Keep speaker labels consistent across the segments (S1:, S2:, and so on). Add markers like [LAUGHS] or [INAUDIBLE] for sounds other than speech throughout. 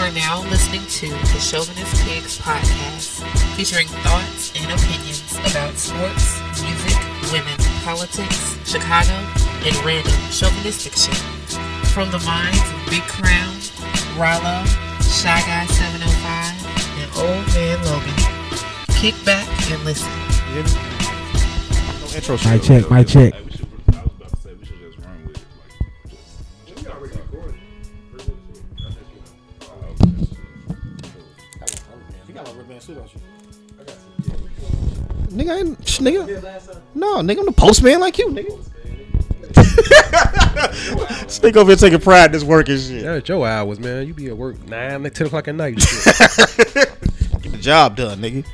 S1: are now listening to the Chauvinist Pigs podcast, featuring thoughts and opinions about sports, music, women, politics, Chicago, and random chauvinistic shit. From the minds of Big Crown, Rollo, Shy Guy 705, and Old Man Logan. Kick back and listen.
S2: You hear me? No intro shit.
S3: My check, my check.
S4: Hey, we should, I was about to say we should just run with it. Like, just, just already recorded.
S2: You got a rubber suit on you. Nigga, I ain't, sh- nigga. No, nigga, I'm the postman like you, nigga. [LAUGHS] Sneak over here taking pride in this work and shit.
S5: That's your hours, man. You be at work nine, like ten o'clock at night. and shit.
S2: Get the job done, nigga.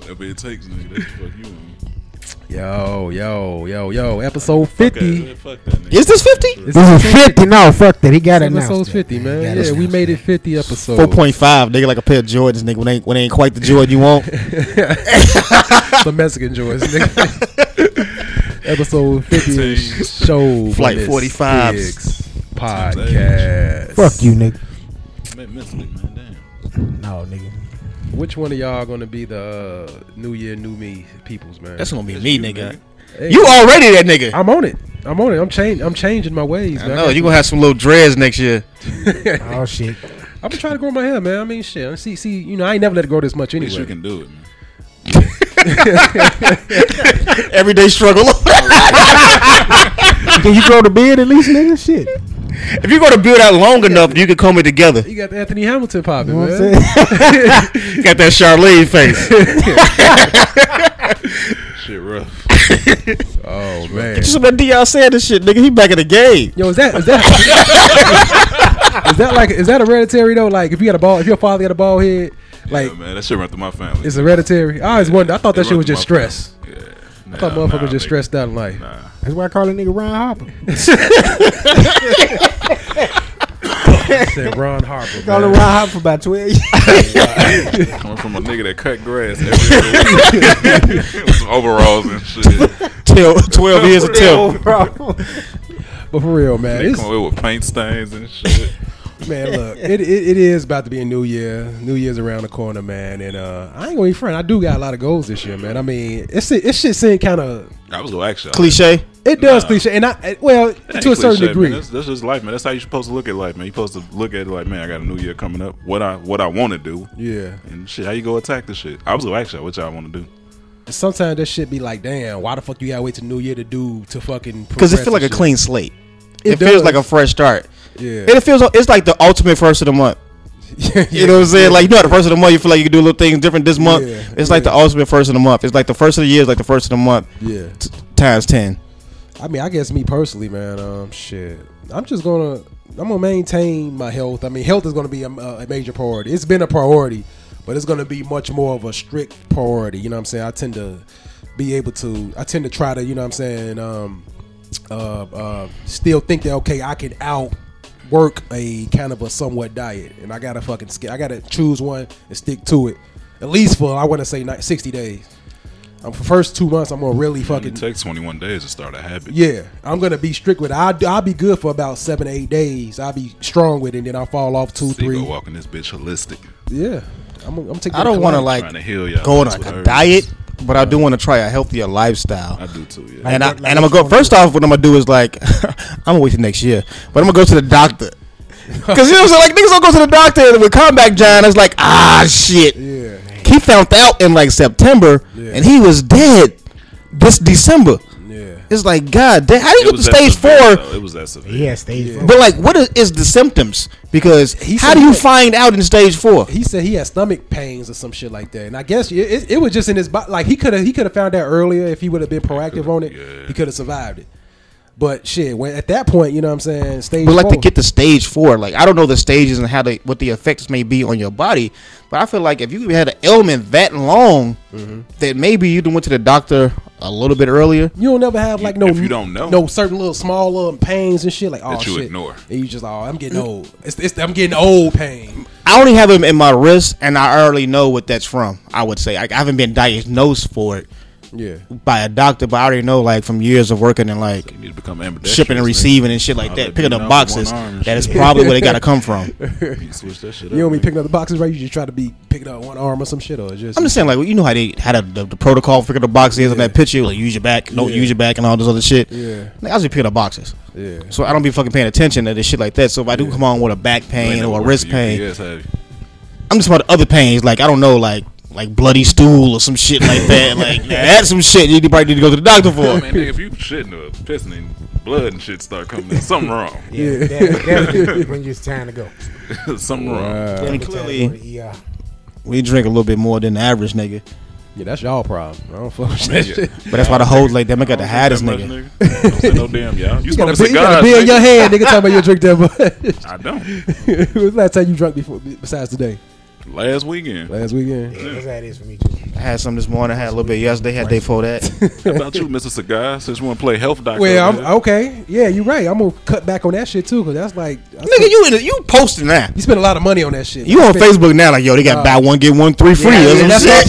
S4: Whatever it takes, nigga. That's what you want.
S5: [LAUGHS] yo, yo, yo, yo. Episode
S4: Okay,
S5: fifty.
S4: man, fuck that, nigga.
S2: Is this 50?
S5: This
S3: This is 50. No, fuck that. He got it now.
S5: Episode's fifty, man.
S3: Yeah,
S5: Yeah,
S3: that's
S5: we made it fifty episodes. [LAUGHS]
S2: 4.5, nigga, like a pair of Jordans, nigga, when they, when they ain't quite the Jordan you want.
S5: The Mexican joys, nigga. [LAUGHS] Episode fifty. is Show
S2: Flight
S5: Miss
S2: 45.
S5: Hicks Podcast.
S3: Fuck you, nigga.
S4: Man, mentally, man, damn.
S3: No, nigga.
S5: Which one of y'all gonna be the uh, New Year, New Me peoples,
S2: [LAUGHS]
S5: man?
S2: That's gonna be me,
S4: you,
S2: nigga.
S5: Hey,
S2: You already that nigga.
S5: I'm on it. I'm on it. I'm changing. I'm changing my ways,
S2: I
S5: man.
S2: know, you gonna have some little dreads next year.
S3: Oh, shit.
S5: I've been trying to grow my hair, man. I mean, shit. I See, see, you know, I ain't never let it grow this much
S4: At least you
S5: anyway.
S4: can do it, man.
S2: Everyday struggle.
S3: Can you grow the beard at least, nigga? Shit.
S2: [LAUGHS] if you're gonna build out long enough, you can comb it together.
S5: You got the Anthony Hamilton popping,
S3: You know what I'm
S5: man.
S3: saying? [LAUGHS]
S2: You got that Charlene [LAUGHS] face.
S4: Shit rough.
S5: [LAUGHS] Oh man.
S2: Just about DR Sanders shit, nigga. He back in the game.
S5: Yo, is that is that is that [LAUGHS] like is that hereditary though? Like, if you got a ball, if your father got a bald head, like
S4: yeah, man, that shit run through my family.
S5: it's hereditary. I always wondered. I thought that
S4: It
S5: shit
S4: run
S5: was
S4: through
S5: just
S4: my family.
S5: stress.
S4: Yeah.
S5: I thought motherfuckers was just stressed out in life.
S4: Nah.
S3: That's why I call a nigga Ron Hopper.
S5: I said Ron Harper.
S3: Call him Ron
S5: man.
S3: Hopper for about 12 years.
S4: Coming from a nigga that cut grass every other
S5: [LAUGHS]
S4: week. with some overalls and shit.
S2: Till 12 years of
S4: [LAUGHS]
S2: till.
S3: Bro.
S5: But for real, man,
S4: They
S5: it's,
S4: come away with paint stains and shit.
S5: man, look, it, it, it is about to be a new year. New year's around the corner, man, and uh, I ain't gonna be front. I do got a lot of goals this year, man. I mean, it's it shit seem kind of
S4: I was gonna ask y'all.
S2: Cliche.
S5: it does cliche, and I I- well
S4: That ain't
S5: to a certain
S4: cliche, man.
S5: degree.
S4: That's, that's just life, man. That's how you're supposed to look at life, man. You're supposed to look at it like, man, I got a new year coming up. What I what I want to do.
S5: Yeah.
S4: And shit, how you go attack this shit? I was gonna ask y'all what y'all want to do.
S5: sometimes that shit be like, damn, why the fuck you gotta wait till New Year to do to fucking
S2: Because it
S5: progress
S2: feels like a
S5: and shit?
S2: clean slate.
S5: It
S2: It, feels
S5: does.
S2: like a fresh start.
S5: Yeah.
S2: And
S5: [LAUGHS]
S2: it feels it's like the ultimate first of the month. You know what I'm saying? Like you know, how the first of the month, you feel like you can do little things different this month.
S5: Yeah,
S2: It's like the ultimate first of the month. It's like the first of the year is like the first of the month
S5: Yeah.
S2: t- times ten.
S5: I mean, I guess me personally, man, um, shit, I'm just gonna, I'm gonna maintain my health. I mean, health is gonna be a, a major priority. It's been a priority, but it's gonna be much more of a strict priority. You know what I'm saying? I tend to be able to, I tend to try to, you know what I'm saying, um, uh, uh, still think that okay, I can out work a kind of a somewhat diet, and I gotta fucking, sk- I gotta choose one and stick to it, at least for I want to say ni- 60 days. Um, for first two months, I'm gonna really fucking
S4: It takes 21 days to start a habit.
S5: Mm-hmm. yeah, I'm gonna be strict with it. I'll, I'll be good for about seven, eight days. I'll be strong with it, and then I'll fall off two,
S4: Steve
S5: three.
S4: walking this bitch holistic,
S5: Yeah, I'm, I'm taking.
S2: I don't want to like
S4: trying to heal y'all.
S2: go on
S4: That's
S2: like
S4: what
S2: a
S4: herbs-
S2: diet, but I do want to try a healthier lifestyle.
S4: I do too. Yeah.
S2: and I,
S3: Like,
S2: and
S3: like
S2: I'm gonna
S3: which
S2: go.
S3: one
S2: First off, what I'm gonna do is like, [LAUGHS] I'm gonna wait till next year, but I'm gonna go to the doctor.
S5: [LAUGHS]
S2: Cause you know, what I'm saying? like niggas don't go to the doctor with comeback John. It's like ah shit.
S5: Yeah,
S2: He found out in like September,
S5: Yeah.
S2: and he was dead this December.
S5: yeah.
S2: It's like God, damn, how do you
S4: It
S2: get
S4: was
S2: to
S4: that
S2: stage
S4: severe,
S2: four?
S4: though. It was that severe.
S3: Yeah, stage four.
S2: But like, what is, is the symptoms? Because how
S5: said
S2: do you
S5: that-
S2: find out in stage four?
S5: He said he had stomach pains or some shit like that, and I guess it, it, it was just in his body. Like he could have, he could have found that earlier if he would have been proactive on it.
S4: yeah.
S5: He could have survived it. But shit, when, at that point, you know what I'm saying. Stage.
S2: But like to
S5: four-
S2: get to stage four, like I don't know the stages and how they what the effects may be on your body, but I feel like if you had an ailment that long,
S4: Mm-hmm.
S2: that maybe you done went to the doctor a little bit earlier.
S5: You don't never have like no
S4: if you don't know.
S5: no certain little small um, pains and shit like oh
S4: That you
S5: shit.
S4: ignore.
S5: And you just oh I'm getting old. It's, it's I'm getting old pain.
S2: I only have them in my wrist, and I already know what that's from. I would say like, I haven't been diagnosed for it,
S5: Yeah.
S2: by a doctor, but I already know like from years of working in like
S4: You need to become ambidextrous.
S2: shipping and
S4: nigga.
S2: receiving and shit like
S4: All
S2: that,
S4: that
S2: picking
S4: beating
S2: up
S4: up
S2: boxes.
S4: one arm and
S2: That is
S4: shit.
S2: probably where they
S4: [LAUGHS]
S2: got to come from.
S4: You need to switch that shit up.
S5: You don't be
S4: nigga.
S5: picking up the boxes, right? You just try to be picking up one arm or some shit, or just.
S2: I'm just saying, like you know how they had a, the, the protocol for picking up boxes on that picture, like use your back, don't
S5: Yeah.
S2: use your back, and all this other shit.
S5: Yeah.
S2: Like, I was just picking up boxes,
S5: Yeah.
S2: so I don't be fucking paying attention to this shit like that. So if I do come on with a back
S4: You ain't
S2: pain or
S4: never
S2: a
S4: worked
S2: wrist
S4: for
S2: pain,
S4: UPS, have you?
S2: I'm just about other pains, like I don't know, like like bloody stool or some shit like that. like that's some shit you probably need to go to the doctor
S4: I
S2: for.
S4: mean, Oh, nigga, if you shitting or pissing and blood and shit start coming, out, something wrong. [LAUGHS]
S3: Yeah, that, that's just when it's time to go.
S4: something wrong.
S5: Wow.
S2: mean,
S3: Time to
S2: clearly-
S3: go to the ER.
S2: We drink a little bit more than the average nigga,
S5: Yeah, that's y'all problem. I don't fuck with that
S4: Yeah.
S5: shit.
S2: but that's why the hoes like them. I got the
S4: Don't
S2: hottest
S4: drink
S2: nigga.
S4: that much, nigga. Don't say no damn y'all.
S5: [LAUGHS]
S4: You
S5: You
S4: smoking
S5: got a beer- you got a
S4: cigars?
S5: beer in
S4: nigga. [LAUGHS]
S5: your hand, nigga. Talking about you drink that much. [LAUGHS]
S4: I don't.
S5: When was the last time you drunk before? Besides today,
S4: Last weekend.
S5: last weekend.
S3: Yeah, that's how it is for me too.
S2: I had some this morning. I had a little bit yesterday. Had day before that.
S4: How about you, Mr. Cigar? Since you want to play health doctor,
S5: Well, I'm,
S4: nigga.
S5: okay. Yeah, you're right. I'm gonna cut back on that shit too, cause that's like, I
S2: nigga,
S5: spent-
S2: you in the, you posting that?
S5: you spend a lot of money on that shit.
S2: You
S5: I
S2: on
S5: spent-
S2: Facebook now? Like yo, they got buy one get one three free.
S5: Yeah,
S2: or some
S5: that's
S2: shit.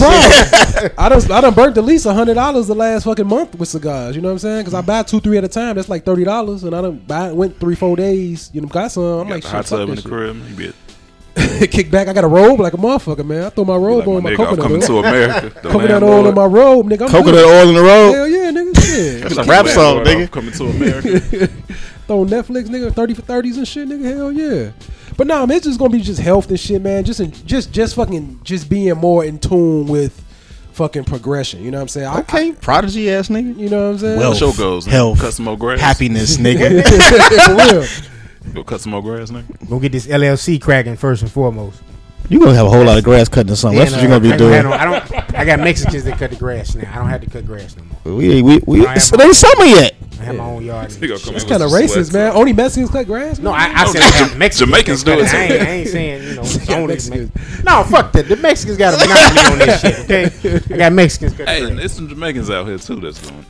S2: [LAUGHS]
S5: my problem. I done, I done burnt at least hundred dollars the last fucking month with cigars. You know what I'm saying? Because I buy two, three at a time. That's like thirty dollars, and I done buy went three, four days. You know, got some. I'm
S4: You got
S5: like,
S4: the
S5: shit,
S4: hot
S5: fuck
S4: tub in
S5: this
S4: the crib. You be you
S5: shit. [COUGHS] Kick back. I got a robe like a motherfucker, man. I throw my robe
S4: like,
S5: on
S4: my
S5: my
S4: nigga, I'm
S5: coconut
S4: coming to
S5: oil. [LAUGHS]
S4: America. The
S5: Coconut
S4: landlord.
S5: oil in my robe, nigga. I'm
S2: Coconut
S5: good.
S2: oil in the road.
S5: Hell yeah, nigga. Shit.
S4: That's
S2: a
S4: the
S2: rap song,
S4: landlord. I'm
S2: nigga.
S4: Coming to
S5: [LAUGHS]
S4: America.
S5: throw Netflix, nigga, thirty for thirties and shit, nigga. Hell yeah. But nah, man, it's just gonna be just health and shit, man. Just in, just just fucking just being more in tune with fucking progression. You know what I'm saying? I-
S2: Okay, prodigy ass
S5: I-
S2: nigga.
S5: you know what I'm saying?
S2: Well,
S4: The show goes. nigga.
S2: Health.
S4: Cut some more grass. [LAUGHS]
S2: Happiness, nigga.
S5: [LAUGHS] for real.
S4: Go cut some more grass, nigga.
S3: Go get this LLC cracking first and foremost.
S2: You gonna have a whole lot of grass cutting or something. That's what
S3: And,
S2: you're gonna
S3: uh,
S2: be
S3: I,
S2: doing.
S3: don't, I don't. I got Mexicans that cut the grass now. I don't have to cut grass no more.
S2: We we we.
S3: I am-
S2: It's, it ain't summer yet.
S3: I have my own yard. and shit.
S4: Nigga, come
S5: That's
S4: in with
S5: kind of
S4: some
S5: racist,
S4: sweats.
S5: man. Only Mexicans cut grass.
S3: No,
S5: man?
S3: I, I
S4: No,
S3: said
S4: Jam-
S3: that Mexicans.
S4: Jamaicans
S3: that
S4: do it
S3: cut [LAUGHS] I
S4: too.
S3: ain't, I ain't saying
S4: [LAUGHS]
S3: you know it's
S5: Yeah,
S3: only
S5: Mexicans.
S3: Mexicans. No, fuck that. The Mexicans got a monopoly on this
S4: [LAUGHS]
S3: shit. Okay, I got Mexicans cut
S4: Hey,
S3: the
S4: and
S3: grass.
S4: there's some Jamaicans out here too that's going.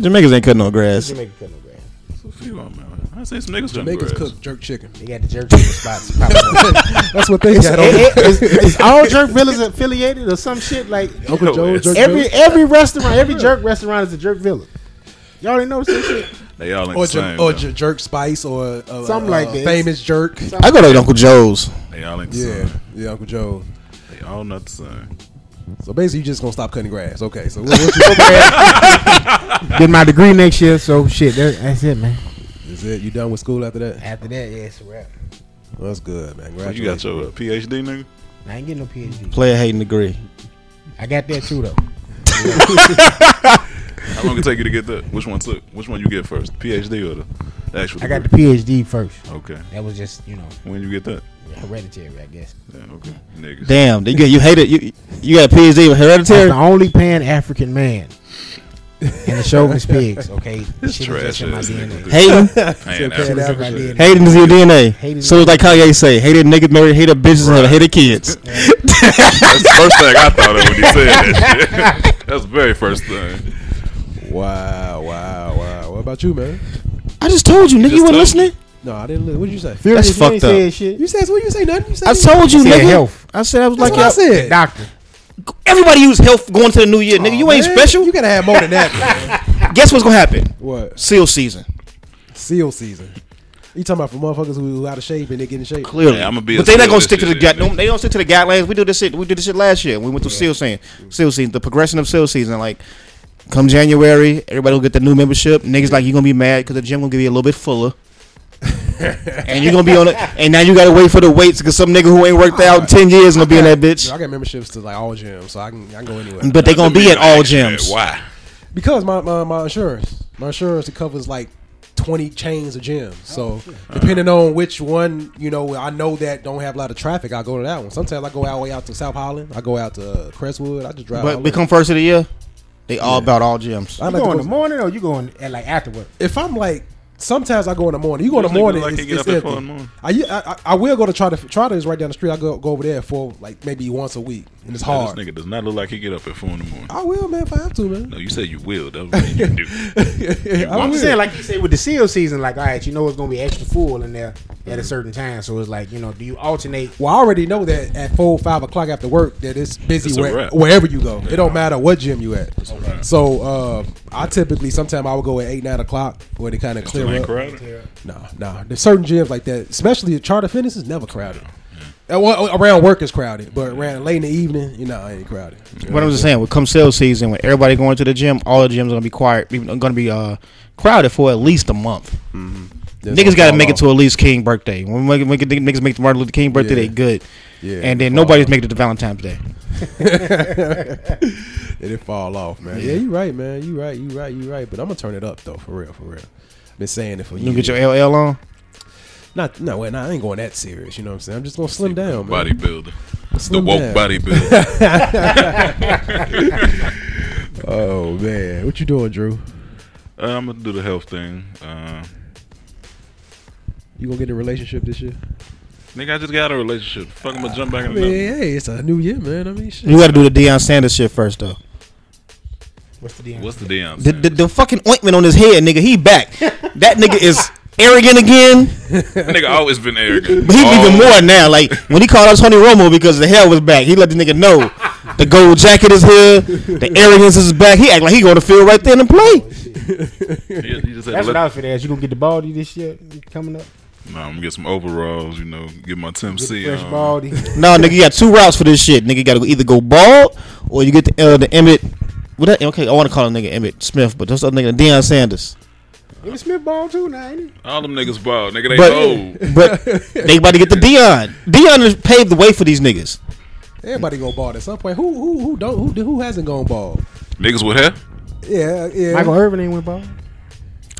S2: Jamaicans ain't cutting no grass.
S3: Jamaica cut no grass.
S4: So few of 'em out here. I seen some niggas cutting
S5: Jamaicans
S4: grass.
S5: cook jerk chicken.
S3: They got the jerk chicken spots. popping
S4: [LAUGHS]
S3: up.
S5: That's what they
S3: It's,
S5: got. on
S3: it- it- it's- it's all jerk villas affiliated or some shit like
S4: Yo,
S5: Uncle Joe's
S4: it's-
S5: jerk
S3: every
S5: chicken.
S3: every restaurant, every jerk restaurant is a jerk villa. Y'all didn't notice this shit.
S4: They all ain't
S5: or,
S4: the
S5: jer-
S4: same.
S5: or
S4: though.
S5: jer- jerk spice or uh,
S3: Something
S5: uh,
S3: like that.
S5: famous jerk.
S2: I go to Uncle Joe's.
S4: They all ain't the
S5: Yeah,
S4: same.
S5: yeah, Uncle Joe.
S4: They all not the same.
S5: So basically, you just gonna stop cutting grass. Okay, so what, what
S2: [LAUGHS]
S5: you
S3: Get my degree next year, so shit. That, that's it, man.
S5: Is it? You done with school after that?
S3: After that, yeah, it's a wrap.
S5: Well, that's good, man.
S4: Well, you got your uh, PhD, nigga.
S3: I ain't getting no PhD.
S2: Player hating degree.
S3: I got that too though.
S4: How long it take you to get that? Which one took? Which one you get first? PhD or the actual?
S3: I got the
S4: degree?
S3: PhD first.
S4: Okay.
S3: That was just you know
S4: When you get that?
S3: hereditary, I guess.
S4: Yeah, okay. Niggas.
S2: Damn, you get you hate it. You you got a PhD with
S3: That's
S2: hereditary.
S3: the only pan African man. And the chauvinist pigs. [LAUGHS] Okay,
S4: This
S3: shit is
S4: trash
S3: just in my
S4: ass
S3: DNA.
S4: nigga.
S2: Hating,
S4: Pan
S5: Pan
S4: African
S5: African
S4: shit.
S5: shit.
S2: hating is your
S3: Hating
S2: DNA.
S3: is-
S2: So it's like Kanye say, hated niggas married, hated bitches, and hated kids.
S4: That's the first thing I thought of when he said that shit. That's the very first thing.
S5: Wow, wow, wow. What about you, man?
S2: I just told you, nigga, you
S4: just
S2: weren't
S4: told
S2: listening.
S5: No, I didn't. li- What did you say?
S2: That's
S3: Furious, you ain't
S2: fucked up.
S3: said shit.
S5: You said what? You say nothing. You said
S2: I told you,
S3: Said
S2: nigga.
S3: health.
S2: I said I was
S5: That's
S2: like,
S5: what I
S2: y'all-
S5: said.
S3: Doctor.
S2: everybody use health going to the new year, nigga. You ain't
S5: Oh, Man,
S2: special.
S5: You gotta have more
S2: [LAUGHS]
S5: than that.
S2: Guess what's gonna happen?
S5: Man. what?
S2: Seal season.
S5: Seal season. You talking about for motherfuckers who, who out of shape and they get in shape?
S2: Clearly,
S4: Yeah, I'ma be a
S2: but they
S4: seal
S2: not gonna
S4: this
S2: stick to the
S4: shit,
S2: gut.
S4: nigga.
S2: They don't stick to the guidelines. We do this shit. We did this shit last year. We went through seal season, seal season, the progression of seal season. Like, come January, everybody will get the new membership. Niggas like you gonna be mad because the gym gonna be a little bit
S5: [LAUGHS]
S2: fuller. and you're gonna be on it, and now you gotta wait for the weights because some nigga who ain't worked out in ten years gonna be in that bitch.
S5: Dude, I got memberships to like all gyms, so I can I can go anywhere.
S2: But they gonna be at all gyms.
S4: Why?
S5: Because my, my, my insurance, my insurance it covers like twenty chains of
S4: Oh,
S5: gyms. So depending on which one, you know, I know that don't have a lot of traffic, I go to that one. Sometimes I go all the way out to South Holland. I go out to uh, Crestwood. I just drive. all
S2: But
S5: over.
S2: we come first of the year, they all about all gyms.
S5: I
S3: You
S5: like
S3: go
S5: to
S3: in
S5: go-
S3: the morning or you going at like after work?
S5: if I'm like, sometimes I go in the morning. You go in the
S4: Usually
S5: morning,
S4: like
S5: it's,
S4: they get up
S5: it's
S4: at
S5: empty.
S4: four in the morning.
S5: I, I I will go to try to try to is right down the street. I go go over there for like maybe once a week. and it's
S4: Now,
S5: hard.
S4: This nigga does not look like he get up at four in the morning.
S5: I will, man, if I have to, man. [LAUGHS]
S4: No, you said you will. That doesn't mean you do.
S5: I
S4: want
S5: will.
S4: to
S5: Say,
S4: say,
S5: like,
S3: Like you said with the seal season, like all right, you know it's gonna be extra full in there at a certain time. So it's like you know, do you alternate?
S5: well, I already know that at four, five o'clock after work, that it's busy
S4: It's a
S5: where-
S4: wrap.
S5: wherever you go. It don't matter what gym you at.
S4: wrap.
S5: So uh, I typically sometimes I would go at eight, nine o'clock when it kind of
S4: Still
S5: [LAUGHS] clear
S4: ain't
S5: up.
S4: crowded.
S5: Nah, nah. There's certain gyms like that, especially the charter fitness is never crowded. Uh, well, around work is crowded, but around late in the evening, you know, I ain't crowded.
S2: But I'm just saying, when come sales season, when everybody going to the gym, all the gyms are gonna be quiet, going to be uh, crowded for at least a month. Niggas got to make it to at least King birthday. When we make, make, niggas make the Martin Luther King birthday,
S5: Yeah.
S2: they good.
S5: Yeah,
S2: and then
S5: fall
S2: nobody's making it to Valentine's Day.
S5: It did fall off, man. Yeah, you right, man. You right. You right. You right. But I'm gonna turn it up though, for real, for real. Been saying it for
S2: You
S5: years.
S2: get your LL on.
S5: not no wait, nah, I ain't going that serious. You know what I'm saying? I'm just gonna slim down, man.
S4: Bodybuilder. The
S5: Slim
S4: woke
S5: down.
S4: bodybuilder.
S5: Oh man, what you doing, Drew?
S4: uh, I'm gonna do the health thing. Uh,
S5: You gonna get in a relationship this year?
S4: nigga, I just got a relationship. Fuck, I'm gonna jump back
S5: I
S4: in
S5: mean,
S4: the
S5: hey, it's a new year, man. I mean, shit.
S2: You got to do the Deion Sanders shit first though.
S3: What's the deal?
S4: What's the damn?
S2: The, the, the fucking ointment on his head, nigga. He
S5: [LAUGHS]
S2: back. that nigga is arrogant again.
S4: nigga always been arrogant.
S2: But [LAUGHS] he
S4: Always.
S2: even more now. Like when he called out Tony Romo because the hell was back. He let the nigga know the gold jacket is here, the arrogance is back. He act like he going to field right there and play.
S4: He- he just had to
S3: That's
S4: let-
S3: what I was finna ask. You gonna get the baldy this year coming up?
S4: Nah, I'm gonna get some overalls. You know, get my Tim
S3: Get the
S4: C.
S3: fresh
S4: on.
S3: baldy.
S2: No, nigga, you got two routes for this shit. Nigga, you got to either go bald or you get the uh, the Emmett. What that? Okay, I want to call him nigga Emmett Smith, but that's other nigga Deion Sanders.
S3: Emmett Smith ball too, now ain't it?
S4: All them niggas bald. Nigga, they
S2: But
S4: old.
S2: but they about to get the Deion. Deion has paved the way for these niggas.
S5: Everybody go bald at some point. Who who who don't who who hasn't gone bald?
S4: Niggas with hair.
S5: Yeah, yeah.
S3: Michael Irvin ain't went ball.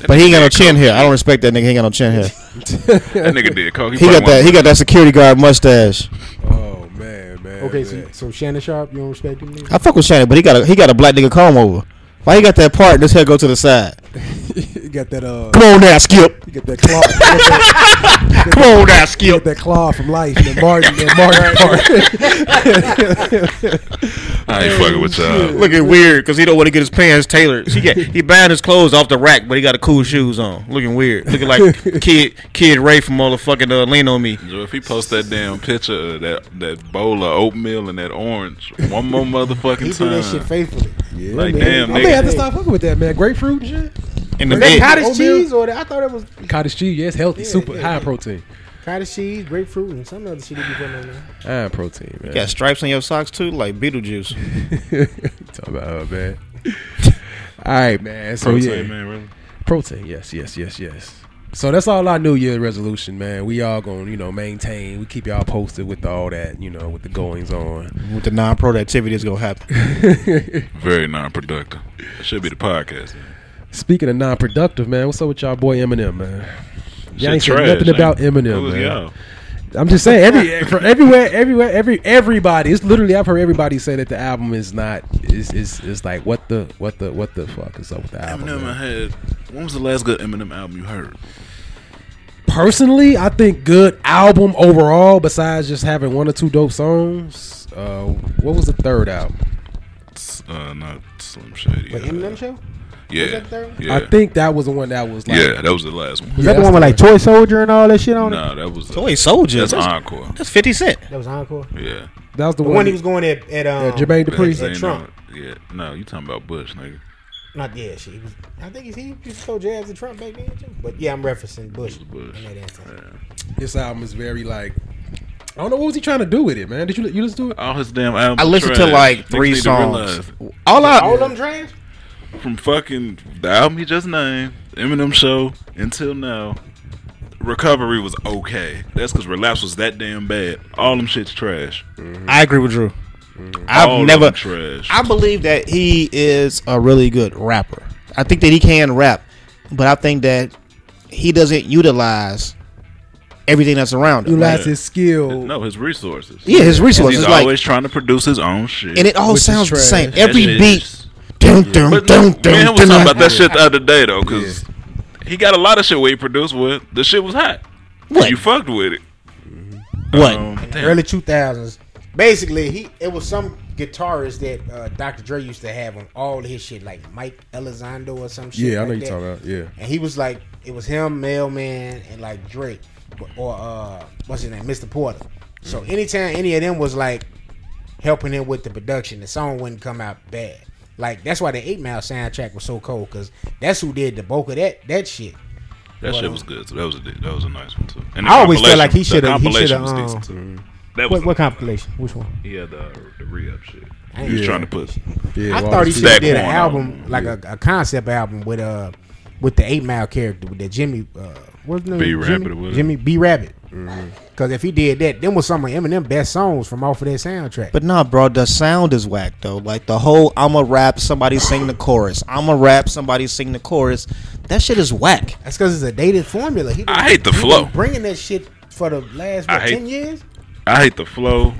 S2: But he ain't got no chin here. I don't respect that nigga. He ain't got no chin here.
S4: That nigga did coke.
S2: He got that. He got that security guard mustache.
S5: oh man, man.
S3: Okay, so,
S5: man.
S3: so Shannon Sharp, you don't respect him? nigga?
S2: I fuck with Shannon, but he got a he got a black nigga comb over. Why he got that part? and This hair go to the side.
S5: [LAUGHS] you got that uh,
S2: Come on now, Skip.
S5: you got [LAUGHS] that claw, you got that,
S2: Come on now,
S5: you got
S2: Skip.
S5: that claw from life, the Martin, [LAUGHS] the Martin part.
S4: I ain't fucking with y'all.
S2: Looking weird because he don't want to get his pants tailored. He got, he buying his clothes off the rack, but he got a cool shoes on. Looking weird. Looking [LAUGHS] like kid kid Ray from motherfucking uh, Lean on Me.
S4: Joe, If he posts that damn picture of that that bowl of oatmeal and that orange one more
S3: He
S4: motherfucking
S3: do that shit
S4: time,
S3: faithfully.
S5: yeah,
S4: Like,
S5: man.
S4: damn,
S5: I
S4: nigga.
S5: may have to stop fucking with that, man. Grapefruit and shit.
S2: In the
S3: Is that
S2: bed.
S3: cottage
S5: Oatmeal?
S3: cheese or that? I thought it was
S5: Cottage cheese, yeah, it's healthy, super
S3: yeah,
S5: high
S3: yeah.
S5: protein,
S3: cottage cheese, grapefruit, and some other shit they be putting on there.
S5: high protein, man.
S2: Got stripes on your socks too, like Beetlejuice.
S5: Talking about her, man. [LAUGHS] all right, man. So
S4: protein
S5: Oh, yeah,
S4: man, really.
S5: protein. Yes, yes, yes, yes. So that's all our New Year resolution, man. We all gonna, you know, maintain. We keep y'all posted with all that, you know, with the goings on.
S2: With the non productivity is gonna happen.
S4: Very non-productive. That should be the podcast.
S5: Speaking of non-productive, man, what's up with y'all boy Eminem, man? Y'all ain't
S4: Shit
S5: said
S4: trash,
S5: nothing
S4: ain't
S5: about
S4: it?
S5: Eminem,
S4: Who is
S5: man.
S4: y'all?
S5: I'm just saying,
S4: [LAUGHS]
S5: every from everywhere, everywhere, every everybody. It's literally I've heard everybody say that the album is not is is is like what the what the what the fuck is up with the album.
S4: Eminem
S5: man?
S4: had. When was the last good Eminem album you heard?
S5: personally, I think good album overall. Besides just having one or two dope songs, uh, what was the third album?
S4: S- Uh, not Slim Shady.
S3: But
S4: uh,
S3: Eminem show?
S4: Yeah,
S3: that there?
S4: yeah,
S5: I think that was the one that was like
S4: yeah. That was the last one.
S3: Is
S5: Yeah,
S3: that the one with like
S5: that's
S3: Toy Soldier and all that shit on it?
S4: Nah, that was.
S2: So wait, soldier.
S4: that's
S2: That's, that's,
S4: encore.
S2: fifty cent.
S3: That was Encore.
S4: Yeah.
S5: that was the,
S3: The
S5: one,
S3: one he was going at at um,
S5: uh, Jermaine
S4: But that
S5: Dupri.
S4: ain't
S3: Trump.
S4: no- Yeah, no, you talking about Bush, nigga.
S3: Not yeah, shit. He was, I think he's, he used to throw jabs at Trump back then too. But yeah, I'm referencing Bush.
S4: It was Bush.
S3: In that instance.
S5: This album is very like I don't know what was he trying to do with it, man. Did you you listen to it?
S4: All his damn albums.
S2: I listened to
S4: trash.
S2: like
S4: Niggas
S2: three
S4: need to
S2: songs.
S4: realize
S2: All I
S3: All them trash.
S4: From fucking the album he just named, Eminem Show, until now, Recovery was okay. That's because Relapse was that damn bad. All them shit's trash.
S2: I agree with Drew.
S4: All
S2: I've
S4: of
S2: never
S4: them trash.
S2: I believe that he is a really good rapper. I think that he can rap, but I think that he doesn't utilize everything that's around him. Like,
S5: Utilize his skill.
S4: no, his resources.
S2: yeah, his resources,
S4: He's
S2: like,
S4: always trying to produce his own shit.
S2: and it all
S5: Which is
S2: sounds the
S5: trash.
S2: same.
S4: That
S2: Every
S4: shit
S2: beat,
S4: is-
S2: dun, dun,
S4: But
S2: dun,
S4: no,
S2: dun,
S4: man was
S2: dun,
S4: talking about
S2: dun.
S4: that shit the other day though, because he got a lot of shit where he produced with. The shit was hot.
S2: What?
S4: You fucked with it.
S2: What?
S4: Um, damn.
S3: Early two thousands. basically he it was some guitarist that uh, Dr. Dre used to have on all his shit, like Mike Elizondo or some shit.
S5: Yeah, I know
S3: like
S5: you're
S3: that.
S5: talking about. Yeah.
S3: And he was like, it was him, Mailman, and like Drake, but- or uh, what's his name, Mr. Porter. So
S4: Mm-hmm.
S3: anytime any of them was like helping him with the production, the song wouldn't come out bad. Like that's why the Eight Mile soundtrack was so cold, cause that's who did the bulk of that that shit.
S4: That
S3: But,
S4: shit
S3: um,
S4: was good. So that was a that was a nice one too. And the
S3: I always felt like he
S4: compilation-
S3: shoulda- he
S4: the compilation
S3: shoulda,
S4: was
S3: um,
S4: decent, too. That was
S3: What, what compilation? Which one?
S4: he had the the re up shit.
S3: I
S4: He was
S3: ain't-
S4: trying to put.
S5: Yeah,
S3: I
S5: well,
S3: thought he
S5: see,
S3: should have
S4: Stack
S3: did an
S4: one
S3: album,
S4: album.
S3: like a, a concept album with uh with the Eight Mile character with that Jimmy uh what's the name?
S4: B.
S3: Jimmy-
S4: Rabbit or whatever. Mm-hmm.
S3: Jimmy B Rabbit. Cause if he did that, then was some of Eminem best songs from off of that soundtrack.
S2: But nah, bro, the sound is whack though. Like the whole I'ma rap, somebody sing the chorus. I'ma rap, somebody sing the chorus. That shit is whack.
S3: That's cause it's a dated formula. He been-
S4: I hate the
S3: he been
S4: flow.
S3: Bringing that shit for the last
S4: I
S3: what,
S4: hate-
S3: ten years.
S4: I hate the flow.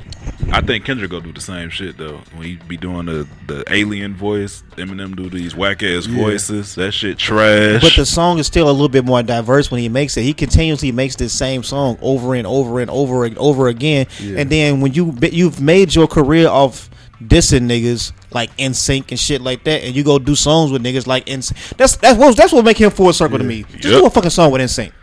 S4: I think Kendrick gonna do the same shit though. When he be doing the the alien voice, Eminem do these whack ass voices. That shit trash.
S2: But the song is still a little bit more diverse when he makes it. He continuously makes this same song over and over and over and over again. And then when you but you've made your career off dissing niggas like in sync and shit like that, and you go do songs with niggas like in that's that's what that's what make him full circle to me. Just
S4: Yep.
S2: do a fucking song with in sync.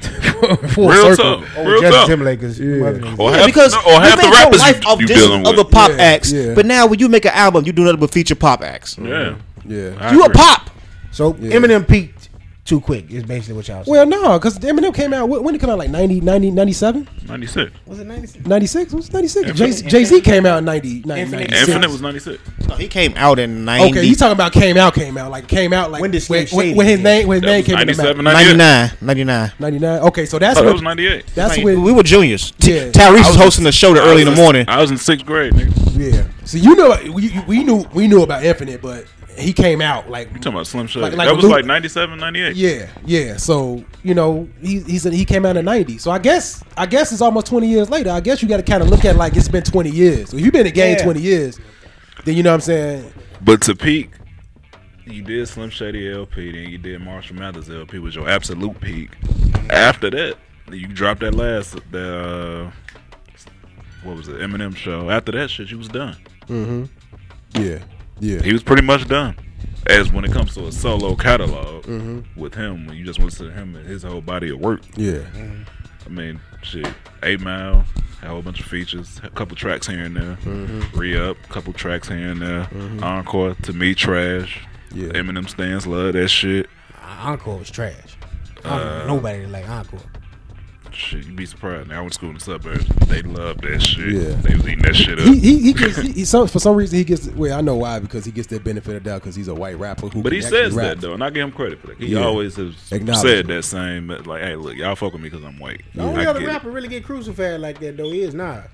S5: full
S4: real
S5: circle.
S4: talk,
S3: Oh,
S4: real
S3: Justin
S4: talk.
S3: Timberlake's mother niggas.
S4: Or
S2: Yeah,
S4: half,
S2: because
S4: no, or
S2: you
S4: half the
S2: made your
S4: rappers
S2: life
S4: you,
S2: off
S4: you
S2: dissing
S4: dealing with.
S2: other pop
S5: Yeah,
S2: acts,
S5: yeah.
S2: but now when you make an album, you do nothing but feature pop acts.
S4: yeah,
S5: Yeah.
S4: I
S2: You a
S4: agree.
S2: pop.
S3: So Eminem peaked too quick. Is basically what y'all. Saying.
S5: Well, no, because Eminem came out. When when did it come out? Like 90, 90, 97?
S4: ninety six.
S3: was it ninety six?
S5: 96? It was 96. Jay
S3: Infinite-
S5: Z came out in 90, 90,
S3: Infinite-
S5: 96.
S4: Infinite was ninety six.
S2: No, he came out in ninety.
S5: Okay, you talking about came out, came out. Like came out, like
S3: When did
S5: when,
S3: Slim
S5: when,
S3: Shady
S5: when his
S3: came out?
S5: name, when his name came out.
S4: 97, 98.
S2: 99, 99.
S5: 99. Okay, so that's
S4: Oh, that
S5: when-
S4: was ninety eight.
S5: That's
S2: Like,
S5: when
S2: we were juniors. T-
S5: Yeah.
S2: Tyrese was hosting the show the early in the morning.
S4: I was in sixth grade. Nigga. You
S5: Yeah. So you know we we knew we knew about Infinite, but he came out like
S4: talking about Slim Shady?
S5: Like- like
S4: that was
S5: Luke-
S4: like 97, 98.
S5: yeah, yeah. So you know he he said he came out in '90. So I guess I guess it's almost 20 years later. I guess you got to kind of look at like it's been 20 years. So if you've been in the game
S3: Yeah.
S5: 20 years, then you know what I'm saying.
S4: But to peak, you did Slim Shady LP, then you did Marshall Mathers LP was your absolute peak. After that, you dropped that last the uh, what was it Eminem show. After that shit, you was done.
S5: Yeah, yeah.
S4: He was pretty much done. As when it comes to a solo catalog
S5: Mm-hmm.
S4: with him, when you just want to listen to him and his whole body of work.
S5: Yeah,
S4: Mm-hmm. I mean, shit, Eight Mile, a whole bunch of features, a couple tracks here and there,
S5: Mm-hmm.
S4: re up, couple tracks here and there, encore to me, trash,
S5: Yeah.
S4: Eminem stands love that shit.
S3: Encore was trash. I don't
S4: Uh,
S3: know nobody that like Encore.
S4: Shit, you'd be surprised. Now I went to school in the suburbs. They loved that shit. They was eating that shit up.
S5: he he, he gets he, he some, for some reason he gets well I know why because he gets that benefit of doubt because he's a white rapper who
S4: but
S5: can
S4: he
S5: actually
S4: says
S5: rap.
S4: that though, and I give him credit for that. He
S5: Yeah.
S4: always has
S5: Acknowledge it.
S4: said that same, like, "Hey, look, y'all fuck with me because I'm white."
S3: The only
S4: I
S3: other
S4: get it.
S3: rapper really get crucified like that though is Nas.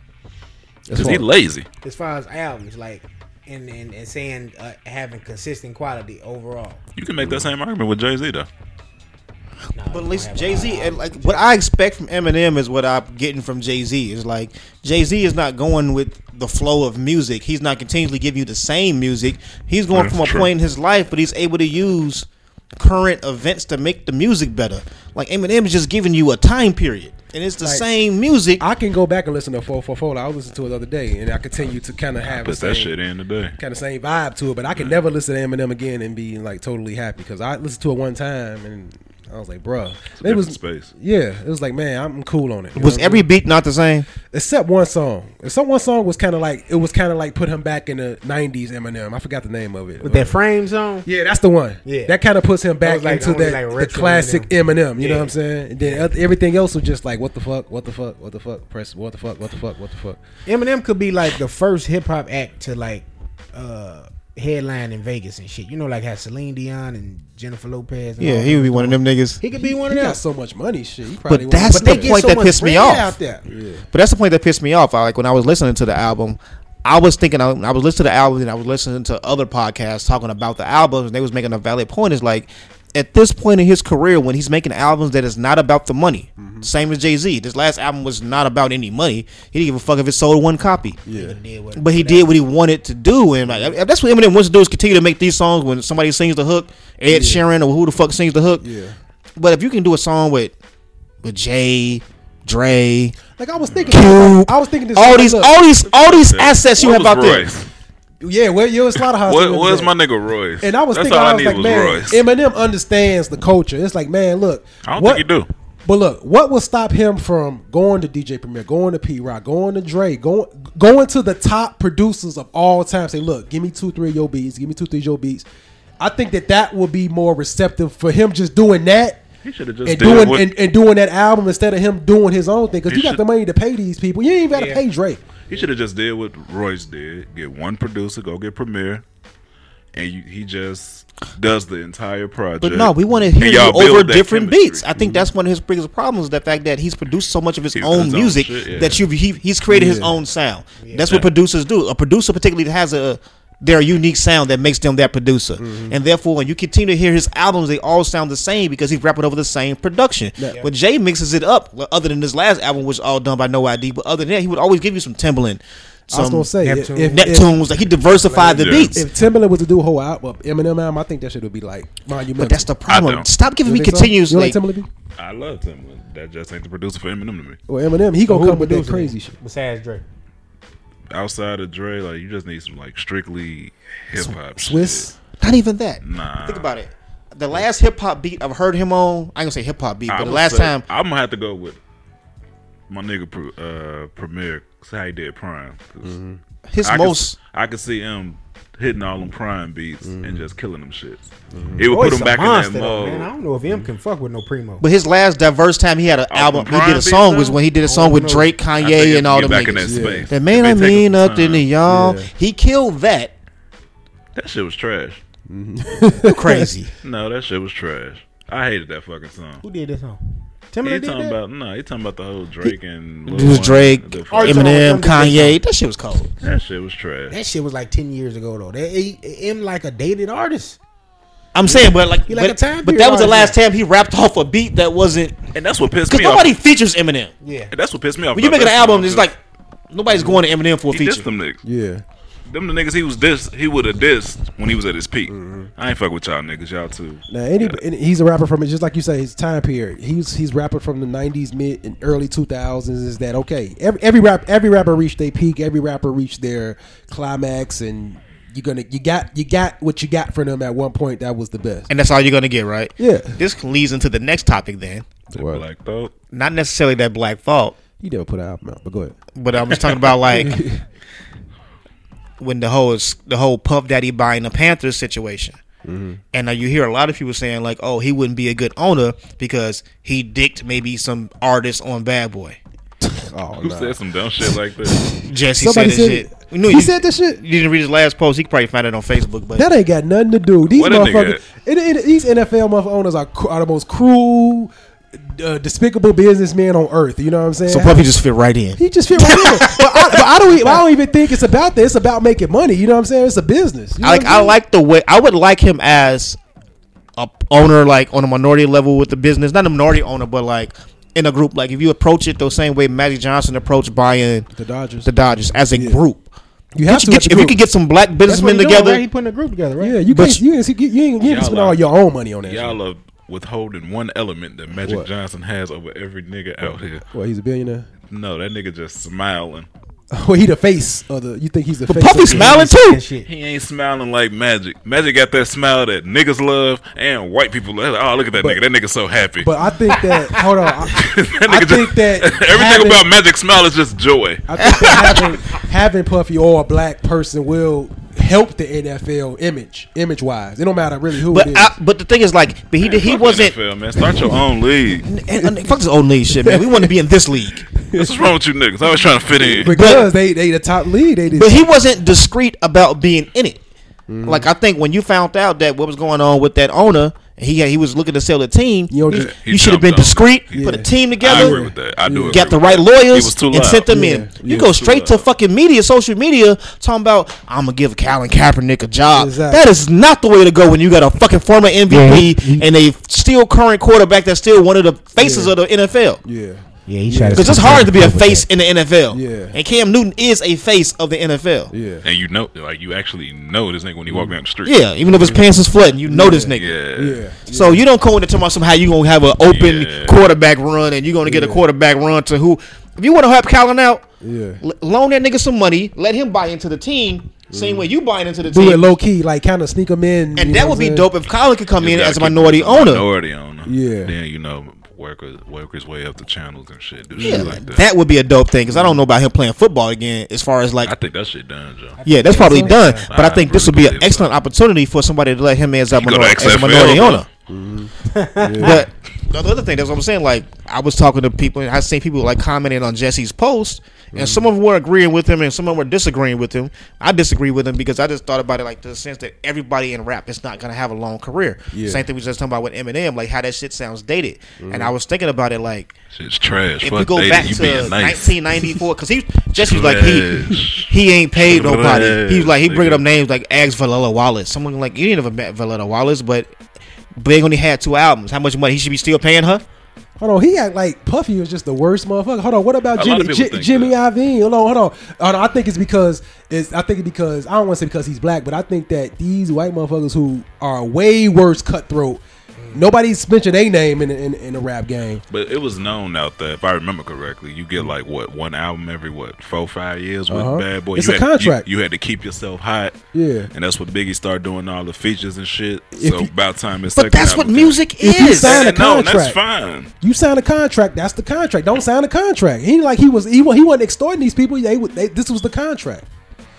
S5: That's
S4: 'Cause
S5: why-
S4: he lazy.
S3: as far as albums, like and and, and saying uh, having consistent quality overall.
S4: You can make that
S5: Mm-hmm.
S4: same argument with Jay Z though.
S3: Nah,
S2: But at
S3: you
S2: least
S3: don't have
S2: Jay
S3: a lot
S2: Z,
S3: of
S2: and like what I expect from Eminem is what I'm getting from Jay Z. Is like Jay Z is not going with the flow of music. He's not continually giving you the same music. He's going
S4: That's
S2: from a
S4: true.
S2: point in his life, but he's able to use current events to make the music better. Like Eminem is just giving you a time period, and it's the
S5: Like,
S2: same music.
S5: I can go back and listen to 444. Like, I was listening to it the other day, and I continue to kind of have
S4: Put
S5: the
S4: that
S5: same-
S4: shit in today.
S5: kind of same vibe to it, but I can never listen to Eminem again and be like totally happy because I listened to it one time and I was like, bruh. It
S4: different
S5: was
S4: space.
S5: Yeah, it was like, man, I'm cool on it. You know
S2: was
S5: what I mean?
S2: every beat not the same?
S5: except one song. Except one song was kind of like it was kind of like put him back in the '90s Eminem. I forgot the name of it.
S3: With that frame zone,
S5: yeah, that's the one.
S3: Yeah.
S5: that kind of puts him back
S3: was like the
S5: into
S3: only,
S5: that
S3: like,
S5: the
S3: retro
S5: classic Eminem. you know
S3: Yeah.
S5: what I'm saying? And then oth- everything else was just like, what the fuck, what the fuck, what the fuck, press, what the fuck, what the fuck, what the fuck.
S3: Eminem could be like the first hip hop act to like uh headline in Vegas and shit. You know, like how Celine Dion and Jennifer Lopez. And
S2: Yeah,
S3: all
S2: he
S3: them-
S2: would be one of them niggas.
S3: he could be one
S5: He
S3: of them.
S5: got so much money, shit. He probably
S2: that's
S5: wasn't-
S2: the
S3: get
S2: point that
S3: much
S2: pissed me
S3: bread
S2: off.
S3: Out there.
S2: But that's the point that pissed me off. I, like when I was listening to the album, I was thinking I, I was listening to the album and I was listening to other podcasts talking about the albums and they was making a valid point. It's like at this point in his career when he's making albums that is not about the money. Same as Jay Z. This last album was not about any money. He didn't give a fuck if it sold one copy.
S5: Yeah.
S3: Did what-
S2: But he did what he wanted to do, and like if that's what Eminem wants to do is continue to make these songs. When somebody sings the hook, Ed Sheeran or who the fuck sings the hook,
S5: Yeah.
S2: but if you can do a song with with Jay, Dre,
S5: Like I was thinking,
S2: Cube,
S5: I was thinking this.
S2: all
S5: like,
S2: these,
S5: look,
S2: all these, all these assets you
S4: Where
S2: have out
S4: was
S2: there.
S4: Royce?
S5: yeah, where your slaughterhouse?
S4: Where-
S5: was
S4: where's
S5: at.
S4: my nigga Royce?
S5: And I was
S4: That's
S5: thinking,
S4: all
S5: I
S4: I,
S5: was
S4: need
S5: like,
S4: was
S5: man,
S4: Royce.
S5: Eminem understands the culture. It's like, man, look.
S4: I don't
S5: what-
S4: think you do.
S5: But look, what will stop him from going to DJ Premier, going to P Rock, going to Dre, going going to the top producers of all time? Say, look, give me two, three of your beats, give me two, three of your beats. I think that that will be more receptive for him just doing that
S4: He should have just
S5: and
S4: did
S5: doing
S4: what-
S5: and, and doing that album instead of him doing his own thing. Because
S4: He
S5: you got
S4: should-
S5: the money to pay these people, you ain't even got to
S3: Yeah.
S5: pay Dre.
S4: He should have just did what Royce did: get one producer, go get Premiere, and you, he just does the entire project.
S2: But no, we want to
S4: And
S2: hear you
S4: y'all build
S2: over
S4: that
S2: different
S4: chemistry.
S2: beats. I think that's one of his biggest problems: the fact that he's produced so much of his
S4: His-
S2: own
S4: his own
S2: music
S4: shit, yeah.
S2: that you he, he's created his own sound. That's what producers do. A producer, particularly, has a their unique sound that makes them that producer,
S5: Mm-hmm.
S2: and therefore, when you continue to hear his albums, they all sound the same because he's rapping over the same production. When Jay mixes it up, well, other than this last album, which was all done by No ID, but other than that, he would always give you some Timbaland,
S5: I was
S2: some
S5: gonna say, if,
S3: Neptune.
S5: if,
S2: Neptunes. like he diversified the
S4: Yeah.
S2: beats.
S5: if, if Timberland was to do a whole album, Eminem album, I think that shit would be like monumental.
S2: but that's the problem.
S4: don't.
S2: Stop
S5: You
S2: giving me
S5: think so?
S2: continues.
S5: You
S2: like-
S5: like Timberland? B?
S4: I love him. That just ain't the producer for Eminem to me.
S5: Or Eminem, he gonna
S3: Who
S5: come with that
S3: producing
S5: crazy
S3: it
S5: shit.
S3: Besides Drake.
S4: Outside of Dre, like you just need some like strictly hip hop.
S5: Swiss.
S2: Not even that.
S4: Nah.
S2: Think about it. The last hip hop beat I've heard him on, I ain't gonna say hip hop beat,
S4: I
S2: but the
S4: would
S2: last
S4: say-
S2: time
S4: I'm gonna have to go with my nigga Pr- uh, Premier. 'cause how he did Prime. 'Cause
S2: Mm-hmm. his
S4: I
S2: most
S4: Could, I could see him hitting all them Prime beats
S2: Mm-hmm.
S4: and just killing them shits. It would
S3: Royce
S4: put him
S3: a
S4: back in
S3: monster,
S4: that
S3: though,
S4: mode.
S3: Man, I don't know if M can fuck with no primo.
S2: but his last diverse time he had an album he
S4: Prime
S2: did a
S4: beat
S2: song
S4: though?
S2: was when he did a song
S3: Oh,
S2: with
S3: no.
S2: Drake,
S4: I think if
S2: Kanye, and
S4: you
S2: all
S4: get
S2: them
S4: back in
S2: niggas.
S4: that space.
S2: That
S4: if
S2: man
S4: they
S2: I
S4: take
S2: mean
S4: some
S2: up in the
S4: time.
S2: y'all.
S5: Yeah.
S2: He killed that.
S4: That shit was trash.
S2: You crazy.
S4: No, that shit was trash. I hated that fucking song.
S3: Who did this song?
S4: He
S3: Timberland did
S4: talking
S3: that?
S4: about no, he talking about the whole Drake and Lil
S2: It was
S4: Wayne,
S2: Drake,
S4: the fuck-
S3: Art-
S2: Eminem,
S3: Eminem,
S2: Kanye. That shit was cold.
S4: That shit was trash.
S3: That shit was like ten years ago though. That he- M like a dated artist.
S2: I'm saying, but like,
S3: He like a
S2: but,
S3: time
S2: but
S3: period
S2: that was the last
S3: artist
S2: time he rapped off a beat that wasn't
S4: And that's what pissed
S2: because
S4: me
S2: nobody
S4: off.
S2: features Eminem.
S3: Yeah.
S4: And that's what pissed me off.
S2: When you
S4: about
S2: make an
S4: that
S2: album,
S4: song,
S2: it's
S4: too.
S2: like nobody's going to Eminem for a
S4: he
S2: feature.
S4: dissed them niggas.
S5: Yeah.
S4: Them the niggas he was diss he would have dissed when he was at his peak.
S2: Mm-hmm.
S4: I ain't fuck with y'all niggas, y'all too.
S5: Now, any, and he's a rapper from just like you say, his time period. He's he's rapping from the '90s, mid and early 2000s. Is that okay? Every every rap every rapper reached their peak. Every rapper reached their climax, and you're gonna you got you got what you got from them at one point. That was the best.
S2: and that's all you're gonna get, right?
S5: Yeah.
S2: This leads into the next topic then.
S4: Black Thought.
S2: Not necessarily that black fault,
S5: He never put an album out, but go ahead.
S2: but I'm just talking about [LAUGHS] like when the whole the whole Puff Daddy buying the Panthers situation. And now you hear a lot of people saying like, "Oh, he wouldn't be a good owner because he dicked maybe some artist on Bad Boy."
S5: Oh
S4: Who
S5: no.
S4: said some dumb shit like
S5: [LAUGHS]
S4: that?
S2: Jesse
S5: Somebody
S2: said
S5: said
S2: this
S5: it.
S2: shit. We knew
S5: He
S2: you-
S5: said this shit?
S2: You didn't read his last post. He could probably find it on Facebook, but
S5: That ain't got nothing to do. These
S4: What a
S5: motherfuckers,
S4: nigga.
S5: it, it, these NFL motherfuckers owners are, cr- are the most cruel, uh, despicable businessmen on earth. You know what I'm saying?
S2: so Puffy just fit right in.
S5: He just fit
S2: [LAUGHS]
S5: right in. But I, but I don't. Even, I don't even think it's about that. It's about making money. You know what I'm saying? It's a business. You know
S2: I like
S5: what I'm
S2: I
S5: saying?
S2: like the way I would like him as a p- owner, like on a minority level with the business, not a minority owner, but like in a group. Like if you approach it the same way Magic Johnson approached buying
S5: the Dodgers.
S2: the Dodgers as a
S5: Yeah.
S2: group.
S5: you have
S2: Get-
S5: to
S2: get-
S5: get
S2: if you could get some black
S3: That's what
S2: businessmen
S3: he doing,
S2: together,
S3: right? He putting a group together, right?
S5: Yeah, you
S2: But
S5: can't. You ain't. You ain't, you ain't
S4: Y'all
S5: spend
S4: are-
S5: all your own money on that.
S4: y'all are withholding one element that Magic Johnson has over every nigga out here.
S5: Well, he's a billionaire. [LAUGHS]
S4: No, that nigga just smiling.
S5: Well, he the face of the. You think he's the face?
S2: Puffy
S5: of the-
S2: smiling
S3: That
S2: too.
S3: shit.
S4: He ain't smiling like Magic. Magic got that smile that niggas love and white people love. Oh, look at that nigga. That nigga so happy.
S5: But I think that. hold on. I,
S4: [LAUGHS] That
S5: I
S4: nigga
S5: think
S4: just- [LAUGHS]
S5: that
S4: everything
S5: having-
S4: about Magic smile is just joy.
S5: I think that having, having Puffy or a black person will help the NFL image, image wise. It don't matter really who
S2: but
S5: it is.
S2: I, but the thing is, like, but he did, he
S4: Fuck
S2: wasn't.
S4: NFL, man. Start your own league.
S2: And, and fuck this old league shit, man. We want to be in this league,
S4: That's what's wrong with you niggas. I was trying to fit in.
S5: because they they the top league. They
S2: but
S5: just,
S2: he wasn't discreet about being in it.
S5: Mm-hmm.
S2: Like I think when you found out that what was going on with that owner, and he had, he was looking to sell the team.
S5: You know,
S2: you-
S5: just-
S4: He
S2: you should have
S4: jumped
S2: been
S4: on it.
S2: discreet.
S4: Yeah.
S2: Put a team together.
S4: I agree with that. I do. agree
S2: got the
S4: with
S2: right
S4: that. He was
S2: lawyers
S4: too
S2: and sent
S4: loud.
S2: them
S5: Yeah.
S2: in.
S5: Yeah.
S2: You go straight to
S4: loud.
S2: fucking media, social media, talking about I'm gonna give Colin Kaepernick a job.
S5: Exactly.
S2: That is not the way to go when you got a fucking former MVP and a still current quarterback that's still one of the faces
S5: Yeah.
S2: of the NFL.
S5: yeah.
S3: Yeah, he tried to.
S2: Because it's hard to be a face in the NFL.
S5: Yeah.
S2: And Cam Newton is a face of the NFL. Yeah.
S5: Yeah.
S4: And you know, like you actually know this nigga when he walk down the street.
S2: even if his pants is flooding, you know this nigga.
S4: yeah.
S5: Yeah.
S2: So you don't come in to talk about some how you gonna have an open
S4: Yeah.
S2: quarterback run and you're gonna get a quarterback run to who? If you want to help Colin out,
S5: Yeah.
S2: l- loan that nigga some money, let him buy into the team,
S4: Mm.
S2: same way you buying into the
S5: Do it
S2: team,
S5: low key, like kind of sneak them
S2: and
S5: in. you know
S2: that
S5: what
S2: would be
S5: I'm
S2: dope if Colin could come
S4: You
S2: in
S4: gotta
S2: as a
S4: keep him
S2: minority
S4: as a
S2: owner.
S4: Minority owner.
S5: Yeah.
S4: Then you know, work his, work his way up the channels and shit. Do
S2: Yeah,
S4: shit like that.
S2: that would be a dope thing because I don't know about him playing football again. As far as like,
S4: I think that shit done, Joe.
S2: yeah, that's probably done. But I
S4: I
S2: think this would be
S4: really
S2: an
S4: believe so.
S2: excellent opportunity for somebody to let him in as a,
S4: go to
S2: minor- as a
S4: XFL,
S2: minority
S4: bro.
S2: owner. But the other thing, that's what I'm saying. Like I was talking to people, and I seen people like commenting on Jesse's post, and some of them were agreeing with him, and some of them were disagreeing with him. I disagree with him because I just thought about it like the sense that everybody in rap is not gonna have a long career.
S5: Yeah.
S2: Same thing we just talking about with Eminem, like how that shit sounds dated. And I was thinking about it like
S4: Shit's trash.
S2: if
S4: Fuck
S2: we go
S4: dating,
S2: back
S4: you
S2: to
S4: being nice.
S2: 1994, because he Jesse's like he
S4: Trash.
S2: he ain't paid nobody.
S4: Trash,
S2: He's like he bringing up
S4: nigga.
S2: names like Ask Valella Wallace. Someone like you ain't never met Valella Wallace, but Big only had two albums. How much money he should be still paying her?
S5: Hold on, he act like Puffy was just the worst motherfucker. Hold on, what about
S4: A lot of people
S5: Jimmy J-
S4: think
S5: Jimmy
S4: that.
S5: Iovine? Hold on, hold on, hold on. I think it's because it's. I think it's because I don't want to say because he's black, but I think that these white motherfuckers who are way worse cutthroat. Nobody's mentioned a name in, in in the rap game.
S4: But it was known out there, if I remember correctly, you get like what one album every what four five years with
S5: Uh-huh.
S4: Bad Boy.
S5: It's
S4: you
S5: a
S4: had, you-
S5: contract.
S4: You, had to keep yourself hot.
S5: Yeah.
S4: and that's what Biggie started doing all the features and shit.
S5: If
S4: so
S5: you-
S4: about time it's.
S2: But that's what music
S5: If you
S2: is.
S5: sign
S4: No,
S5: a contract,
S4: that's fine.
S5: You sign a contract. That's the contract. Don't sign a contract. He like he was he, wa- he wasn't extorting these people. They, would- they this was the contract.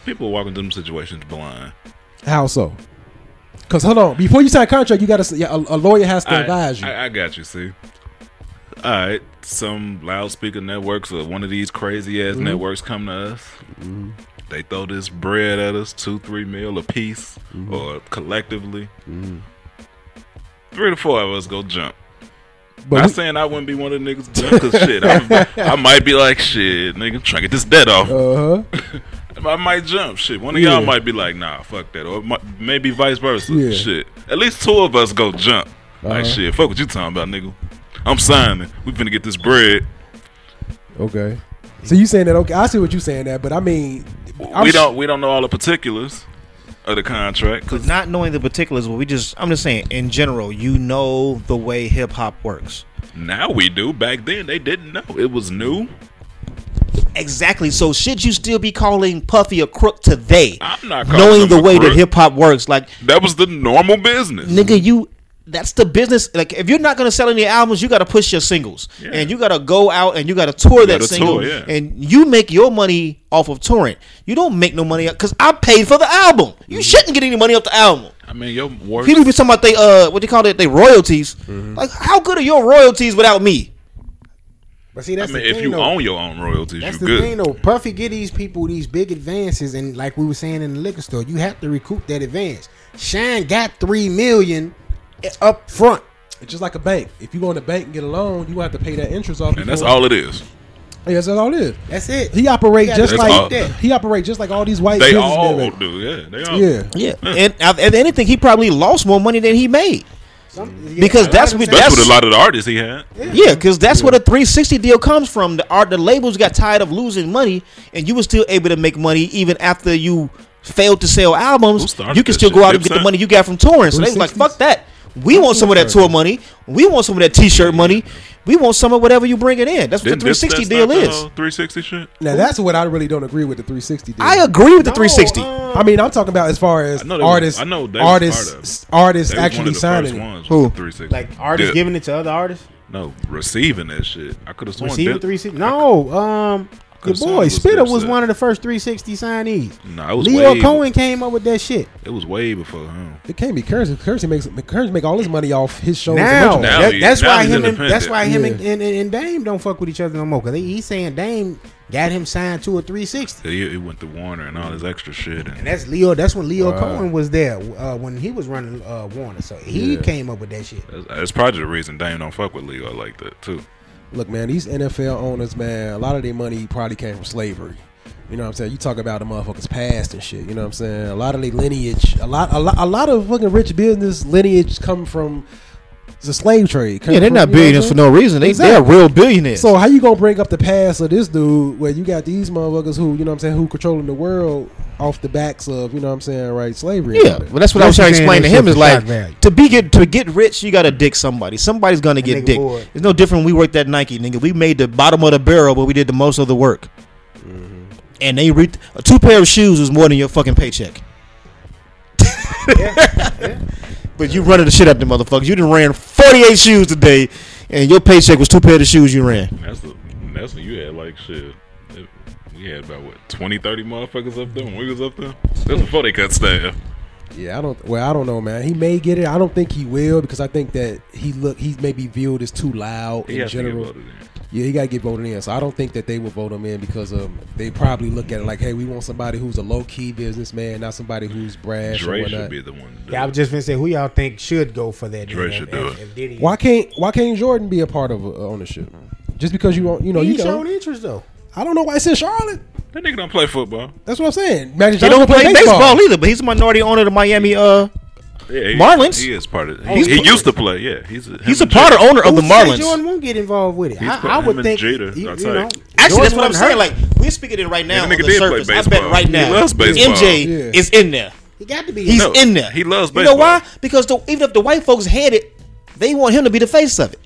S4: People walk into them situations blind.
S5: How so? Because hold on, before you sign a contract, you got to a, a lawyer has to
S4: I-
S5: advise you.
S4: I, I got you. See, all right. Some loudspeaker networks or one of these crazy
S5: Mm-hmm.
S4: ass networks come to us. They throw this bread at us, two, three meal a piece,
S5: Mm-hmm.
S4: or collectively. Three to four of us go jump.
S5: but
S4: Not
S5: we-
S4: saying I wouldn't be one of the niggas jump 'cause shit. I, I might be like shit, nigga. Trying to get this debt off.
S5: uh-huh.
S4: [LAUGHS] I might jump. Shit, one of
S5: Yeah.
S4: y'all might be like, nah, fuck that, or it might, maybe vice versa.
S5: Yeah.
S4: Shit, at least two of us go jump.
S5: Uh-huh.
S4: Like shit, fuck what you talking about, nigga. I'm signing. We finna get this bread.
S5: Okay. So you saying that? Okay, I see what you saying that, but I mean, I'm
S4: we
S5: s-
S4: don't we don't know all the particulars of the contract. 'cause-
S2: Not knowing the particulars, but we just I'm just saying in general, you know the way hip hop works.
S4: now we do. Back then they didn't know. It was new.
S2: Exactly. So should you still be calling Puffy a crook today?
S4: I'm not calling
S2: knowing
S4: him
S2: the
S4: a
S2: way that
S4: crook.
S2: hip hop works. Like
S4: That was the normal business.
S2: nigga, you that's the business. Like if you're not gonna sell any albums, you gotta push your singles,
S4: Yeah.
S2: and you gotta go out and you gotta tour that
S4: gotta
S2: single,
S4: tour, yeah.
S2: and you make your money off of touring. You don't make no money because I paid for the album.
S4: Mm-hmm.
S2: You shouldn't get any money off the album.
S4: I mean, your worst.
S2: People be talking about they uh what they call it they royalties.
S4: Mm-hmm.
S2: Like how good are your royalties without me?
S3: But see,
S4: I
S3: that's
S4: mean,
S3: the
S4: if
S3: thing,
S4: you
S3: though.
S4: own your own royalties,
S3: That's the
S4: you good.
S3: thing, though. Puffy get these people these big advances, and like we were saying in the liquor store, you have to recoup that advance. Shine got three million up front.
S5: It's just like a bank. If you go in the bank and get a loan, you have to pay that interest off.
S4: and that's
S5: before-
S4: all it is.
S5: Yeah, that's all it is.
S3: That's it.
S5: He operate
S3: Yeah,
S5: just
S4: that's
S5: like
S4: all.
S5: he operate just like all these white.
S4: They
S5: businessmen.
S4: all do. Yeah, they all.
S5: Yeah.
S2: Yeah, and and if anything, he probably lost more money than he made.
S3: Some- yeah,
S2: Because
S3: a lot
S2: that's
S3: of
S2: what-
S3: them
S4: That's,
S3: say-
S2: That's-
S4: what a lot of the artists he had.
S2: Yeah, because that's where the 360 deal comes from. The art, the labels got tired of losing money, and you were still able to make money even after you failed to sell
S4: Who
S2: albums.
S4: started
S2: You can
S4: that
S2: still go
S4: shit?
S2: out and get the
S4: 50%?
S2: money you got from touring. So they was like,
S5: 360s?
S2: "Fuck that! We want some of that tour money. We want some of that T-shirt money. We want some of whatever you bring it in." That's what
S4: Didn't
S2: the
S4: this-
S2: 360
S4: that's
S2: deal
S4: not the
S2: is.
S4: whole 360 shit.
S5: Now that's what I really don't agree with the 360. Deal.
S2: I agree with the
S3: No,
S2: 360.
S4: uh,
S3: um,
S5: I mean, I'm talking about as far as
S4: I know they-
S5: artists,
S4: I know they was part of it.
S5: artists, artists
S4: They was one
S5: actually
S4: of the
S5: signing.
S4: first
S5: it.
S4: ones with
S2: Who?
S4: the 360.
S3: like artists
S4: Yeah.
S3: giving it to other artists.
S4: no receiving that shit. I could have sworn
S3: Receiving
S4: Dip-
S3: three sixty. No, um, your
S4: Cause
S3: boy
S4: Sound was
S3: Spitter was
S4: Dipset.
S3: one of the first three sixty signees.
S4: Nah, it was
S3: Leo
S4: way-
S3: Cohen came up with that shit.
S4: It was way before him.
S5: It can't be currency. Currency makes currency make all his money off his shows. and
S3: Now,
S5: merchandise.
S3: that-
S4: he-
S3: that's,
S4: now
S3: why
S4: he's
S3: him and, that's
S4: independent.
S3: why him and,
S5: Yeah.
S3: and, and Dame don't fuck with each other no more. Cause he- he's saying Dame got him signed to a three sixty.
S4: He, he went to Warner and all this extra shit. And,
S3: And that's Leo. That's when Leo
S5: Wow.
S3: Cohen was there uh, when he was running uh, Warner. So he
S5: Yeah.
S3: came up with that shit.
S4: that's, that's probably the reason Dame don't fuck with Leo like that too.
S5: Look, man, these NFL owners, man, a lot of their money probably came from slavery. You know what I'm saying? You talk about the motherfuckers past and shit. You know what I'm saying? A lot of their lineage, a lot, a lot, a lot of fucking rich business lineage come from It's a slave trade.
S2: Yeah, they're not
S5: You know what I'm
S2: billionaires for
S5: saying?
S2: no reason. They
S5: Exactly.
S2: they're real billionaires.
S5: So how you gonna bring up the past of this dude where you got these motherfuckers who you know what I'm saying who controlling the world off the backs of you know what I'm saying right slavery?
S2: yeah, well, that's what I was trying to explain to him. Is
S3: For shock value.
S2: like to be get to get rich, you got to dick somebody. Somebody's gonna get
S3: nigga
S2: dick.
S3: bored.
S2: It's no different. when We worked at Nike, nigga. We made the bottom of the barrel, but we did the most of the work. And they re- two pair of shoes was more than your fucking paycheck. But you running the shit up the motherfuckers. You done ran forty eight shoes today, and your paycheck was two pair of shoes you ran.
S4: That's the that's when you had like shit. It- We had about what 20, 30 motherfuckers up there when we was up there. That's before they cut staff.
S5: Yeah, I don't. Well, I don't know, man. He may get it. I don't think he will because I think that he look he may be viewed as too loud
S4: He
S5: in
S4: has to get
S5: general.
S4: voted in.
S5: Yeah, he got to get voted in. So I don't think that they will vote him in because um, they probably look at it like, hey, we want somebody who's a low key businessman, not somebody who's brash or
S4: Dre
S5: whatnot.
S4: should be the one. To do
S3: Yeah, I
S4: it.
S3: was just gonna say who y'all think should go for that.
S4: Dre
S3: nigga
S4: should
S3: if-
S4: do
S3: if-
S4: it.
S3: if Diddy-
S5: Why can't Why can't Jordan be a part of uh, ownership? Just because you want, you know,
S3: He
S5: you
S3: showed
S5: know,
S3: interest though.
S5: I don't know why it's in Charlotte.
S4: that nigga don't play football.
S5: That's what I'm saying. Magic
S2: He
S5: Johnson
S2: don't play
S5: play
S2: baseball. either, but he's a minority owner of the Miami. Uh,
S4: Yeah, he,
S2: Marlins?
S4: He is Oh, part of.
S2: He's
S4: He, he
S2: part-
S4: used to play. Yeah, he's a,
S2: he's a part or owner of Oh, the
S3: Who said
S2: Marlins.
S3: Jordan won't get involved with it.
S4: He's put
S3: I, I
S4: him
S3: would
S4: and
S3: think.
S4: Jeter,
S3: you,
S4: I'll
S3: you
S4: tell
S3: know,
S4: you.
S2: Actually, that's
S3: Jordan
S2: what I'm
S3: wasn't
S2: saying.
S3: hurt.
S2: Like we're speaking it right now
S4: Yeah,
S2: on
S4: the nigga
S2: the
S4: did play
S2: surface. I bet
S4: baseball.
S2: right
S4: He
S2: now,
S4: loves baseball.
S2: MJ
S5: Yeah.
S2: is in there.
S3: he got to be.
S2: He's
S4: No,
S2: in there.
S4: he loves
S2: You know why?
S4: baseball.
S2: Because the, even if the white folks had it, they want him to be the face of it.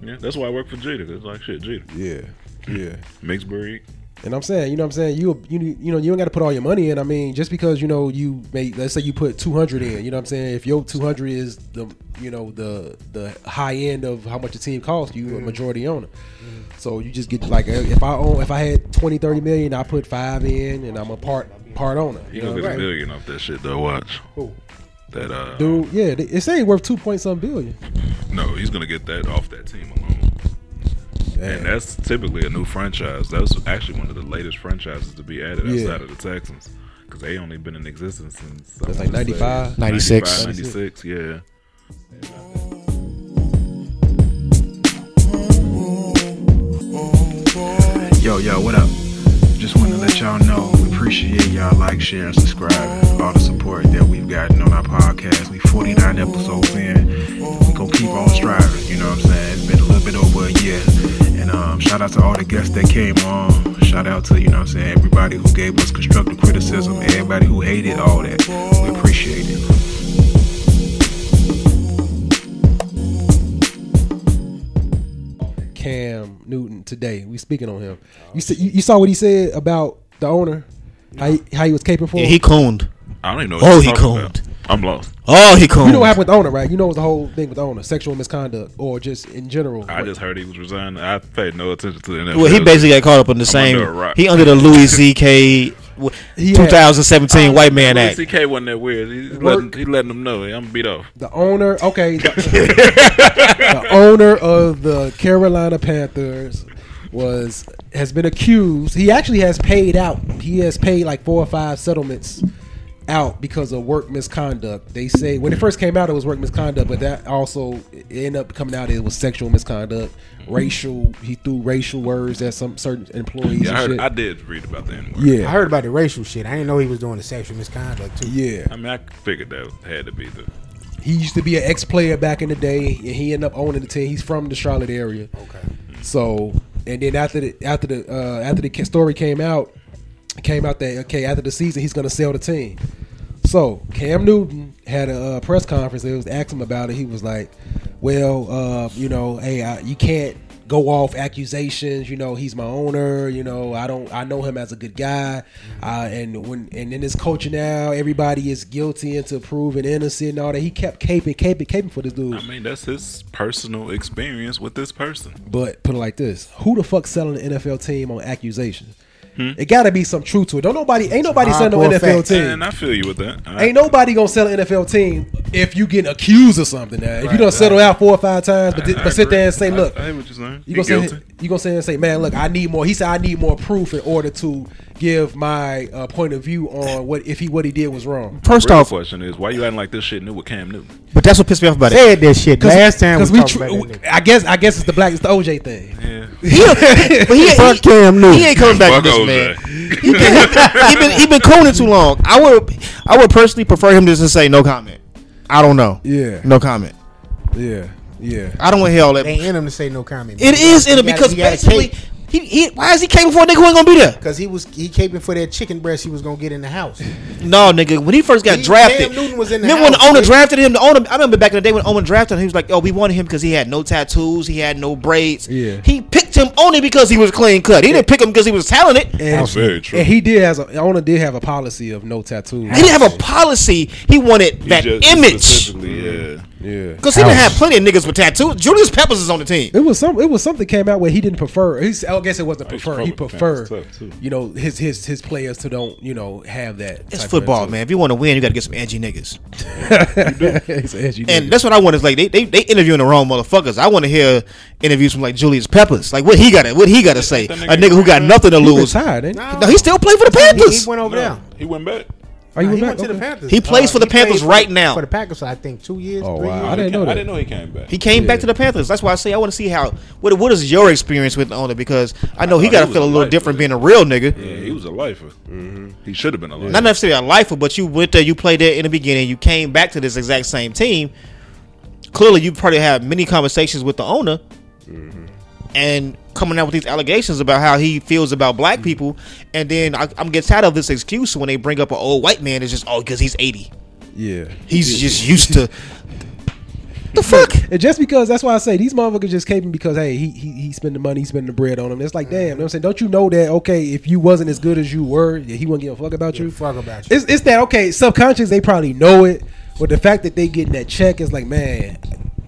S4: Yeah, that's why I work for Jeter. It's like shit, Jeter.
S5: Yeah, yeah.
S4: Mixed breed.
S5: And I'm saying, you know, what I'm saying you you you know you ain't got to put all your money in. I mean, just because you know you make let's say you put 200 in, you know, what I'm saying if your 200 is the you know the the high end of how much a team costs, you a majority owner. So you just get like if I own if I had 20 30 million, I put five in and I'm a part part owner.
S4: He
S5: You know
S4: gonna
S5: what
S4: get
S5: I'm
S4: a
S5: saying?
S4: billion off that shit though. Watch
S3: Who?
S4: that. Uh,
S5: Dude, yeah, they- it's ain't worth two point something billion.
S4: no, he's gonna get that off that team alone. And that's typically a new franchise. That was actually one of the latest franchises to be added
S5: Yeah.
S4: outside of the Texans because they only been in existence since I
S5: That's
S4: wanna
S5: like 95.
S4: say,
S2: 96.
S4: 96, yeah.
S6: Yo, yo, what up? Just want to let y'all know we appreciate y'all like, share, and subscribe. All the support that we've gotten on our podcast. We 49 episodes in. We gonna keep on striving. You know what I'm saying? It's been a little bit over a year. And um, shout out to all the guests that came on. Shout out to you know what I'm saying everybody who gave us constructive criticism. Everybody who hated all that. We appreciate it.
S5: Cam Newton today. We speaking on him. You see, you, you saw what he said about the owner, how he, how he was caping for.
S2: Yeah,
S5: him?
S2: he cooned.
S4: I don't even know.
S2: Oh,
S4: you're
S2: he
S4: talking about.
S2: combed.
S4: I'm lost.
S2: Oh, he cooned.
S5: You know what happened with the owner, right? You know it was the whole thing with the owner, sexual misconduct or just in general.
S4: I just heard he was resigning. I paid no attention to the NFL.
S2: Well, he basically got caught up in the same.
S4: under a rock.
S2: He under the Louis C.K. [LAUGHS] w-
S5: He had-
S2: 2017 White Man Act.
S4: Louis CK wasn't that weird. He letting, he letting them know. I'm beat off.
S5: the owner,
S4: [LAUGHS]
S5: okay, [LAUGHS] the, the owner of the Carolina Panthers was has been accused. He actually has paid out. He has paid like four or five settlements out because of work misconduct. They say when it first came out, it was work misconduct, but that also it ended up coming out. It was sexual misconduct,
S4: Mm-hmm.
S5: racial. He threw racial words at some certain employees.
S4: Yeah, I, heard,
S5: and shit.
S4: I did read about the N word.
S5: yeah,
S3: I heard about the racial shit. I didn't know he was doing the sexual misconduct too.
S5: yeah.
S4: I mean, I figured that had to be the.
S5: He used to be an ex-player back in the day, and he ended up owning the team. He's from the Charlotte area. Okay. So, and then after the after the uh, after the ca- story came out, it came out that okay, after the season, he's going to sell the team. So Cam Newton had a uh, press conference. They was asked him about it. He was like, "Well, uh, you know, hey, I, you can't go off accusations. You know, he's my owner. You know, I don't, I know him as a good guy. Uh, and when and in this culture now, everybody is guilty until proven innocent and all that. He kept caping, caping, caping for this dude.
S4: I mean, that's his personal experience with this person.
S5: But put it like this: Who the fuck selling an NFL team on accusations? It got to be some truth to it. Don't nobody, ain't nobody selling no
S3: hardcore
S5: NFL
S3: facts.
S5: team.
S4: And uh, I feel you with that. I-
S5: Ain't nobody gonna sell an NFL team if you getting accused of something. Now. If you don't settle out four or five times, but,
S4: I-
S5: thi-
S4: I
S5: but sit
S4: agree.
S5: there and say,
S4: I-
S5: look,
S4: I, hear what you're saying.
S5: you
S4: He
S5: gonna say,
S4: guilty.
S5: you gonna say and say, man, look, I need more. He said, I need more proof in order to give my uh, point of view on what if he what he did was wrong.
S2: First
S4: Real
S2: off,
S4: question is why you acting like this shit new with Cam Newton?
S2: but that's what pissed me off about it.
S3: Said that shit last time we,
S5: we,
S3: talked
S5: tr-
S3: about that nigga.
S5: I guess, I guess it's the black, it's the OJ thing.
S2: He, but he,
S3: Fuck
S2: he,
S3: Cam Newton.
S2: He ain't coming back
S4: Fuck
S2: to this
S4: OJ.
S2: man. [LAUGHS] He been, he been he been cooning too long. I would I would personally prefer him just to say no comment. I don't know.
S5: Yeah.
S2: no comment.
S5: Yeah, yeah.
S2: I don't want to hear all that.
S3: They ain't in him to say no comment.
S2: It is in
S3: He
S2: it
S3: gotta-
S2: because
S3: he gotta
S2: basically,
S3: cape.
S2: he, he why is he caping for a nigga who ain't gonna be there?
S3: Cause he was he caping for that chicken breast he was gonna get in the house.
S2: No, nigga, when he first got
S3: He-
S2: drafted,
S3: Cam Newton was in the
S2: remember when the
S3: house,
S2: owner
S3: nigga.
S2: drafted him? The owner, I remember back in the day when the owner drafted him, he was like, "Oh, we wanted him because he had no tattoos, he had no braids.
S5: Yeah.
S2: he picked him only because he was clean cut. He didn't pick him because he was talented.
S5: And,
S4: That's very true.
S5: and he did has a owner did have a policy of no tattoos.
S2: he didn't have a policy. He wanted
S4: He
S2: that
S4: just-
S2: image
S4: specifically, Yeah.
S5: yeah.
S2: because he didn't have plenty of niggas with tattoos. Julius Peppers is on the team.
S5: It was some. It was something came out where he didn't prefer. He's, I guess it wasn't
S4: Oh, he's
S5: prefer. He
S4: probably-
S5: preferred,
S4: man, it's tough, too.
S5: you know, his his his players to don't you know have that.
S2: It's
S5: type of
S2: football,
S5: mentality.
S2: man. If you want to win, you got to get some edgy niggas.
S5: [LAUGHS] It's edgy,
S2: And
S5: nigga.
S2: that's what I want is like they, they they interviewing the wrong motherfuckers. I want to hear interviews from like Julius Peppers, like what he got to what he got to say. A
S4: that nigga
S2: nigga who got
S4: retired?
S2: nothing to
S5: he
S2: lose.
S5: retired. Ain't he?
S2: No, he still played for the
S3: he, he
S2: Panthers.
S3: went over there.
S4: No, he went back.
S5: Are you
S3: Nah, he
S5: back?
S3: went to the
S5: Okay.
S3: Panthers.
S2: He plays for the
S3: played
S2: Panthers right now.
S3: For the Packers, I think two years.
S5: Oh,
S3: Oh
S5: wow. I
S3: years.
S5: didn't know
S4: I
S5: that.
S4: didn't know he came back.
S2: He came back to the Panthers. That's why I say I want to see how what what is your experience with the owner because I know he
S4: Oh,
S2: got
S4: he
S2: to
S4: was
S2: feel a
S4: a
S2: little
S4: lifer.
S2: different being a real nigga.
S4: yeah, he was a lifer. He should have been a lifer.
S2: Not necessarily a lifer, but you went there, you played there in the beginning, you came back to this exact same team. Clearly, you probably had many conversations with the owner, Mm-hmm. and coming out with these allegations about how he feels about black people, and then I, I'm getting tired of this excuse when they bring up an old white man. It's just oh, because he's 80,
S5: Yeah.
S2: he's just used to [LAUGHS] the fuck.
S5: [LAUGHS] And just because that's why I say these motherfuckers just caping because hey he he, he spending money he spending the bread on them. It's like damn, you know what I'm saying don't you know that okay if you wasn't as good as you were yeah, he wouldn't give a fuck about you.
S3: fuck about you.
S5: It's it's that okay subconscious they probably know it, but the fact that they getting that check is like man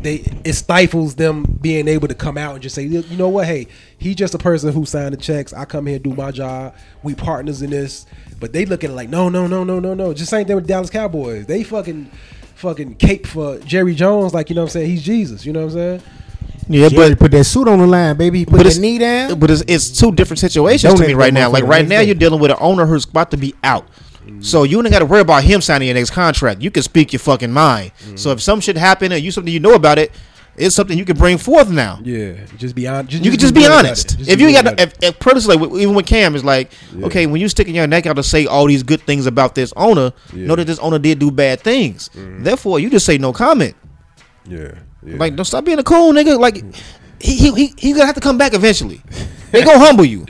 S5: they it stifles them being able to come out and just say "Look, you know what hey he just a person who signed the checks I come here do my job we partners in this but they looking like no no no no no no just same thing with Dallas Cowboys they fucking. Fucking cape for Jerry Jones, like you know what I'm saying. He's Jesus, you know what I'm saying.
S2: Yeah,
S3: Jerry put that suit on the line, baby. He put
S2: But
S3: that
S2: it's-
S3: knee down.
S2: But it's, it's two different situations to
S3: Donate
S2: me right
S3: that
S2: now. Like
S3: motherfucker
S2: right
S3: next
S2: now,
S3: day.
S2: you're dealing with an owner who's about to be out. So you ain't got to worry about him signing your next contract. You can speak your fucking mind. So if some shit happen and you something you know about it, it's something you can bring forth now.
S5: Yeah, just be honest.
S2: You can just be honest. If you ain't got, if, if Curtis, like even with Cam, is like, okay, when you sticking your neck out to say all these good things about this owner, know that this owner did do bad things. Therefore, you just say no comment.
S5: yeah,
S2: Like, don't stop being a cool nigga. Like, he he he, he gonna have to come back eventually. They gonna humble you.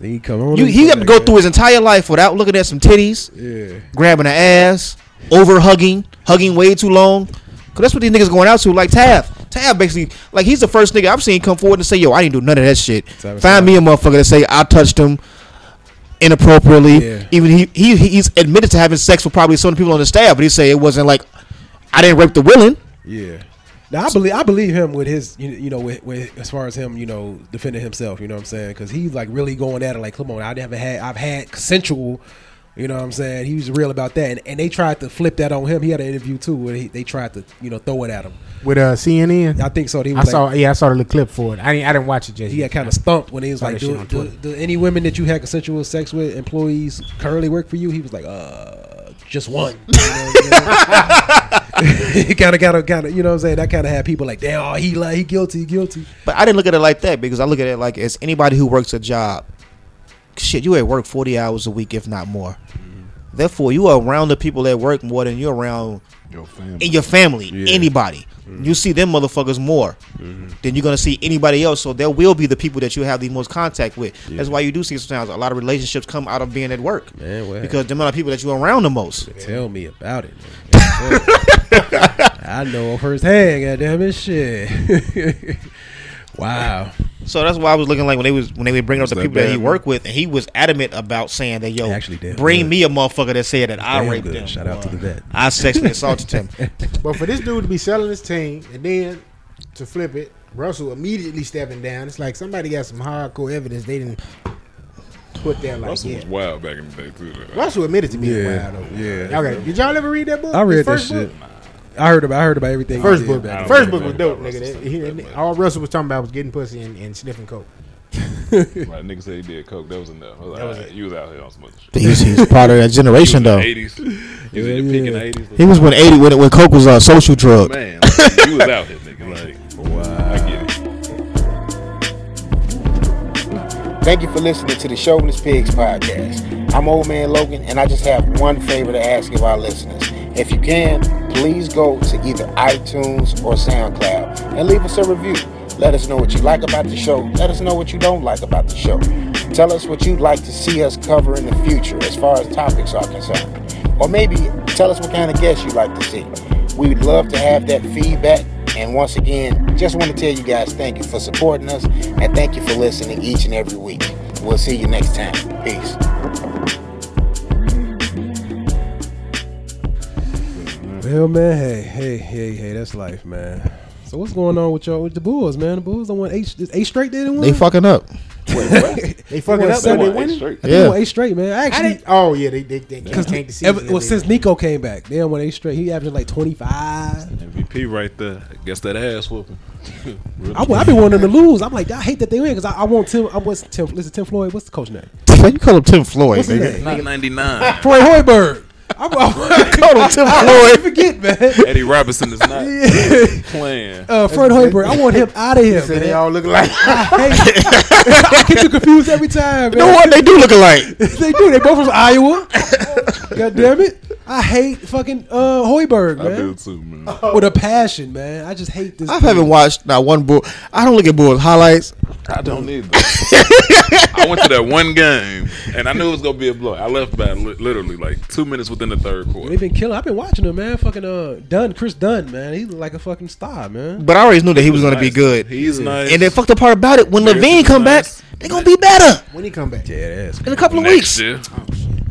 S5: he come on.
S2: You,
S5: and
S2: he
S5: come
S2: got to
S5: back,
S2: go
S5: man.
S2: through his entire life without looking at some titties,
S5: Yeah,
S2: grabbing an ass, over hugging, hugging way too long. Cause that's what these niggas going out to. Like Tav, Tav basically, like he's the first nigga I've seen come forward and say, "Yo, I didn't do none of that shit."
S5: Tav is
S2: Find me a motherfucker that say I touched him inappropriately.
S5: Yeah.
S2: Even he, he he's admitted to having sex with probably some of the people on the staff, but he say it wasn't like I didn't rape the willing.
S5: yeah. Now I believe I believe him with his you, you know with, with as far as him you know defending himself. You know what I'm saying? Because he's like really going at it. Like, come on, I never had I've had consensual. You know what I'm saying? He was real about that, and, and they tried to flip that on him. He had an interview too where he, they tried to you know throw it at him.
S3: with uh, CNN.
S5: I think so. They
S3: I
S5: was like,
S3: saw, yeah, I saw the little clip for it. I didn't, I didn't watch it just.
S5: he got
S3: yet.
S5: kind of stumped when he was
S3: Saw
S5: like,
S3: that shit
S5: do,
S3: on
S5: do,
S3: Twitter.
S5: do any women that you had consensual sex with, employees, currently work for you? He was like, uh, just one. You know what I'm saying? [LAUGHS] He kind of, kind of, kind of, you know what I'm saying? That kind of had people like, damn, oh, he like, he guilty, he guilty.
S2: But I didn't look at it like that because I look at it like as anybody who works a job. Shit, you at work 40 hours a week, if not more. Therefore, you are around the people at work more than you're around
S4: Your family.
S2: in your family, anybody. You see them motherfuckers more than you're going to see anybody else. So there will be the people that you have the most contact with. That's why you do see sometimes a lot of relationships come out of being at work.
S5: Man, well.
S2: because the amount of people that you're around the most.
S5: Tell me about it. man. [LAUGHS] I know firsthand, goddamn it, shit. [LAUGHS] wow.
S2: So that's why I was looking like when they was when they were bringing up the
S4: that
S2: people that
S4: bad,
S2: he
S4: man?
S2: worked with, and he was adamant about saying that yo,
S5: They actually did.
S2: bring
S5: Good.
S2: me a motherfucker that said that I
S5: Damn
S2: raped
S5: good.
S2: them.
S5: Shout out to the vet.
S2: I sexually assaulted
S5: [LAUGHS]
S2: him.
S3: [LAUGHS] But for this dude to be selling his team and then to flip it, Russell immediately stepping down. It's like somebody got some hardcore evidence they didn't put there. Like
S4: Russell was
S3: yeah.
S4: wild back in the day too. though.
S3: Russell admitted to being
S5: Yeah,
S3: wild. Though.
S5: yeah.
S3: Okay. Did y'all ever read that book?
S5: I
S3: His
S5: read that
S3: first book?
S5: shit. I heard about, I heard about everything. he
S3: First
S5: did
S3: book,
S5: back in the
S3: first
S5: day,
S3: book
S5: man.
S3: was dope, nigga. That- he- he- all Russell was talking about was getting pussy and, and sniffing coke.
S4: Like nigga said he did coke. That was enough. I was
S3: was
S4: like,
S3: Oh.
S4: "Alright, You was out here on some other shit.
S2: He's, he's part of that generation though.
S3: [LAUGHS]
S4: Eighties. You was in the peak in the eighties.
S2: He was when eighty when, when coke was a social drug.
S4: Man, like, you was out
S3: [LAUGHS]
S4: here, nigga. Like, I get it.
S3: Thank you for listening to the Chauvinist Pigs podcast. I'm Old Man Logan, and I just have one favor to ask of our listeners. If you can, please go to either iTunes or SoundCloud and leave us a review. Let us know what you like about the show. Let us know what you don't like about the show. Tell us what you'd like to see us cover in the future as far as topics are concerned. Or maybe tell us what kind of guests you'd like to see. We would love to have that feedback. And once again, just want to tell you guys thank you for supporting us and thank you for listening each and every week. We'll see you next time. Peace.
S5: Well, man, hey, hey, hey, hey, that's life, man. So what's going on with y'all with the Bulls, man? The Bulls don't want eight, is eight straight. They didn't
S2: They
S5: win.
S2: fucking up.
S3: They fucking
S5: won
S3: up. They
S5: seven.
S4: Eight
S3: winning.
S4: straight.
S5: I think they
S2: Yeah.
S5: won eight straight, man. I
S3: I
S5: actually,
S3: didn't. Oh yeah, they they they can't take the season.
S5: ever, well,
S3: They-
S5: since Nico came back, they don't won eight straight. He averaged like twenty five.
S4: MVP right there. I guess that ass whooping. Really?
S5: I, have been wanting them to lose. I'm like, I hate that they win because I, I want Tim. I was Tim. Listen, Tim Floyd. What's the coach name?
S2: [LAUGHS] you call him Tim Floyd,
S5: What's his
S2: nigga.
S5: name?
S4: Not 99.
S5: Troy Hoiberg. I, I,
S2: Call him Tim
S5: I
S2: Floyd.
S5: forget, man.
S4: Eddie Robinson is
S3: [LAUGHS]
S4: not playing.
S5: [LAUGHS]
S3: Oh,
S5: Uh, Fred Hoiberg. I want him out of here,
S3: So they
S5: man.
S3: all look like
S5: I hate- [LAUGHS] I get you confused every time, man.
S2: You know what? They do look alike.
S5: they do. They both from Iowa. God damn it! I hate fucking uh, Hoiberg,
S4: I do
S5: man,
S4: too, man.
S5: with a passion, man. I just hate
S2: [LAUGHS]
S5: this.
S2: I haven't watched not one bull. I don't look at Bulls highlights.
S4: I don't either. I went to that one game, and I knew it was gonna be a blow. I left by li- literally like two minutes within the third quarter.
S5: They've been killing. I've been watching him, man. Fucking uh, Dunn, Chris Dunn, man. He look like a fucking star, man.
S2: But I always knew that he was gonna be
S4: Nice.
S2: good.
S4: He's nice.
S2: And the fucked up part about it, when
S4: Bears
S2: Levine
S4: is
S2: come
S4: nice.
S2: back, they gonna be better
S3: when he come back.
S5: Yeah, it is.
S2: in a couple of weeks.
S4: next year,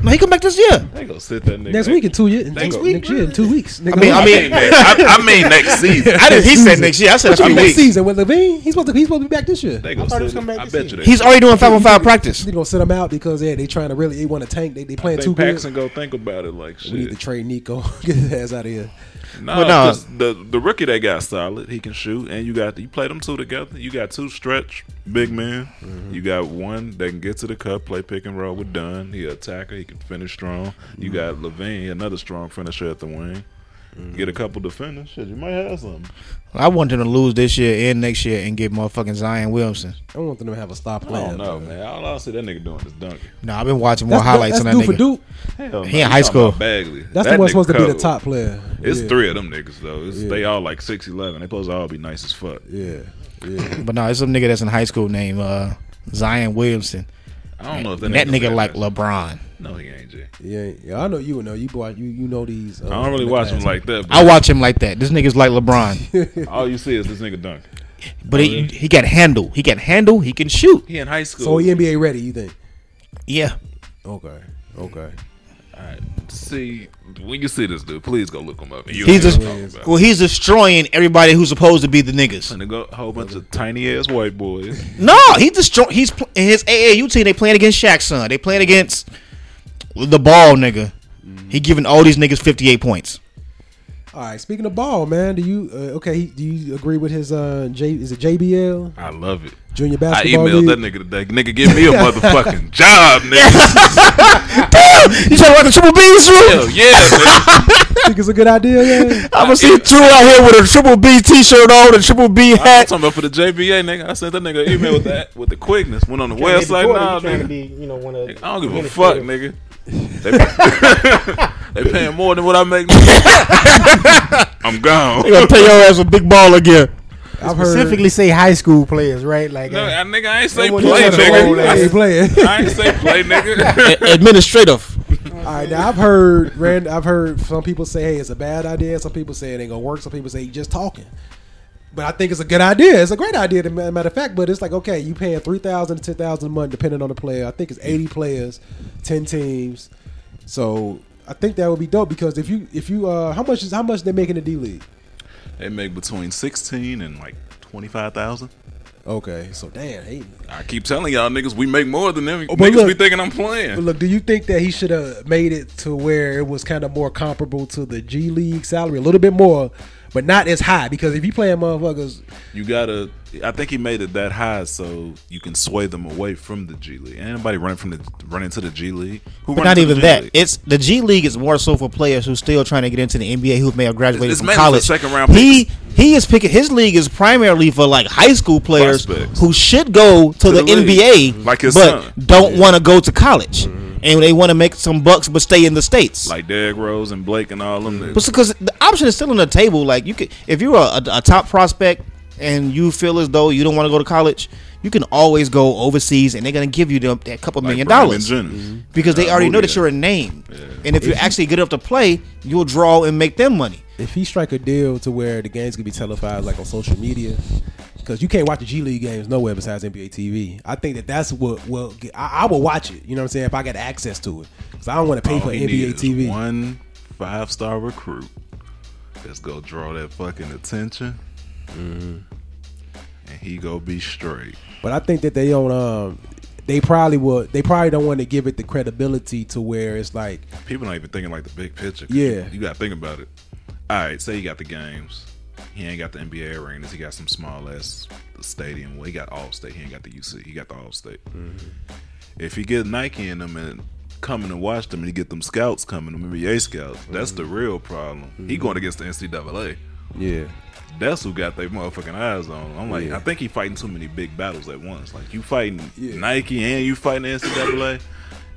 S2: No, he come back this year.
S4: they gonna sit that nigga
S5: Next week in two years.
S4: Next
S5: Next
S4: week,
S5: week, next year in two weeks. Nigga,
S2: I mean,
S4: I
S2: I
S4: mean,
S2: mean,
S4: next, I, I mean
S2: [LAUGHS]
S4: next season.
S2: I didn't, he said next year. I said a
S5: I
S2: few
S5: mean, next
S2: weeks.
S5: season with Levine, he's supposed to he's supposed to be back this year.
S4: They
S3: I
S4: gonna
S3: thought he
S4: sit
S3: was coming
S4: him.
S3: back
S4: I
S3: this
S4: bet you
S3: season.
S4: they.
S2: He's already doing five on five practice.
S5: They're gonna sit him out because yeah, they trying to really they want to tank. They they playing
S4: They
S5: too
S4: packs
S5: good.
S4: and go think about it like
S5: We need to
S4: shit.
S5: trade Nico. [LAUGHS] Get his ass out of here.
S4: Nah,
S2: But nah.
S4: 'cause the the rookie they got solid. He can shoot, and you got you play them two together. You got two stretch big men.
S5: Mm-hmm.
S4: You got one that can get to the cup, play pick and roll with Dunn. He a attacker. He can finish strong. You
S5: Mm-hmm.
S4: got Levine, another strong finisher at the wing.
S5: Mm-hmm.
S4: Get a couple defenders. Shit, you might have something.
S2: I want them to lose this year and next year and get motherfucking Zion Williamson.
S5: I don't want them to have a stop
S4: I don't
S5: plan.
S4: know, man. All I see that nigga doing is dunking.
S2: No, I've been watching more
S5: That's,
S2: highlights
S5: that's
S2: on that
S5: Duke
S2: nigga.
S5: for Duke.
S4: Hell,
S2: He
S4: no,
S2: in
S4: you
S2: high
S4: talking
S2: school.
S4: about Bagley.
S5: That's
S4: That
S5: the one
S4: nigga
S5: supposed to be the
S4: cold.
S5: top player.
S4: It's
S5: yeah.
S4: three of them niggas though. It's, They all like six eleven. They supposed to all be nice as fuck.
S5: Yeah, yeah.
S2: But no, it's some nigga that's in high school named uh, Zion Williamson.
S4: I don't know if that,
S2: And that
S4: gonna
S2: nigga
S4: be
S2: like
S4: nice.
S2: LeBron.
S4: No, he ain't Jay.
S5: yeah, yeah. I know you would know. You boy, you you know these. Uh,
S4: I don't really
S5: the
S4: watch him
S5: classics.
S4: like that.
S2: I watch him like that. This nigga's like
S5: [LAUGHS] Oh,
S2: LeBron,
S4: But all you see is this nigga dunk.
S2: but he he got handle. He got handle. He can shoot.
S4: He in high school.
S5: So he NBA ready? You think?
S2: Yeah.
S5: Okay, okay.
S4: All right. See, when you see this dude, please go look him up. You
S2: He's
S4: know
S2: just
S4: what I'm talking about.
S2: well, he's destroying everybody who's supposed to be the niggas.
S4: And they go a whole bunch of tiny ass white boys.
S2: No, he's destroy. He's pl- in his AAU team. They playing against Shaq's son. They playing against the ball nigga. He giving all these niggas fifty eight points.
S5: All right. Speaking of ball, man, do you uh, okay? he- Do you agree with his uh J? Is it JBL
S4: I love it. I
S5: Junior Basketball
S4: emailed that
S5: League?
S4: nigga today. Nigga, give me a motherfucking job, nigga.
S2: You trying to rock a triple B's
S4: Hell
S2: through?
S4: yeah, nigga.
S5: Think it's a good idea? Yeah.
S2: I'm gonna see Drew out here with a triple B t shirt on, a triple B
S4: I'm
S2: hat.
S4: talking about for the JBA, nigga. I sent that nigga an email with that with the quickness. Went on the
S3: Trying to hit the
S4: website
S3: court,
S4: now,
S3: he trying to
S4: nigga.
S3: be, you know, one of the
S4: I don't give a fuck,
S3: administrative-
S4: nigga. [LAUGHS] They, they paying more than what I make. nigga. I'm gone.
S2: They gonna pay your ass a big ball again.
S5: I've heard
S3: Specifically, say high school players, right? Like,
S4: No,
S3: uh,
S4: I, nigga, I ain't say
S3: No one
S4: play,
S3: knows how to roll
S5: I
S4: nigga. [LAUGHS]
S5: ain't [LAUGHS] playing.
S4: I ain't say
S2: [LAUGHS]
S4: play, nigga.
S2: A- administrative.
S5: All right, now I've heard, Rand, I've heard some people say, "Hey, it's a bad idea." Some people say it ain't gonna work. Some people say you just talking. But I think it's a good idea. It's a great idea, to ma- matter of fact. But it's like, okay, you paying three thousand to ten thousand a month, depending on the player. I think it's eighty players, ten teams. So I think that would be dope because if you if you uh, how much is how much they making the D League?
S4: [LAUGHS] They make between sixteen and like twenty five thousand.
S5: Okay, so damn, hey.
S4: I keep telling y'all niggas, we make more than them.
S5: Oh, but
S4: niggas
S5: look-
S4: be thinking I'm
S5: But
S4: playing.
S5: look, do you think that he should have made it to where it was kind of more comparable to the G League salary, a little bit more, but not as high? Because if you playing motherfuckers.
S4: You gotta. I think he made it that high so you can sway them away from the G League. Ain't nobody running from the running to the G League. Who
S2: But
S4: running
S2: not
S4: to the
S2: even
S4: G
S2: that.
S4: League?
S2: It's the G League is more so for players who still trying to get into the NBA who may have graduated
S4: It's
S2: from
S4: mainly for
S2: college.
S4: second-round
S2: he he is picking his league is primarily for like high school players
S4: Prospects.
S2: who should go to,
S4: the
S2: the,
S4: league.
S2: NBA
S4: Like his
S2: but
S4: son.
S2: don't want to go to college. and they want to make some bucks but stay in the states.
S4: like Derrick Rose and Blake and all
S2: Mm-hmm.
S4: them. niggas.
S2: because the option is still on the table. Like you could, if you're a, a, a top prospect and you feel as though you don't want to go to college, you can always go overseas, and they're gonna give you them that couple
S4: Like
S2: million
S4: Brandon
S2: dollars Mm-hmm.
S4: Jennings.
S2: because they
S4: Yeah,
S2: already know
S4: Boogie.
S2: that you're a name. And if you're actually good enough to play, you'll draw and make them money.
S5: if he strike a deal to where the games could be televised like on social media because you can't watch the G League games nowhere besides NBA TV. I think that that's what will get, I, I will watch it. You know what I'm saying? If I got access to it, because I don't want to pay
S4: All
S5: for
S4: he need
S5: NBA
S4: is
S5: TV.
S4: One five star recruit that's gonna draw that fucking attention, and he go be straight.
S5: But I think that they don't. Um, they probably would. They probably don't want to give it the credibility to where it's like,
S4: People not even thinking like the big picture. 'cause
S5: Yeah.
S4: you, you gotta think about it. All right, say you got the games. He ain't got the NBA arenas. He got some small ass stadium. Well, he got all state. He ain't got the UC. He got the all state. If he get Nike in them and coming to watch them, and he get them scouts coming, them NBA scouts. That's the real problem. He going against the NCAA.
S5: yeah,
S4: That's who got their motherfucking eyes on. him. I'm like, I think he fighting too many big battles at once. Like you fighting Nike and you fighting NCAA.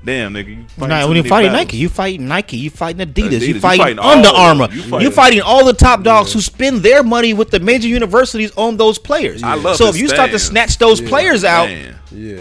S4: Damn, nigga, you fighting
S2: Nah, when
S4: too many
S2: you're fighting
S4: battles.
S2: Nike, you fighting Nike, you fighting Adidas,
S4: Adidas,
S2: you
S4: you
S2: fighting,
S4: fighting all
S2: Under
S4: of them.
S2: Armour,
S4: You
S2: you
S4: fighting-
S2: fighting, all the top dogs who spend their money with the major universities on those players.
S4: I love
S2: so if
S4: his
S2: you start to
S4: stance.
S2: snatch those players out,
S4: Man,
S5: yeah.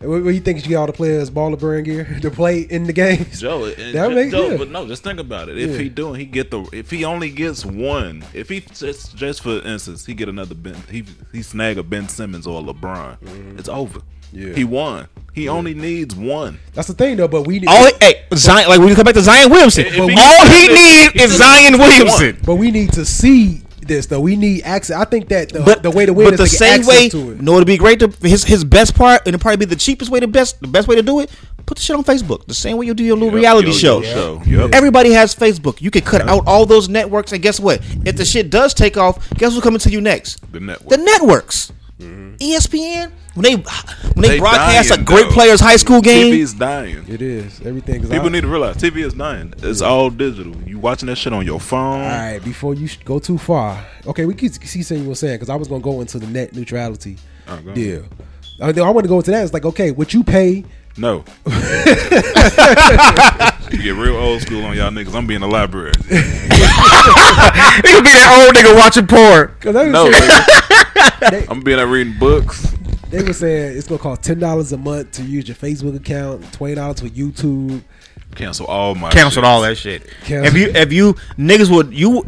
S5: And what, what you think? You got all the players baller brand gear [LAUGHS] to play in the games. [LAUGHS]
S4: Joe, and
S5: That
S4: Joe-
S5: makes-
S4: Joe,
S5: yeah.
S4: but no, just think about it. If
S5: Yeah.
S4: he doing, he get the. If he only gets one, if he just just for instance, he get another Ben, he he snag a Ben Simmons or a LeBron, it's over.
S5: Mm-hmm. Yeah.
S4: he won. He only needs one.
S5: That's the thing, though. But we need,
S2: all hey, Zion, like when you come back to Zion Williamson,
S4: If- if he-
S2: all he needs
S4: he
S2: is
S4: still-
S2: Zion Williamson.
S5: but we need to see this, though. We need access. I think that the,
S2: But
S5: the way to win
S2: but
S5: is
S2: the
S5: to get
S2: same
S5: access
S2: way,
S5: to it.
S2: no, it'd be great to his his best part, and it'd probably be the cheapest way to best the best way to do it. Put the shit on Facebook, the same way you do your little
S4: Yep,
S2: reality
S4: yo, yo,
S2: show.
S4: show. Yep.
S2: Everybody has Facebook. You can cut out all those networks, and guess what? If the shit does take off, guess who's coming to you next?
S4: The network. Mm-hmm.
S2: The networks. E ESPN when they when they,
S4: They
S2: broadcast
S4: dying,
S2: a great
S4: though.
S2: player's high school game.
S4: TV's dying.
S5: It is everything. 'cause
S4: People
S5: I-
S4: need to realize TV is dying. It's all digital. You watching that shit on your phone.
S5: All right, before you sh- go too far, okay, we keep see saying you were saying because I was gonna go into the net neutrality
S4: Oh, go ahead.
S5: deal. I, I want to go into that. It's like okay, what you pay? [LAUGHS]
S4: No. you get real old school on y'all niggas. I'm being a library.
S5: [LAUGHS]
S2: It could be that old nigga watching porn.
S5: 'Cause they,
S4: No.
S5: were saying,
S4: nigga. [LAUGHS] I'm being out reading books.
S5: they were saying it's gonna cost ten dollars a month to use your Facebook account, twenty dollars for YouTube.
S4: Cancel all my.
S2: Canceled
S4: shit.
S2: all that shit.
S5: Cancel.
S2: If you if you niggas would you,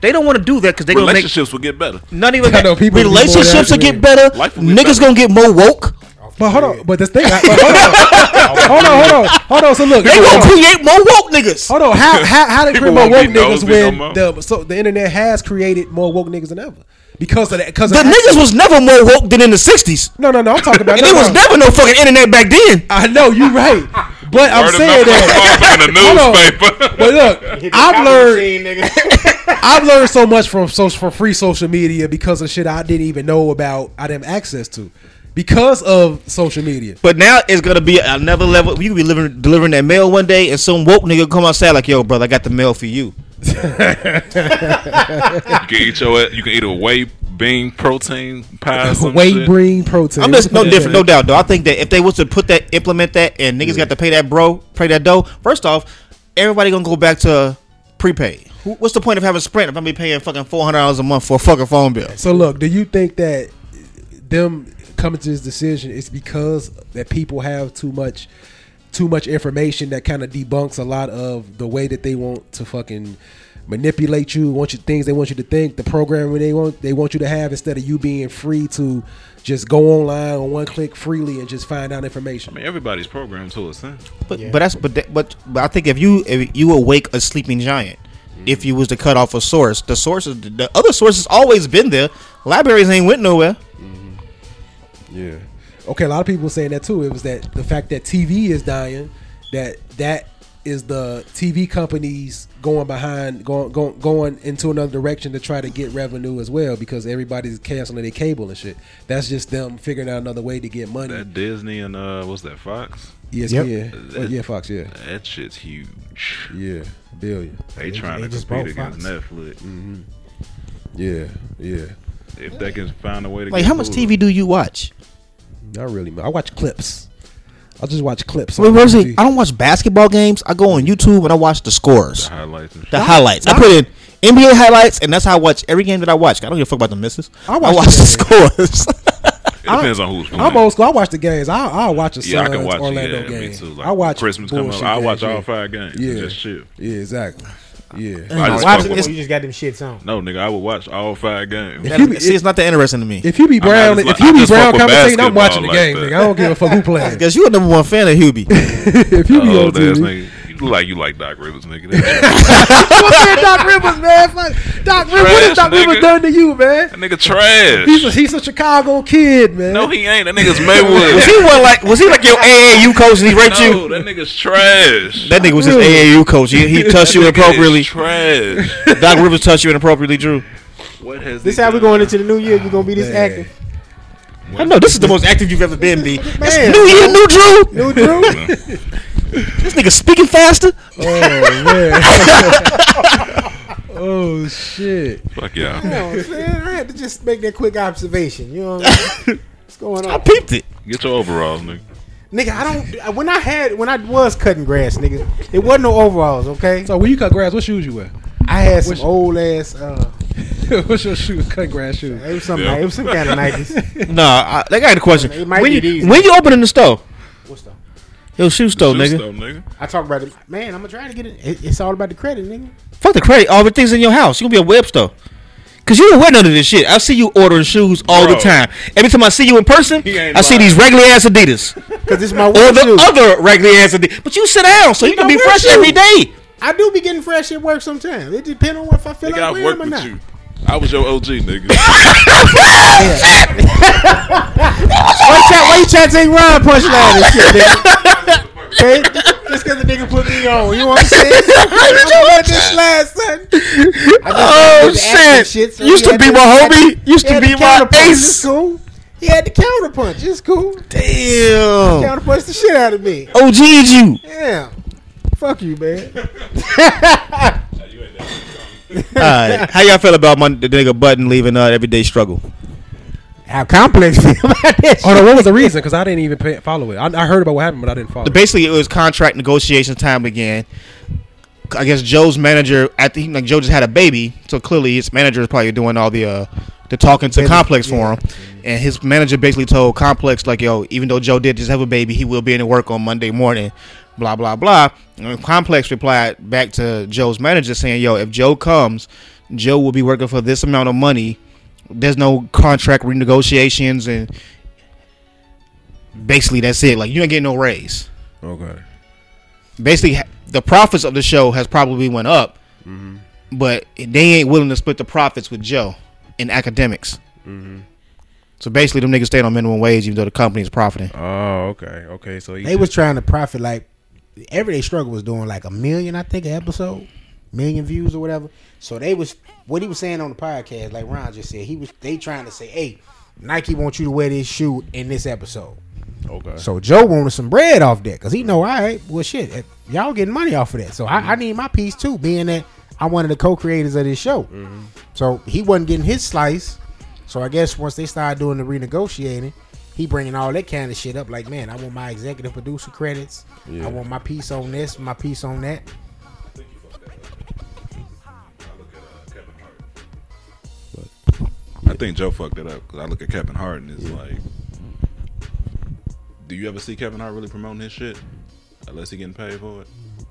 S2: they don't want to do that because they gonna make
S4: Relationships will get better.
S2: Not even
S5: I
S2: that.
S5: know people be more
S2: relationships will
S5: than-
S2: get better.
S4: Life will get
S2: Niggas
S4: better.
S2: gonna get more woke.
S5: But hold on, but this thing, but
S4: [LAUGHS]
S5: hold on, hold on, hold on, hold on. So look,
S2: They
S5: hold
S2: gonna
S5: on.
S2: create more woke niggas.
S5: Hold on, how how, how did
S4: People
S5: create more woke
S4: won't be
S5: niggas
S4: nosy
S5: when
S4: no more.
S5: the so the internet has created more woke niggas than ever because of that because
S2: The niggas was never more woke than in the '60s,
S5: no no no I'm talking about
S2: and
S5: no,
S2: there
S5: no.
S2: was never no fucking internet back then.
S5: I know you're right, but I'm
S4: Word
S5: saying
S4: enough
S5: that.
S4: in the
S5: [LAUGHS] Hold on.
S4: newspaper.
S5: But look, I've learned [LAUGHS] I've learned so much from social from free social media because of shit I didn't even know about. I didn't have access to because of social media.
S2: But now it's gonna be another level. You could be living, delivering that mail one day, and some woke nigga come outside like, "Yo, brother, I got the mail for you."
S4: [LAUGHS] You can eat your. You can eat a whey bean protein pie. or Some
S5: Whey
S4: shit.
S5: brain protein.
S2: I'm just no different, no doubt. Though I think that if they was to put that, implement that, and niggas got to pay that bro, pay that dough. First off, everybody gonna go back to prepaid. Who- What's the point of having Sprint if I'm be paying fucking four hundred dollars a month for a fucking phone bill?
S5: So look, do you think that them coming to this decision is because that people have too much too much information that kind of debunks a lot of the way that they want to fucking manipulate you, want you things they want you to think, the programming they want they want you to have instead of you being free to just go online on one click freely and just find out
S4: I
S5: information.
S4: mean, everybody's programmed to a sense.
S2: But but that's but that, but but I think if you if you awake a sleeping giant,
S4: Mm-hmm.
S2: if you was to cut off a source, the sources the other sources always been there. Libraries ain't went nowhere.
S5: Yeah. Okay, a lot of people saying that too. It was that the fact that TV is dying, that that is the TV companies going behind, going going going into another direction to try to get revenue as well because everybody's canceling their cable and shit. That's just them figuring out another way to get money.
S4: That Disney and uh, what's that Fox?
S5: ESPN,
S4: Yep.
S5: Oh, yeah, Fox, yeah,
S4: That shit's huge.
S5: yeah, billion,
S4: They trying
S3: they
S4: to
S3: just Mm.
S4: compete
S3: bought
S4: against Netflix.
S5: yeah, yeah.
S4: If they can find a way to
S2: Like
S4: get
S2: how much
S4: Hulu.
S2: TV do you watch?
S5: Not really. Man. I watch clips. I just watch clips.
S2: Wait,
S5: on
S2: where's
S5: TV.
S2: he? I don't watch basketball games. I go on YouTube and I watch the scores,
S4: highlights and shit.
S2: the highlights. I put in NBA highlights, and that's how I watch every game that I watch. I don't give a fuck about the misses.
S5: I
S2: I
S5: watch
S2: watch,
S5: the
S2: the scores. [LAUGHS]
S4: It depends on who's playing.
S5: I'm old school. I watch the games. I I watch a
S4: yeah, I
S5: Suns,
S4: can watch
S5: Orlando
S4: yeah,
S5: game.
S4: Me too. Like,
S5: I watch
S4: Christmas come up.
S5: bullshit
S4: I watch
S5: games,
S4: all five games.
S5: Yeah,
S4: Yeah. Just chill.
S5: yeah, exactly. Yeah.
S4: I just
S2: why
S4: fuck
S2: is
S4: with
S2: it's-
S3: you just got them shits on.
S4: No, nigga, I would watch all five games.
S5: If you be-
S2: See, it's not that interesting to me.
S5: If you be
S4: not
S5: Brown,
S4: as li-
S5: if you
S4: I
S5: be
S4: just
S5: Brown
S4: fuck with
S5: conversation, I'm watching the game.
S4: basketball like
S5: nigga.
S4: that.
S5: I don't give a fuck [LAUGHS] who playing.
S2: Because you're a number one fan of Hubie.
S5: if you be
S4: Oh,
S5: on
S4: old ass
S5: [LAUGHS] TV,
S4: nigga. You look like you like Doc Rivers, nigga. That
S5: Doc Rivers, man. Fuck. Doc Rivers, what has
S4: Trash,
S5: Doc Rivers
S4: nigga.
S5: done to you, man?
S4: nigga
S5: He's a,
S4: trash.
S5: he's a Chicago kid, man.
S4: No, he ain't. That
S2: [LAUGHS]
S4: nigga's
S2: was
S4: Maywood.
S2: he one like? Was he like your AAU coach and he raped
S4: No,
S2: you?
S4: that nigga's trash.
S2: That nigga was his AAU coach. He, he touched
S4: [LAUGHS]
S2: you
S4: Nigga is
S2: inappropriately. [LAUGHS]
S4: Trash.
S2: Doc Rivers touched you inappropriately, Drew.
S4: What has
S3: This
S4: he
S3: how we
S4: done?
S3: going into the new year. You gonna be this
S5: Man.
S3: active?
S2: I know this is the most active you've ever been, B. It's
S3: Man.
S2: new year, new Drew.
S3: New
S4: [LAUGHS]
S3: Drew.
S2: This nigga speaking faster.
S5: Oh [LAUGHS] man. oh shit.
S4: Fuck yeah.
S3: know what I'm saying? I had to just make that quick observation. You know what I'm saying? What's going
S2: I
S3: on?
S2: peeped it.
S4: Get your overalls, nigga.
S3: Nigga, I don't. When I had, when I was cutting grass, nigga, it wasn't no overalls, okay?
S5: So when you cut grass, what shoes you wear? [LAUGHS]
S3: I had some
S5: What's-
S3: old ass, uh,
S5: What's your shoe? Cut grass shoes.
S3: it was some,
S4: Yeah.
S3: it was some kind of [LAUGHS] Nikes.
S2: Nah, I, like, I got a question.
S3: It might
S2: When
S3: be
S2: you,
S3: these.
S2: when you opening the store?
S3: What's up?
S2: Yo, shoe store,
S4: Shoe
S2: nigga.
S4: store, nigga.
S3: I talk about it. Man, I'm gonna try to get it. it. It's all about the credit, nigga.
S2: Fuck the credit. All the things in your house. You gonna be a web store. Cause you don't wear none of this shit. I see you ordering shoes all the
S4: Bro.
S2: time. Every time I see you in person,
S4: He ain't
S2: I see
S4: lying.
S2: these regular ass
S3: [LAUGHS]
S2: Adidas
S3: Cause this
S2: [LAUGHS]
S3: is my
S2: or
S3: work
S2: the uh,
S3: shoe.
S2: other regular ass Adidas. But you sit down, so you, can
S3: don't
S2: be
S3: wear
S2: fresh
S3: shoes.
S2: every day.
S3: I do be getting fresh at work sometimes. It depends on if I feel
S4: Nigga,
S3: like
S4: I've
S3: wearing
S4: worked
S3: them or
S4: with
S3: not.
S4: you. I was your
S3: [LAUGHS]
S4: OG, nigga.
S3: Why you try- why you trying to take Ron punchline
S5: [LAUGHS]
S3: and shit, nigga? [LAUGHS] Okay? Just cause the nigga put me on. You know
S2: [LAUGHS]
S3: what I'm saying? I'm let this slide, son. I
S2: Oh
S3: just acting
S2: shit!
S3: so
S2: Used
S3: he
S2: to
S3: had
S2: be
S3: the-
S2: my
S3: had
S2: homie.
S3: the-
S2: Used
S3: he
S2: to
S3: had the
S2: be my
S3: counterpunch. It's
S2: ace.
S3: cool. He had the counterpunch. It's cool.
S2: Damn.
S3: Counterpunch the shit out of me.
S2: OG'd
S3: [LAUGHS]
S2: you.
S3: Yeah. Fuck you, man.
S2: All right. How y'all feel about my the nigga Button leaving uh, Everyday Struggle?
S3: How
S5: [LAUGHS]
S3: complex feel about that shit?
S5: Oh no, what was the reason? Because I didn't even pay, follow it. I, I heard about what happened, but I didn't follow.
S2: But
S5: it.
S2: basically, it was contract negotiation time again. I guess Joe's manager, after he, like Joe just had a baby, so clearly his manager is probably doing all the uh, the talking to Complex for him. And his manager basically told Complex like, "Yo, even though Joe did just have a baby, he will be in the work on Monday morning." Blah blah blah. And Complex replied back to Joe's manager saying, "Yo, if Joe comes, Joe will be working for this amount of money. There's no contract renegotiations, and basically that's it. Like you ain't getting no raise."
S5: Okay.
S2: basically ha- the profits of the show has probably went up, but they ain't willing to split the profits with Joe in academics.
S3: Mm-hmm.
S2: So basically, them niggas stayed on minimum wage even though the company's profiting.
S3: Uh,
S5: Oh, okay, okay. So he
S3: They was trying to profit like everyday struggle was doing like a million, I think, an episode, million views or whatever. So they was what he was saying on the podcast, like Ron just said, he was they trying to say, hey, Nike wants you to wear this shoe in this episode.
S5: okay.
S3: So Joe wanted some bread off that because he know, all right, well, shit, eh, y'all getting money off of that. So I, I need my piece too, being that I'm one of the co-creators of this show. So he wasn't getting his slice. So I guess once they started doing the renegotiating, he bringing all that kind of shit up. Like, man, I want my executive producer credits. I want my piece on this, my piece on that.
S4: I think Joe fucked it up because I look at Kevin Hart and it's like, do you ever see Kevin Hart really promoting his shit? Unless he getting paid for it.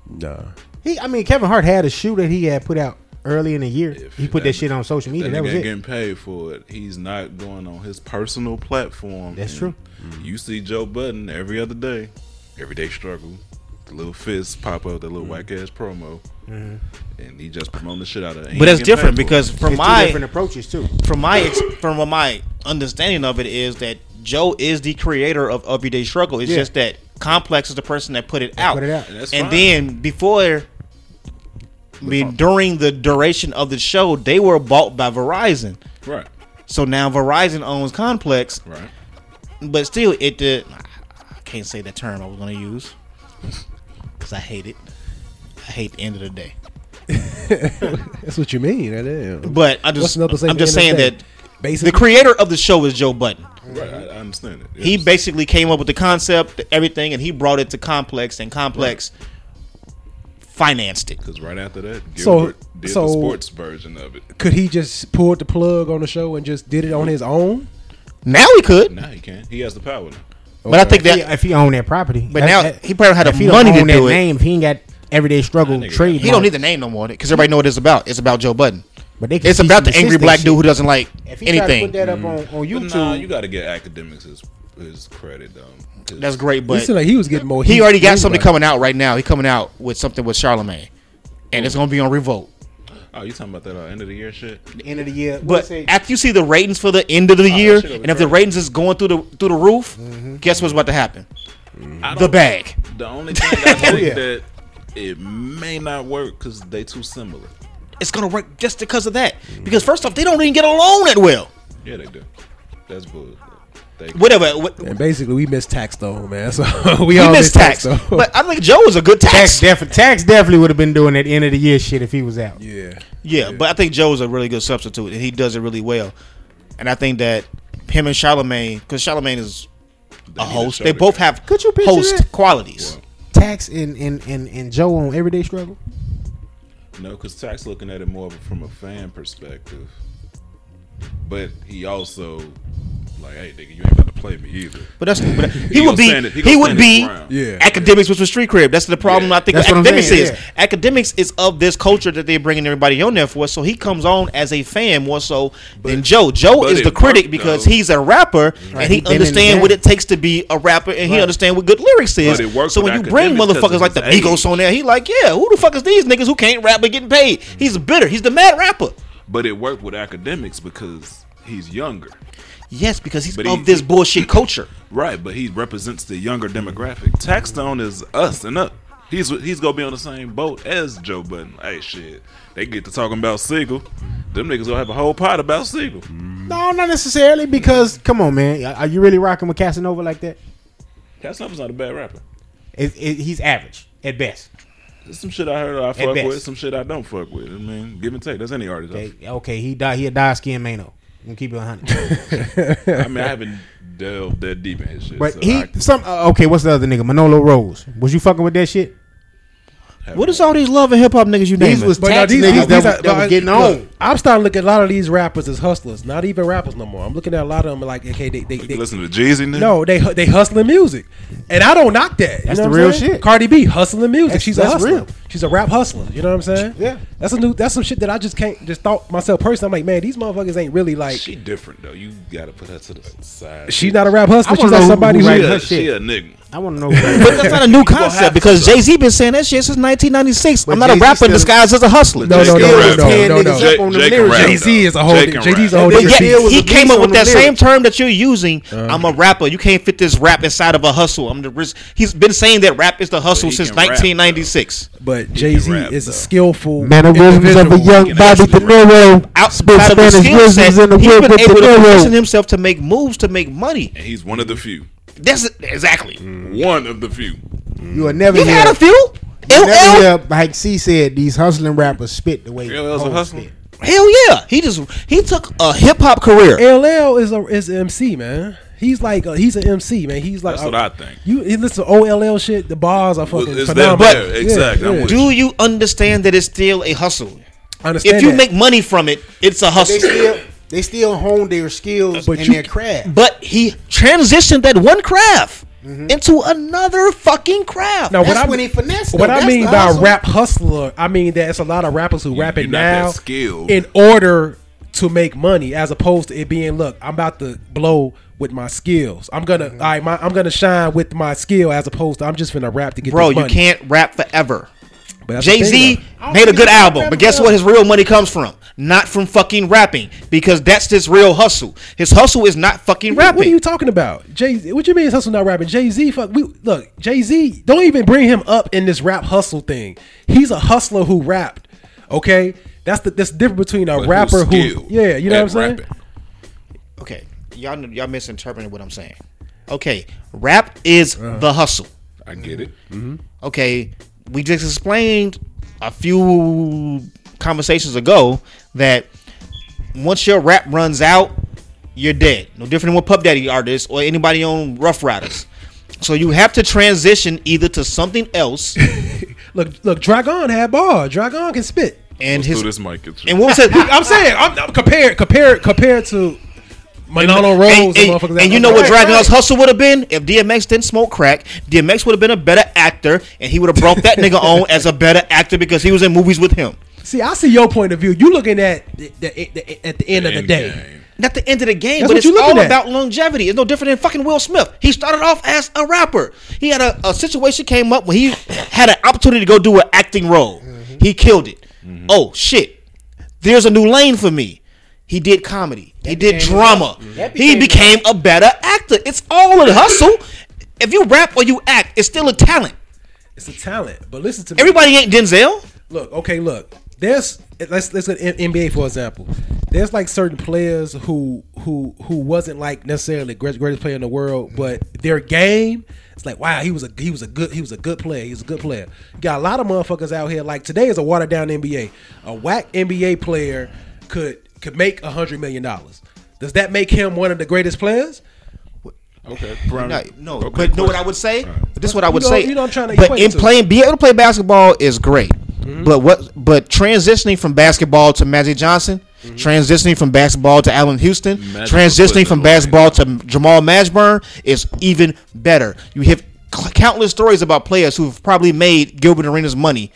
S5: nah.
S3: He, I mean, Kevin Hart had a shoe that he had put out early in the year.
S4: If
S3: he put that,
S4: that-
S3: shit on social media.
S4: That
S3: That,
S4: nigga
S3: was
S4: ain't
S3: it.
S4: getting paid for it. He's not going on his personal platform.
S3: That's true.
S4: And You see Joe Budden every other day, everyday struggle. The little fists pop up, the
S3: Mm-hmm.
S4: little whack ass promo, and he just promoting the shit out of. it. He
S2: But
S4: ain't
S2: that's
S4: getting
S2: different
S4: paid for it.
S2: because from
S3: It's two different
S2: my
S3: approaches too.
S2: from my ex- from what my understanding of it is that Joe is the creator of Everyday Struggle. It's
S3: Yeah.
S2: just that Complex is the person that put it out.
S3: put it out.
S4: And that's
S2: and
S4: fine.
S2: then before, I mean, during the duration of the show, they were bought by Verizon.
S4: right,
S2: So now Verizon owns Complex,
S4: right.
S2: but still it did. I can't say the term I was gonna use because I hate it. I hate the end of the day.
S5: That's what you mean. That is.
S2: But I
S5: What's
S2: just
S5: another
S2: I'm just saying that
S5: basically
S2: the creator of the show is Joe Button.
S4: Right, I, I understand it.
S2: He
S4: Yes.
S2: basically came up with the concept, everything, and he brought it to Complex, and Complex financed it.
S4: Because right after that,
S5: So-
S4: Gilbert did
S5: so-
S4: the sports version of it.
S5: Could he just pulled the plug on the show and just did it on his own?
S2: Now he could,
S4: Now he can. He has the power. Now.
S2: but I think
S3: If
S2: that.
S3: he, if he owned that property,
S2: but
S3: that-
S2: now
S3: that-
S2: he probably had
S3: if
S2: the
S3: he don't
S2: money to
S3: own that
S2: do it.
S3: name, if he ain't got everyday struggle
S4: That nigga got-
S3: trade.
S2: He don't need the name no more because everybody know what it's about. It's about Joe Budden.
S3: But they can
S2: It's
S3: see
S2: about
S3: some
S2: the angry
S3: consistent
S2: black
S3: shit.
S2: dude who doesn't like
S3: If he tried to
S2: anything.
S3: put that up on, on
S4: But
S3: YouTube,
S4: nah, you got to get academics his, his credit, though. 'Cause
S2: That's great,
S5: He
S2: but
S5: seemed like he was getting more.
S2: he
S5: heat
S2: already
S5: than
S2: got something
S5: anybody.
S2: coming out right now. He coming out with something with Charlemagne, and it's gonna be on Revolt.
S4: Oh, you talking about that uh, end of the year shit?
S2: Mm-hmm.
S3: the end of the year.
S2: But
S3: But say,
S2: after you see the ratings for the end of the year,
S4: shit over
S2: and if the
S4: there.
S2: ratings is going through the through the roof, guess what's about to happen?
S4: I
S2: The
S4: don't-
S2: bag. Oh,
S4: The only thing
S2: [LAUGHS]
S4: I think
S3: yeah.
S4: that it may not work because they too similar.
S2: It's gonna work just because of that. Because first off, they don't even get along that well.
S4: Yeah, they do. That's bull. They,
S2: Whatever. What, we
S5: And basically, we missed tax though, man. [LAUGHS] So we, all
S2: miss
S5: missed
S2: tax,
S5: tax. though.
S2: but I think Joe was a good tax.
S3: tax, defi- tax definitely would have been doing that end of the year shit if he was out.
S5: yeah,
S2: Yeah, but I think Joe's a really good substitute, and he does it really well. And I think that him and Charlemagne, because Charlemagne is a
S4: need to
S2: host,
S4: show
S2: they
S4: the
S2: both
S4: guy.
S2: have
S3: Could you picture
S2: host
S3: that?
S2: qualities.
S3: Tax and and and, and Joe on everyday struggle.
S4: no, because Tax looking at it more of a- from a fan perspective. But he also like, hey, nigga, you ain't about to play me either.
S2: But that's
S4: [LAUGHS]
S2: but he,
S4: He
S2: would
S4: gonna
S2: be
S4: stand it- he
S2: he,
S4: gonna
S2: would
S4: stand
S2: be
S4: his ground.
S5: Yeah.
S2: academics, which was street crib. That's the problem
S4: Yeah.
S2: I think
S3: That's
S2: with
S3: what I'm
S2: academics
S3: saying,
S2: is
S3: yeah.
S2: academics is of this culture that they're bringing everybody on there for. So he comes on as a fan more so than Joe. Joe
S4: but
S2: is
S4: it
S2: the critic
S4: worked,
S2: because
S4: though.
S2: he's a rapper
S3: Right,
S2: and
S3: he
S2: he
S3: been in the
S2: understands what
S3: game.
S2: it takes to be a rapper and he
S3: Right.
S2: understands what good lyrics is.
S4: it worked
S2: So
S4: with
S2: when you bring
S4: academics 'cause
S2: motherfuckers
S4: of
S2: like the
S4: his age.
S2: Migos on there, he like, yeah, who the fuck is these niggas who can't rap but getting paid? He's bitter. He's the mad rapper.
S4: But it worked with academics because he's younger.
S2: Yes, because he's
S4: But
S2: of
S4: he-
S2: this bullshit culture.
S4: Right, but he represents the younger demographic. Taxstone is us and up. He's he's gonna be on the same boat as Joe Budden. Hey, shit, they get to talking about Siegel. Them niggas gonna have a whole pot about Siegel.
S3: No, not necessarily because come on, man, are you really rocking with Casanova like that?
S4: Casanova not a bad rapper.
S3: It, it, he's average at best.
S4: There's some shit I heard I fuck
S3: best.
S4: with, some shit I don't fuck with. I mean, give and take. That's any artist.
S3: They- okay, he died. He a die skin Mano. I'm gonna keep it [LAUGHS] 100.
S4: I mean, I haven't delved that deep in his shit.
S3: But
S4: so
S3: he
S4: I
S3: some uh, okay. What's the other nigga? Manolo Rose. Was you fucking with that shit?
S4: haven't-
S2: What is all these love and hip hop niggas you naming?
S3: was
S5: But now
S3: tax
S5: these,
S3: niggas
S5: these,
S3: that
S5: these
S3: was-
S5: are-
S3: that was
S5: uh,
S3: getting
S5: look,
S3: on.
S5: I'm starting to look at a lot of these rappers as hustlers, not even rappers no more. I'm looking at a lot of them like, okay, they, they,
S4: You
S5: they
S4: listen to Jeezy now?
S5: no, they hu- they hustling music, and I don't knock that. You
S3: That's
S5: know
S3: the
S5: what I'm
S3: real
S5: saying?
S3: shit.
S5: Cardi B hustling music.
S3: That's-
S5: She's a
S3: that's
S5: hustler.
S3: real.
S5: She's a rap hustler. You know what I'm saying?
S3: Yeah.
S5: That's a new. That's some shit that I just can't just thought myself personally. I'm like, man, these motherfuckers ain't really like.
S4: She different, though. You gotta put her to the side.
S5: She's not a rap hustler.
S3: I wanna
S5: She's
S3: know
S5: like
S3: who-
S5: somebody
S3: who
S5: who.
S4: She,
S3: write
S4: a,
S3: her
S4: she
S3: shit.
S4: a nigga.
S3: I want to [LAUGHS] know.
S2: But that's not a new
S4: have
S2: concept
S4: to
S2: because
S4: suck.
S2: Jay Z been saying that shit since 1996. I'm
S3: But
S2: not a
S3: Jay-Z
S2: rapper
S3: still-
S2: disguised as a hustler.
S5: No, no, no,
S4: Still
S5: no,
S4: rap, though.
S5: no, no, no.
S4: Jake-
S3: up on the
S4: Jake can
S3: lyrics.
S4: rap,
S5: Jay Z
S4: though.
S5: is a whole.
S4: Jake can
S5: Jay Z's a
S4: rap.
S3: But
S5: whole different.
S3: yet-
S5: shit.
S2: Yeah,
S3: deal was
S2: he
S3: at
S2: came
S3: least
S2: up
S3: on
S2: with
S3: the
S2: that
S3: lyrics.
S2: same term that you using.
S3: Uh-huh.
S2: I'm a rapper. You can't fit this rap inside of a hustle. I'm the risk. He's been saying that rap is the hustle
S4: he
S2: since
S4: can rap,
S2: 1996.
S5: But Jay Z
S4: rap,
S5: is a
S4: though.
S5: skillful
S3: Mannerisms of a
S5: individual.
S3: young
S4: can
S3: Bobby De
S4: actually
S3: Niro. Spit
S2: Outside of his
S3: Spanish
S2: skill set,
S3: whistles
S2: he's
S3: in
S2: been
S3: the
S2: able
S3: wood with De
S2: to position
S3: Niro.
S2: himself to make moves to make money.
S4: And he's one of the few.
S2: That's exactly.
S3: Mm-hmm.
S4: One of the few.
S3: You will never
S2: You've had
S3: hear.
S2: a few.
S3: You never
S2: LL,
S3: hear. Like C said, these hustling rappers spit the way
S4: LL's a
S3: hoes
S4: hustler?
S3: spit.
S2: hell yeah. He just he took a hip hop career.
S5: LL is a is an MC man. He's like a, he's an MC man. He's like
S4: That's what I think.
S5: You he listen to OLL shit. The bars are fucking
S4: It's that
S5: phenomenal.
S4: bad. Exactly. I'm
S5: Yeah, yeah.
S4: with
S2: Do you understand that it's still a hustle?
S5: I understand
S2: If you
S5: that.
S2: make money from it, it's a
S3: They
S2: hustle.
S3: still they still hone their skills
S5: But
S3: and
S5: you-
S3: their craft.
S2: But he transitioned that one craft into another fucking craft.
S5: Mm-hmm. Now,
S2: No,
S5: what
S3: That's
S5: I,
S3: when he finessed,
S5: What
S3: though.
S5: I
S3: That's
S5: mean
S3: the
S5: by
S3: hustle.
S5: rap hustler, I mean that it's a lot of rappers who rap
S4: you're
S5: it
S4: not that
S5: now
S4: skilled.
S5: in order to make money, as opposed to it being, look, I'm about to blow with my skills. I'm gonna,
S2: Mm-hmm.
S5: all right, my, I'm gonna shine with my skill, as opposed to I'm just gonna rap to get.
S2: Bro,
S5: this
S2: you
S5: money.
S2: can't rap forever.
S5: But that's the
S2: Jay Z
S5: thing,
S2: made a good
S3: think he
S2: album,
S3: rapped
S2: but guess
S3: well.
S2: what? His real money comes from not from fucking rapping because that's his real hustle. His hustle is not fucking
S5: though. What-
S2: rapping.
S5: What are you talking about, Jay? Z? What you mean? His hustle not rapping? Jay Z, fuck. We look, Jay Z. Don't even bring him up in this rap hustle thing. He's a hustler who rapped. Okay, that's the that's the difference between a
S4: But who's
S5: rapper who,
S4: skilled
S5: yeah, you know
S4: at
S5: what I'm saying.
S4: rapping?
S2: okay, y'all y'all misinterpreting what I'm saying. Okay, rap is
S5: Uh.
S2: the hustle.
S4: I get it.
S2: okay, we just explained a few conversations ago that once your rap runs out, you're dead. No different than what Pup Daddy artists or anybody on Rough Riders. So you have to transition either to something else
S5: Look, look, Dragon had bar. Dragon can spit.
S2: and
S4: Let's
S2: his
S4: do this mic. It's-
S2: and what was that?
S5: [LAUGHS] I'm saying, I'm, I'm compared, compared, compared to Manolo Rose.
S2: and,
S5: the
S2: and-
S5: motherfuckers that-
S2: and you know what
S5: Right,
S2: Dragon's
S5: right.
S2: hustle would have been if DMX didn't smoke crack. DMX would have been a better actor, and he would have brought that nigga on as a better actor because he was in movies with him.
S5: See, I see your point of view. You looking at the, the, the, at the end of the
S4: Endgame.
S5: day.
S2: Not the end of the game,
S5: That's
S2: but
S5: what
S2: it's
S5: you looking
S2: all
S5: at.
S2: about longevity. It's no different than fucking Will Smith. He started off as a rapper. He had a, a situation came up when he had an opportunity to go do an acting role.
S5: Mm-hmm.
S2: He killed it. Oh shit! There's a new lane for me. He did comedy. he did
S3: became-
S2: drama.
S3: that
S2: He became
S3: became-
S2: a better actor. It's all a hustle. If you rap or you act, it's still a talent.
S5: It's a talent, but listen to me.
S2: Everybody ain't Denzel.
S5: Look, okay, look. There's let's let's get N- NBA for example. There's like certain players who who who wasn't like necessarily the great- greatest player in the world, but their game it's like wow, he was a he was a good he was a good player. He was a good player. You got a lot of motherfuckers out here like today is a watered down NBA. A whack NBA player could could make a hundred million dollars. Does that make him one of the greatest players?
S4: Okay.
S2: No,
S4: Brian.
S2: no,
S4: Okay,
S2: but know what
S4: question.
S2: I would say?
S4: All right.
S2: This is what I would
S5: You know-
S2: say.
S5: you know I'm trying to
S2: but
S5: equate
S2: in
S5: to.
S2: playing, being able to play basketball is great.
S4: Mm-hmm.
S2: But what? But transitioning from basketball to Magic Johnson, transitioning from basketball to Allen Houston,
S4: Magic was putting
S2: transitioning
S4: it
S2: from
S4: away.
S2: basketball to Jamal Mashburn is even better. You have cl- countless stories about players who've probably made Gilbert Arenas money,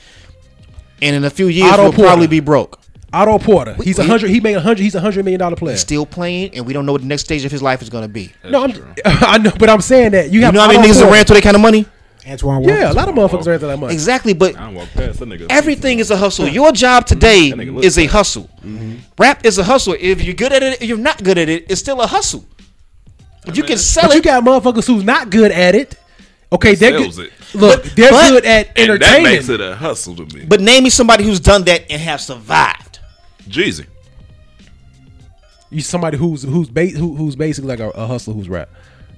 S2: and in a few years
S5: Otto
S2: will probably
S5: Porter.
S2: be broke.
S5: Otto Porter. He's a
S2: we-
S5: hundred. He made a hundred. He's a hundred million dollar player.
S2: Still playing, and we don't know what the next stage of his life is going to be.
S5: No, I'm,
S4: That's true.
S5: [LAUGHS] I know, but I'm saying that you
S2: You
S5: have
S2: know how many
S5: Otto
S2: niggas that
S5: Porter.
S2: ran through that kind of money?
S3: Antoine Walker.
S5: Yeah, a lot of motherfuckers ran through that money.
S2: Exactly, but
S4: I don't walk past that nigga.
S2: Everything is a hustle. Your job today
S4: That nigga look
S2: is a
S4: bad.
S2: hustle. Rap is a hustle. If you're good at it, if you're not good at it, it's still a hustle. If you
S4: mean,
S2: can
S4: it's-
S2: sell
S5: But you
S2: it,
S5: got motherfuckers who's not good at it. Okay, they're
S4: Sells
S5: good.
S4: it.
S5: Look,
S2: But-
S5: they're
S2: but-
S5: good at
S4: And that
S5: entertaining.
S4: makes it a hustle to me.
S2: but name me somebody who's done that and have survived.
S4: Jeezy.
S5: you somebody who's who's ba- who, who's basically like a, a hustler who's rap.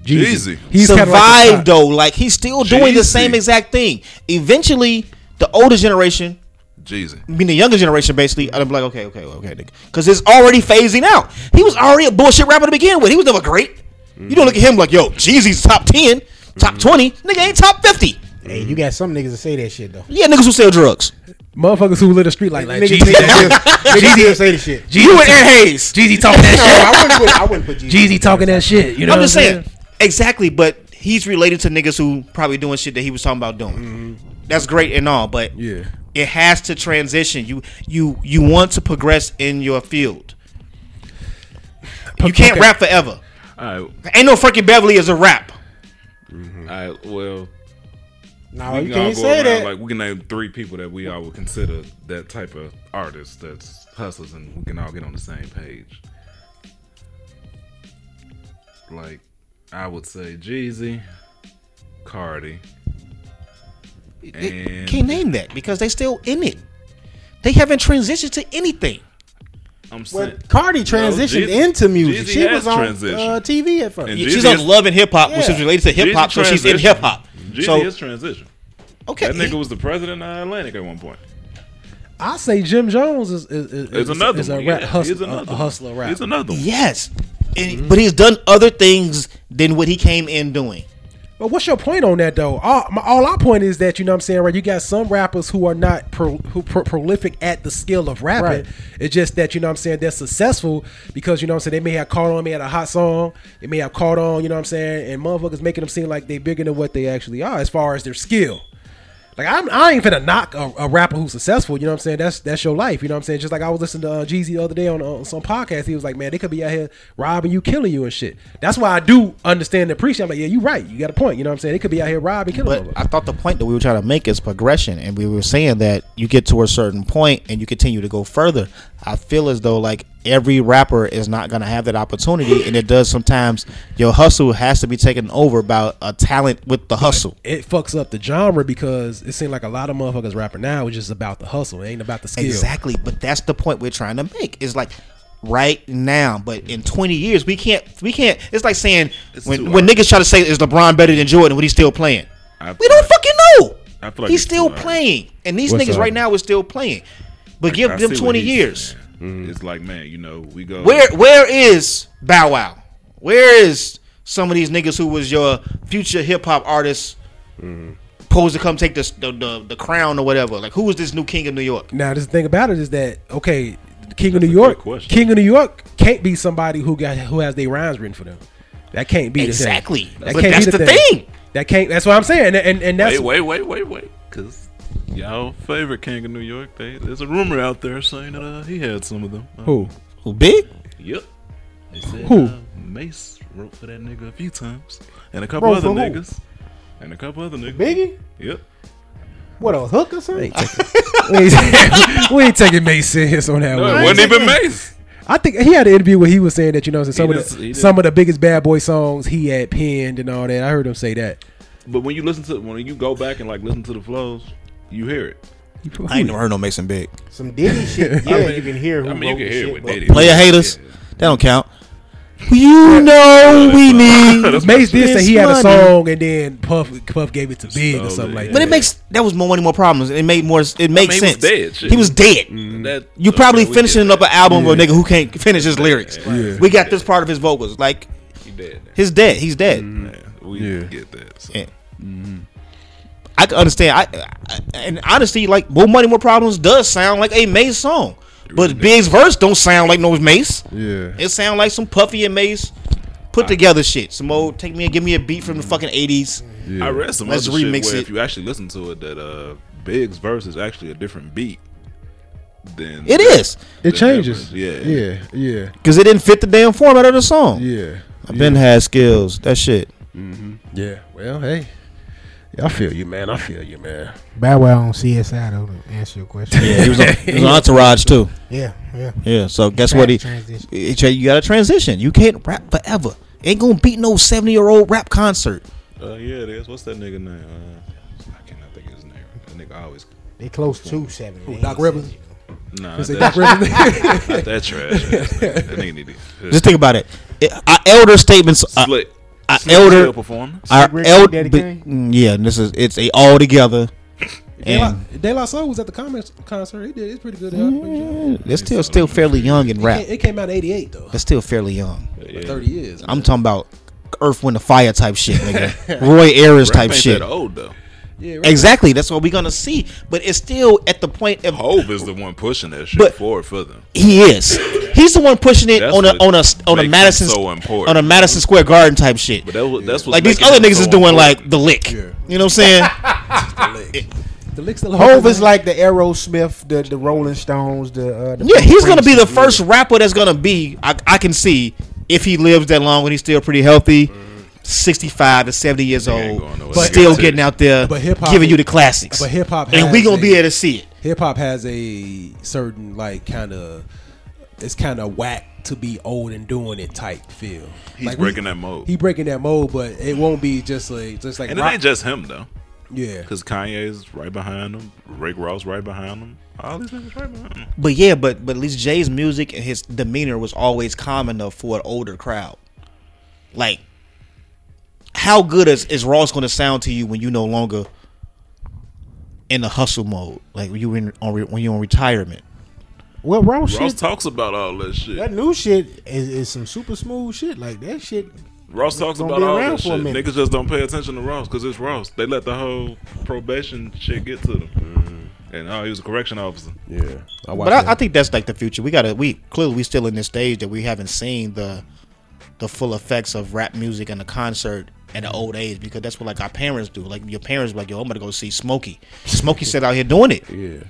S4: Jeezy.
S5: kinda
S2: survived
S5: like the top.
S2: though. Like he's still doing the
S4: Jeezy.
S2: same exact thing. Eventually, the older generation,
S4: Jeezy.
S2: I mean the younger generation, basically, I'm like, okay, okay, okay, nigga, because it's already phasing out. He was already a bullshit rapper to begin with. He was never great. You
S4: Mm-hmm.
S2: don't look at him like, yo, Jeezy's top ten, top twenty, nigga ain't top fifty.
S3: Hey, you got some niggas that say that shit though.
S2: Yeah, niggas who sell drugs.
S5: Motherfuckers who live the street like, like
S3: niggas,
S5: Jeezy.
S3: niggas,
S5: [LAUGHS]
S3: niggas still say the shit.
S2: You and Aaron Hayes.
S5: Jeezy talking
S3: No,
S5: that
S3: I wouldn't put I wouldn't put
S5: shit. Jeezy talking that shit. You know
S2: I'm
S5: what
S2: just saying. Exactly, but he's related to niggas who probably doing shit that he was talking about doing. That's great and all, but
S5: Yeah.
S2: it has to transition. You you you want to progress in your field. You can't
S5: okay.
S2: rap forever.
S4: All right.
S2: Ain't no Frankie Beverly as a rap.
S4: All right. Well,
S3: No,
S4: we
S3: Oh, you
S4: can all
S3: can't
S4: go
S3: say
S4: around,
S3: that.
S4: Like we can name three people that we all would consider that type of artist that's hustlers, and we can all get on the same page. Like I would say Jeezy, Cardi,
S2: You
S4: and
S2: Can't name that because they still in it. They haven't transitioned to anything.
S4: I'm saying.
S3: Well, [LAUGHS] Cardi transitioned
S4: Jeezy-
S3: into music.
S4: Jeezy
S3: she
S4: has
S3: was on uh,
S4: transitioned.
S3: TV at
S4: [LAUGHS]
S3: first.
S4: And
S2: She's
S4: Jeezy
S2: on
S4: is-
S2: Love and Hip Hop, which
S3: Yeah.
S2: is related to hip hop,
S4: Jeezy
S2: so she's in
S4: transitioned.
S2: hip hop.
S4: Jeezy
S2: So
S4: is transition.
S2: okay,
S4: that nigga was the president of Atlantic at one point.
S5: I say Jim Jones is is, is,
S4: It's
S5: is-
S4: another
S5: is a
S4: one.
S5: rap
S4: Yeah, he's
S5: hustler, a,
S4: another
S5: a hustler
S4: one.
S5: rap.
S4: He's another one.
S2: Yes, And- but he's done other things than what he came in doing.
S5: But what's your point on that though? All, my, all our point is that you know what I'm saying, right? You got some rappers who are not pro, who pro, prolific at the skill of rapping.
S3: Right.
S5: It's just that you know what I'm saying they're successful because you know what I'm saying they may have caught on, may have a hot song, they may have caught on, you know what I'm saying, and motherfuckers making them seem like they bigger than what they actually are as far as their skill. Like I'm, I ain't finna knock a, a rapper who's successful. You know what I'm saying? That's that's your life. You know what I'm saying? Just like I was listening to uh, Jeezy the other day on, on some podcast. He was like, "Man, they could be out here robbing you, killing you, and shit." That's why I do understand and appreciate. I'm like, "Yeah, you right. You got a point." You know what I'm saying? They could be out here robbing, killing.
S2: But
S5: But
S2: I thought the point that we were trying to make is progression, and we were saying that you get to a certain point and you continue to go further. I feel as though like every rapper is not going to have that opportunity, and it does sometimes. Your hustle has to be taken over by a talent with the hustle.
S5: it fucks up the genre because it seems like a lot of motherfuckers rapping now is just about the hustle. It ain't about the skill.
S2: Exactly, but that's the point we're trying to make. It's like right now, but in 20 years we can't. We can't. It's like saying
S4: It's
S2: when
S4: too
S2: when
S4: early.
S2: niggas try to say is LeBron better than Jordan when he's still playing.
S4: I
S2: we
S4: feel
S2: don't
S4: like-
S2: fucking know.
S4: I feel like
S2: he's
S4: it's
S2: still
S4: too early.
S2: playing, and these
S5: What's
S2: niggas
S5: up?
S2: right now is still playing. But give
S4: I see
S2: them
S4: what
S2: 20
S4: he's
S2: years.
S4: saying. It's like, man, you know, we go
S2: Where where is Bow Wow? Where is some of these niggas who was your future hip hop artist supposed to come take this, the, the the crown or whatever? Like who is this new king of New York?
S5: Now, this thing about it is that okay, King of New
S4: a
S5: York,
S4: good question.
S5: King of New York can't be somebody who got who has their rhymes written for them. That can't be the thing.
S2: Exactly.
S5: That
S2: But
S5: can't
S2: that's
S5: be
S2: the
S5: the
S2: thing.
S5: That can't. That's what I'm saying. And and, and that's
S4: Wait, wait, wait, wait, wait. Because y'all favorite king of New York, they, there's a rumor out there saying that uh, he had some of them. Uh,
S5: who
S2: Who big?
S4: Yep. They said
S5: Who?
S4: Uh, Mace wrote for that nigga a few times. And a couple
S3: Wrote for
S4: other
S3: who?
S4: niggas. And a couple other niggas.
S3: Biggie?
S4: Yep.
S3: What a hook or something?
S5: we ain't, [LAUGHS] we ain't taking Mace serious on that
S4: No,
S5: one.
S4: it wasn't even Mace.
S5: I think he had an interview where he was saying that you know some
S4: He
S5: of
S4: does-
S5: the
S4: he does.
S5: some of the biggest bad boy songs he had penned and all that. I heard him say that.
S4: But when you listen to when you go back and like listen to the flows, you hear it.
S2: I ain't never heard no Mason Big.
S3: Some Diddy shit. Yeah, you can hear who
S4: I mean, you
S3: wrote
S4: can
S3: the
S4: hear
S3: shit,
S4: it with
S3: but-
S4: Diddy. [LAUGHS]
S2: Player haters, that don't count. You know we
S4: [LAUGHS]
S2: need,
S5: Mace did say he had a
S2: It's
S5: song and then Puff Puff gave it to Big or something like that.
S2: but it makes that was more one of more problems. It made more. It
S4: I
S2: makes
S4: mean, he was
S2: sense.
S4: dead, shit.
S2: He was dead.
S4: That-
S2: You
S4: okay,
S2: probably
S4: Mm. we get
S2: finishing
S4: that.
S2: up an album with a nigga who can't finish his lyrics.
S5: Yeah.
S2: We got this part of his vocals. Like
S4: He dead.
S2: his dead. He's dead.
S4: Mm-hmm. Yeah, we get that. So.
S2: Yeah. I can understand. I, I and honestly, like "More Money, More Problems" does sound like a Mace song, but Big's verse don't sound like no Mace.
S5: Yeah.
S2: It sound like some Puffy and Mace put together shit. Some old take me and give me a beat from the fucking eighties.
S4: I read some
S2: Let's
S4: other shit
S2: remix
S4: where
S2: it.
S4: if you actually listen to it, that uh, Big's verse is actually a different beat than
S2: It is
S5: It changes.
S4: Yeah.
S5: Yeah. Yeah.
S2: because it didn't fit the damn format of the song.
S5: Yeah.
S2: I been had skills. That shit.
S5: Yeah. Well, hey. I feel you, man. I feel you, man.
S3: Bow Wow on CSI though to answer your question.
S2: Yeah, he was, on,
S5: [LAUGHS]
S2: he was on Entourage too.
S3: yeah, yeah.
S2: Yeah, so guess what? He,
S3: Transition.
S2: he tra- you got to transition. You can't rap forever. Ain't gonna beat no seventy year old rap concert.
S4: Uh, yeah, it is. What's that nigga name? Uh, I cannot think of his name. That nigga always.
S3: They close to seven. Who,
S5: Doc Rivers?
S4: Nah,
S5: Say
S4: that,
S2: [LAUGHS]
S5: Doc Rivers.
S4: not that trash. [LAUGHS] ass nigga. that nigga need to.
S2: Just think about it. it our elder statements. uh, Are,
S4: Slick.
S2: I
S4: Slick
S2: elder-
S4: Hill performance.
S2: our
S3: Rick,
S2: elder.
S3: Daddy Kane?
S2: Yeah, and this is it's a all together. And
S5: De La Soul was at the comments concert. He did. It's pretty good.
S2: that's still still fairly young in rap.
S5: It came out in '88 though.
S2: That's still fairly young.
S4: Yeah.
S5: Thirty years.
S2: I'm talking about Earth, Wind, and Fire type shit, nigga. Roy Ayers
S4: [LAUGHS] Rap
S2: type
S4: ain't
S2: shit.
S4: That old though.
S5: Yeah. Right.
S2: Exactly. That's what we're gonna see. But it's still at the point of
S4: Hove is the one pushing that shit
S2: But-
S4: forward for them.
S2: He is. He's the one pushing it
S4: That's
S2: on a
S4: what
S2: on a on
S4: makes
S2: a
S4: him
S2: Madison
S4: so important.
S2: on a Madison Square Garden type shit.
S4: But that, was- that's what
S2: Like these other niggas is doing like the lick. You know what I'm [LAUGHS] saying? Ah.
S5: The licks the
S3: Hove is like the Aerosmith, the the Rolling Stones, the, uh, the
S2: yeah, he's gonna be the
S3: Princeton.
S2: first rapper that's gonna be. I, I can see if he lives that long and he's still pretty healthy. 65 to 70 years
S4: ain't
S2: old,
S4: going nowhere.
S2: but
S4: But-
S2: still getting out there,
S5: But hip-hop-
S2: giving you the classics.
S5: but hip-hop
S2: and we
S5: has
S2: gonna be
S5: a-
S2: able to see it.
S5: hip hop has a certain like kind of it's kind of whack to be old and doing it type feel.
S4: He's
S5: like we-
S4: breaking that mode.
S5: He breaking that mold, but it won't be just like just like
S4: and it
S5: rock-
S4: ain't just him though,
S5: yeah.
S4: because Kanye's right behind him, Rick Ross right behind him, all these niggas right behind him.
S2: But yeah, but but at least Jay's music and his demeanor was always calm enough for an older crowd. Like, how good is, is Ross going to sound to you when you no longer in the hustle mode? Like when you in on re, when you on retirement.
S3: Well, raw
S4: Ross
S3: shit.
S4: talks about all that shit.
S3: that new shit is, is some super smooth shit. Like that shit.
S4: Ross talks
S3: gonna
S4: about
S3: be
S4: all
S3: around
S4: that
S3: for a
S4: shit.
S3: minute.
S4: Niggas just don't pay attention to Ross because it's Ross. They let the whole probation shit get to them.
S3: Mm-hmm.
S4: And oh, he was a correction officer.
S5: Yeah. I watch
S2: But I, I think that's like the future. We gotta we clearly we still in this stage that we haven't seen the the full effects of rap music and the concert at an old age because that's what like our parents do. Like your parents were like, yo, I'm gonna go see Smokey. Smokey still out here doing it.
S5: yeah.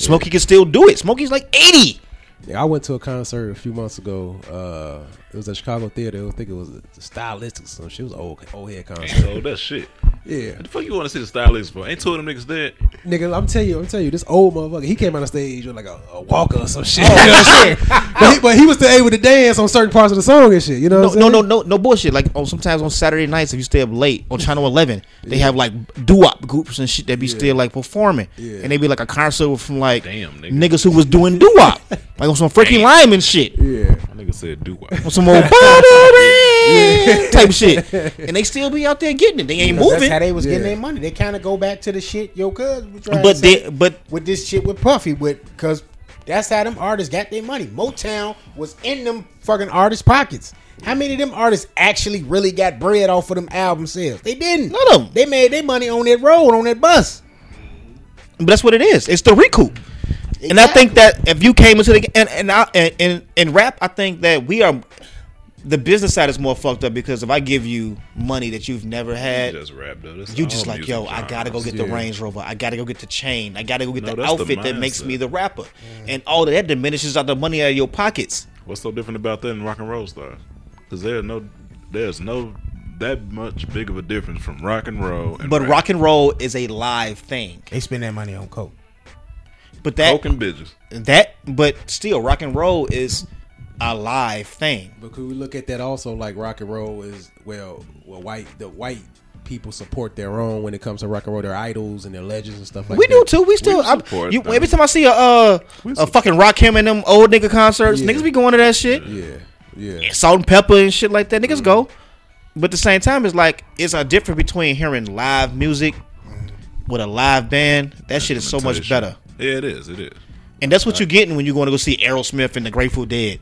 S2: Smokey can still do it. Smokey's like 80.
S5: Yeah, I went to a concert a few months ago. Uh, it was at Chicago Theater. I think it was stylistic. or some shit. It was an old old head concert.
S4: So that shit.
S5: Yeah,
S4: What the fuck you want to see the stylist for? Ain't two of them niggas dead.
S5: nigga, I'm telling you, I'm telling you, this old motherfucker. He came on the stage with like a, a walker or some shit.
S2: Oh.
S5: [LAUGHS] but, he, but he was still able to dance on certain parts of the song and shit. You know?
S2: No,
S5: what I'm
S2: no,
S5: saying?
S2: no, no, no bullshit. Like on sometimes on Saturday nights, if you stay up late on Channel Eleven, they have like doo-wop groups and shit that be still like performing,
S5: Yeah.
S2: and they be like a concert from like
S4: Damn, nigga.
S2: niggas who was doing
S3: [LAUGHS]
S2: doo-wop, like on some freaking Lyman shit,
S5: Yeah.
S4: That nigga said do what? [LAUGHS]
S2: on some old
S3: [LAUGHS]
S2: body type shit, and they still be out there getting it. They ain't
S3: That's how
S2: moving,
S3: they was getting
S5: Yeah.
S3: their money. They kind of go back to the shit yo cuz. was trying to
S2: but
S3: say
S2: they, but
S3: with this shit with Puffy with because That's how them artists got their money. Motown was in them fucking artists' pockets. How many of them artists actually really got bread off of them album sales? They didn't.
S2: None of 'em.
S3: They made their money on that road, on that bus.
S2: But that's what it is. It's the recoup. And I think that if you came into the and and I, and, and and rap, I think that we are the business side is more fucked up because if I give you money that you've never had,
S4: just rap though. That's
S2: you
S4: all
S2: just like,
S4: music
S2: yo, I gotta go
S4: genres.
S2: get the
S5: Yeah.
S2: Range Rover. I gotta go get the chain. I gotta go get
S4: No,
S2: the
S4: that's the
S2: outfit that makes
S4: mindset.
S2: me the rapper. And all of that diminishes out the money out of your pockets.
S4: What's so different about that and rock and roll stars? Because there's no, there's no that much big of a difference from rock and roll. And
S2: But
S4: rap.
S2: rock and roll is a live thing.
S3: They spend that money on coke.
S2: But that
S4: coke and bitches.
S2: that but still rock and roll is a live thing.
S5: But could we look at that also like rock and roll is well, well white the white people support their own when it comes to rock and roll, their idols and their legends and stuff like
S2: We
S5: that.
S2: do too. We still. I'm-
S4: support
S2: you,
S4: them.
S2: every time I see a uh, a
S4: support-
S2: fucking Rock Him and them old nigga concerts,
S5: Yeah.
S2: niggas be going to that shit.
S5: Yeah, yeah.
S2: And Salt and pepper and shit like that. Niggas go. But at the same time, it's like it's a difference between hearing live music with a live band. That shit is so much better.
S4: Yeah, it is. It is.
S2: And that's what you're getting when you're going to go see Aerosmith and the Grateful Dead.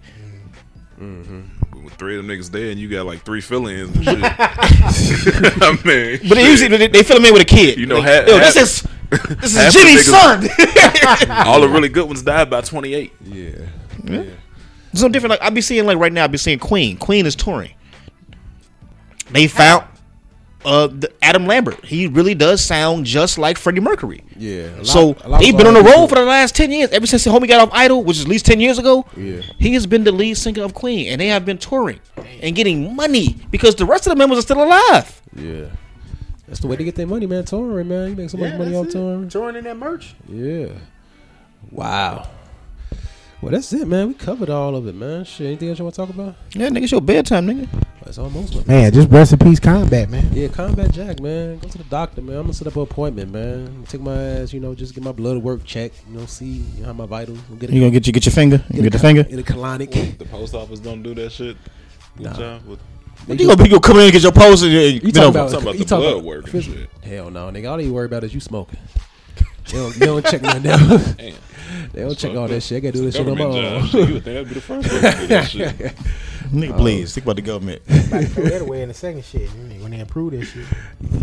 S4: But with three of them niggas dead, and you got like three fill-ins
S2: [LAUGHS]
S4: and shit. [LAUGHS] I mean,
S2: But they usually they, they fill them in with a kid.
S4: You know,
S2: Like,
S4: half-
S2: yo, this
S4: half- [LAUGHS]
S2: is this
S4: half
S2: is
S4: the
S2: Jimmy's son. [LAUGHS]
S4: all the really good ones died by 28.
S5: Yeah.
S2: It's no different. Like I be seeing like right now, I be seeing Queen. Queen is touring. They found uh the, Adam Lambert. He really does sound just like Freddie Mercury.
S5: Yeah. A lot-
S2: so
S5: a lot
S2: they've
S5: of
S2: been on the
S5: R&B
S2: road
S5: group-
S2: for the last ten years. Ever since the homie got off Idol, which is at least ten years ago,
S5: Yeah.
S2: he has been the lead singer of Queen, and they have been touring and getting money because the rest of the members are still alive.
S5: Yeah. That's the way to get their money, man. Touring, man. You make so much money
S3: that's
S5: on
S3: it.
S5: touring.
S3: Touring in that merch.
S5: Yeah. Wow. Well, that's it, man. We covered all of it, man. Shit, anything else you want to talk about?
S2: Yeah, nigga, it's your bedtime, nigga.
S5: That's almost it.
S3: Man, just rest in peace, combat, man.
S5: Yeah, Combat Jack, man. Go to the doctor, man. I'm gonna set up an appointment, man. Take my ass, you know, just get my blood work checked. You know, see you know, how my vitals. I'm
S2: You gonna get you get your finger? You get the finger?
S5: in a colonic.
S4: The post office don't do that shit. Good job with-
S2: You gonna be you gonna come in and get your pulse? And, you
S5: You
S2: know,
S5: talking about,
S4: talking about
S5: you
S4: the
S5: talking
S4: blood
S5: about
S4: work and
S5: physical-
S4: shit.
S5: Hell no, nigga. All they worry about is you smoking. they, don't, they don't check nothing out.
S4: [LAUGHS] Damn.
S5: they don't check
S4: Fucked
S5: all
S4: up.
S5: that shit. I gotta do
S4: It's
S5: this
S4: a
S5: shit on my
S4: government
S5: own.
S4: job. Shit, You would think that'd be the first one to do that shit.
S2: [LAUGHS] nigga, please think about the government.
S3: About to throw that away in a second shit when they- when they approve that shit.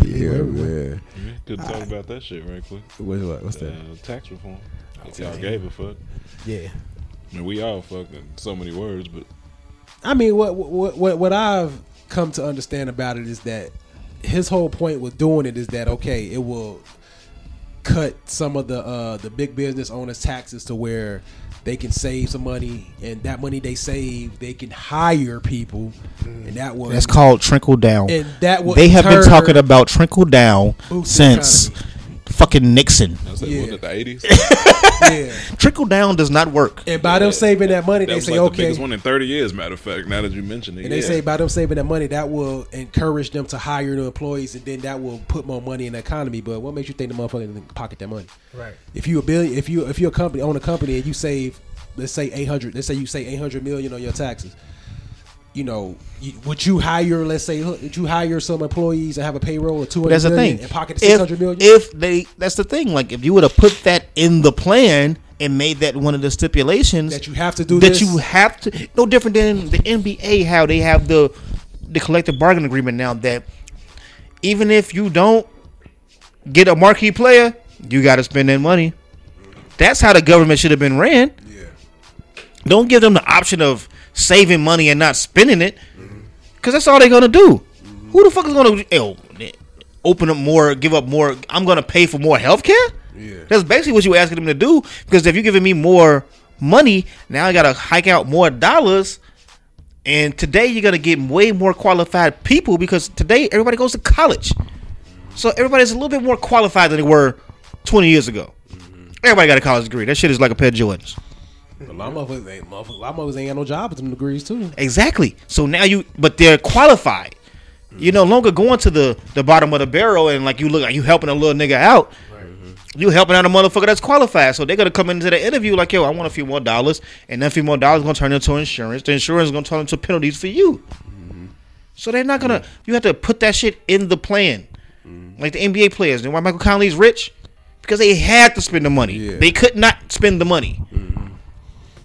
S5: yeah, man.
S4: Could talk about that shit right quick.
S5: What's, what, what's that?
S4: Uh, tax reform.
S2: Oh,
S4: If y'all gave a fuck.
S3: Yeah.
S4: I mean, we all fucking so many words, but
S5: I mean, what what what what I've come to understand about it is that his whole point with doing it is that okay, it will cut some of the uh, the big business owners' taxes to where they can save some money, and that money they save, they can hire people, and that will
S2: That's called trickle down.
S5: And that will
S2: they have been
S5: in turn-
S2: talking about trickle down
S5: Boost the
S2: since fucking Nixon.
S4: I said,
S5: Yeah.
S4: wasn't it the 80s?
S5: yeah.
S2: Trickle down does not work.
S5: And by them saving that money,
S4: That
S5: they
S4: was
S5: say
S4: like the
S5: okay,
S4: biggest one in 30 years, matter of fact, now that you mention it.
S5: And they
S4: yeah.
S5: say by them saving that money, that will encourage them to hire new employees, and then that will put more money in the economy. But what makes you think the motherfucker didn't pocket that money?
S3: Right.
S5: If you a billion, if you if you're a company own a company and you save, let's say eight hundred, let's say you save eight hundred million on your taxes, you know, you, would you hire, let's say, look, would you hire some employees and have a payroll of two
S2: But that's
S5: hundred
S2: the
S5: million
S2: thing.
S5: and pocket six
S2: If,
S5: hundred million?
S2: if they, that's the thing. Like if you would have put that in the plan and made that one of the stipulations
S5: That you have to do
S2: that
S5: this.
S2: you have to. No different than the NBA, how they have the the collective bargaining agreement now that even if you don't get a marquee player, you got to spend that money. That's how the government should have been ran. Don't give them the option of saving money and not spending it, because that's all they're gonna do. Who the fuck is gonna yo, open up more, give up more? I'm gonna pay for more health care. Yeah. That's basically what you were asking them to do. Because if you're giving me more money, now I gotta hike out more dollars. And today you're gonna get way more qualified people because today everybody goes to college, so everybody's a little bit more qualified than they were 20 years ago.
S3: Mm-hmm.
S2: Everybody got a college degree. That shit is like a pair of Jordans.
S5: a lot of motherfuckers ain't motherfuckers, a lot of motherfuckers ain't got no job with them degrees too.
S2: Exactly. So now you, but they're qualified. You
S3: Mm-hmm.
S2: no longer going to the the bottom of the barrel and like you look like you helping a little nigga out. You helping out a motherfucker that's qualified. So they're gonna come into the interview like, yo, I want a few more dollars, and that few more dollars gonna turn into insurance. The insurance is gonna turn into penalties for you.
S3: Mm-hmm.
S2: So they're not gonna. You have to put that shit in the plan,
S3: Mm-hmm.
S2: like the NBA players. And why Michael Conley's rich? Because they had to spend the money.
S5: Yeah.
S2: They could not spend the money.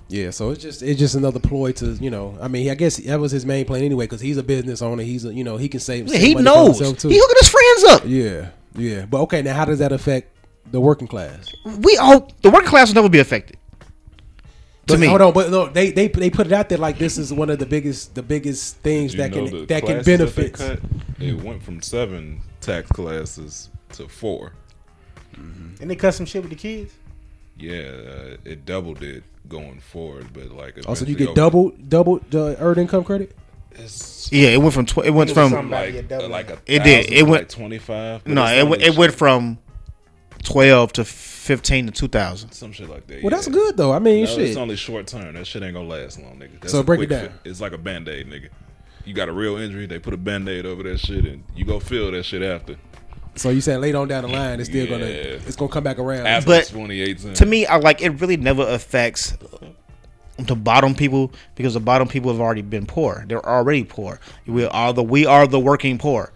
S5: Yeah, so it's just it's just another ploy to you know. I mean, I guess that was his main plan anyway because he's a business owner. He's a you know he can save.
S2: Yeah,
S5: save
S2: he
S5: money for
S2: knows.
S5: himself, too.
S2: He hooking his friends up.
S5: yeah, yeah. But okay, now how does that affect the working class?
S2: We all the working class will never be affected. To
S5: But
S2: me,
S5: hold on, but no, they they they put it out there like this is one of the biggest the biggest things
S4: You
S5: that
S4: know the
S5: can that can
S4: classes they
S5: benefit.
S4: cut, it went from seven tax classes to four.
S3: And they cut some shit with the kids.
S4: Yeah, uh, it doubled it going forward, but like
S5: Also, Oh,
S4: eventually
S5: you get
S4: over-
S5: double double the earned income credit.
S4: It's
S2: yeah, it went from tw- it went
S3: It was um,
S2: from
S3: something-
S4: like,
S3: Somebody get double.
S4: like a
S2: It did.
S4: thousand,
S2: It went-
S4: like twenty five.
S2: no, it went, it went from twelve to fifteen to two thousand.
S4: some shit like that.
S5: Well,
S4: yeah.
S5: that's good though. I mean,
S4: No,
S5: shit.
S4: It's only short term. That shit ain't gonna last long, nigga. That's
S5: So
S4: a
S5: break it
S4: quick
S5: down.
S4: fi- It's like a band aid, nigga. You got a real injury, they put a band aid over that shit, and you go feel that shit after.
S5: so you saying later on down the line, it's still gonna
S4: Yeah.
S5: it's gonna come back around.
S4: After
S2: But-
S4: 2018.
S2: To me, I like it really never affects the bottom people because the bottom people have already been poor. They're already poor. We are the we are the working poor.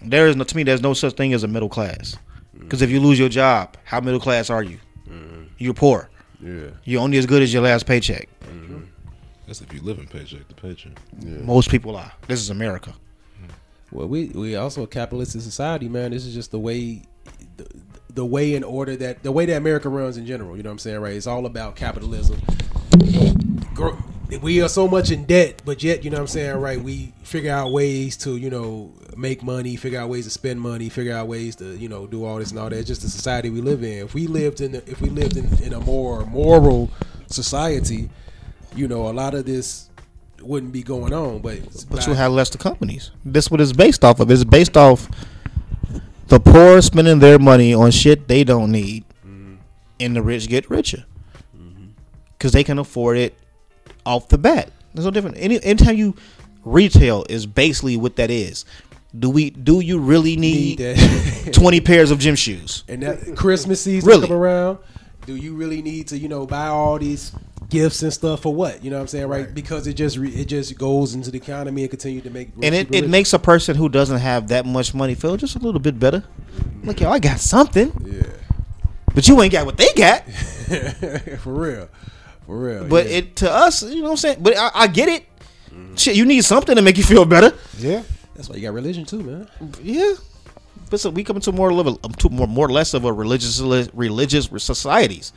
S2: There is no to me. There's no such thing as a middle class because if you lose your job, how middle class are you? You're poor.
S5: yeah.
S2: You're only as good as your last paycheck.
S4: That's if you live in paycheck to paycheck.
S2: Most people are. This is America.
S5: Well, we we also a capitalist society, man. This is just the way, the, the way in order that the way that America runs in general. You know what I'm saying, right? It's all about capitalism. Gr- We are so much in debt, but yet you know what I'm saying, right? We figure out ways to you know make money, figure out ways to spend money, figure out ways to you know do all this and all that. It's just the society we live in. If we lived in, the, if we lived in, in a more moral society, you know, a lot of this wouldn't be going on. But
S2: But you have less the companies. That's what it's based off of. It's based off the poor spending their money on shit they don't need, and the rich get richer because they can afford it off the bat. There's no different. Any anytime you retail is basically what that is. Do we? Do you really need,
S5: need [LAUGHS] that.
S2: twenty pairs of gym shoes?
S5: and that Christmas season
S2: Really?
S5: come around, do you really need to you know buy all these gifts and stuff for what? You know what I'm saying, right? Because it just re, it just goes into the economy and continue to make
S2: And it, it makes a person who doesn't have that much money feel just a little bit better. Look, y'all, I got something,
S5: yeah [LAUGHS]
S2: but you ain't got what they got.
S5: for real for real.
S2: But
S5: yeah.
S2: it to us, you know what I'm saying. But I, I get it. Shit, you need something to make you feel better.
S3: Yeah.
S5: that's why you got religion too, man.
S2: Yeah. But so we come into more level, um, to more more or less of a religious religious societies.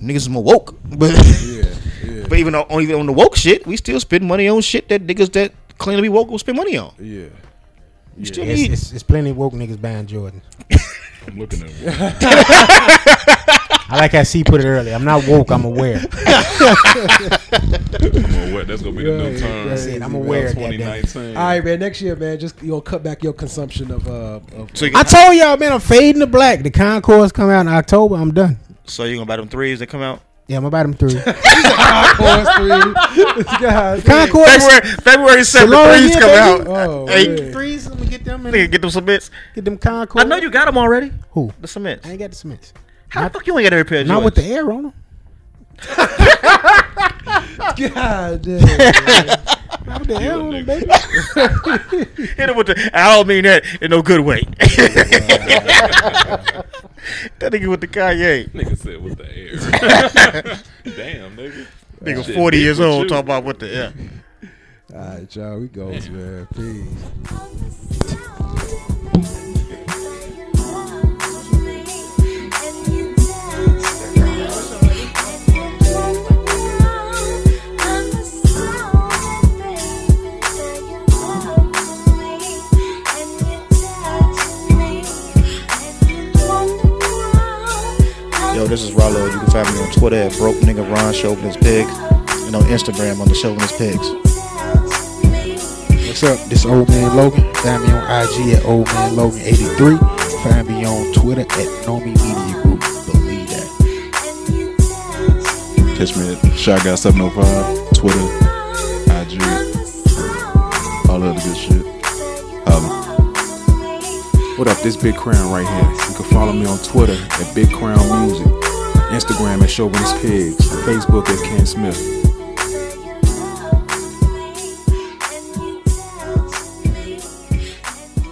S2: Niggas is more woke, [LAUGHS] but
S5: Yeah, yeah,
S2: but even on, on even on the woke shit, we still spend money on shit that niggas that claim to be woke will spend money on.
S5: yeah.
S2: You still
S3: It's,
S2: need
S3: it's, it's plenty of woke niggas buying Jordan.
S4: I'm looking at it.
S3: I like how C put it earlier. I'm not woke. I'm aware.
S4: I'm aware. That's gonna be the new
S5: Right,
S4: term.
S5: right.
S3: I'm aware. goddamn.
S4: 2019.
S5: All right, man. Next year, man, just you gonna cut back your consumption of uh. Of,
S2: so you,
S3: [LAUGHS] I told y'all, man, I'm fading to black. The Concourse come out in October. I'm done.
S2: so you gonna buy them threes that come out
S3: Yeah, I'm about them [LAUGHS] three.
S5: Forest
S3: [LAUGHS]
S5: three. God,
S3: Concourse.
S2: February seventh.
S3: Long Year, baby.
S5: Oh,
S2: Hey.
S5: man.
S3: Threes. I'm gonna get them. In.
S2: Nigga, get them cements.
S3: Get them Concourse.
S2: I know you got them already.
S3: Who?
S2: The cements.
S3: I ain't got the Smiths.
S2: How the fuck you ain't got every pair? Of
S3: Not
S2: Jordans?
S3: with the air [LAUGHS] on them.
S5: God damn.
S3: Not with the air on them, baby.
S2: Hit him with the. I don't mean that in no good
S3: [LAUGHS]
S2: way. that nigga with the Kanye,
S4: Nigga said with the air. Damn, nigga.
S2: nigga,
S4: Shit,
S2: forty
S4: bitch,
S2: years
S4: with
S2: old,
S4: you.
S2: talking about what the. Yeah.
S5: All right, y'all. We go, man. Peace.
S2: Yo, this is Rollo. You can find me on Twitter at broke nigga Ron Chauvinist Pig, and on Instagram on the Chauvinist Pigs.
S3: What's up? This Old Man Logan. Find me on IG at Old Man Logan83. Find me on Twitter at Nomi Media Group. Believe that.
S4: Catch me at Shot Guy 705, Twitter, IG, all that other good shit. Um,
S6: What up? This Big Crown right here. You can follow me on Twitter at Big Crown Music, Instagram at Chauvinist Pigs, Facebook at Ken Smith.
S7: Thank you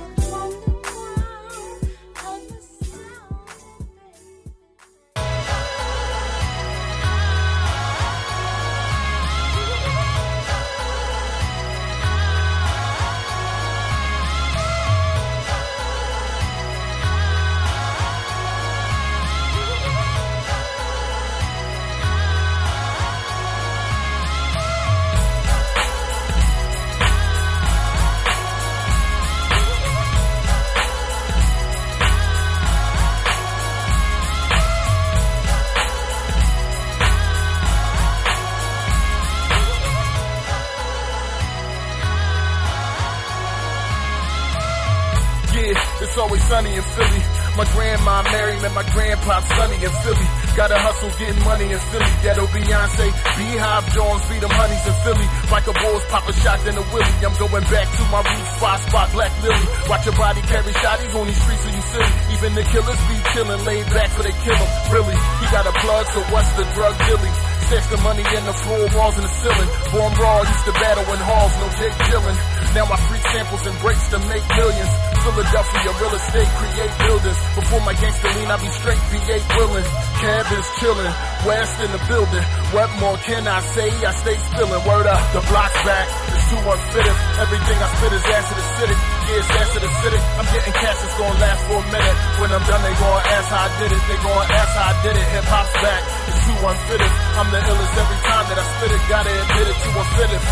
S7: My grandma Mary met my grandpa Sonny and Philly. Gotta hustle, getting money in Philly. Ghetto Beyonce, Beehive Jones, feed them honeys in Philly. Michael Bulls pop a shot in the Willie. I'm going back to my roots, five spot Black Lily. Watch your body carry shotties on these streets of you silly. Even the killers be chillin', laid back for they kill 'em. Really, he got a plug, so what's the drug dealing? Stash the money in the floor, walls and the ceiling. Born raw, used to battle in halls, no dick chillin'. Now I free samples and breaks to make millions. Philadelphia, real estate, create buildings. Before my gangster lean, I be straight V8 willin'. Cab is chillin', west in the building. What more can I say? I stay spillin'. Word up, the block's back. It's too unfitted. Everything I spit is acid acidic. Yeah, it's acid acidic. I'm getting cash that's gonna last for a minute. When I'm done, they gonna ask how I did it. They gonna ask how I did it. Hip hop's back. It's too unfitted. I'm the illest every time that I spit it. Gotta admit it to a fittest.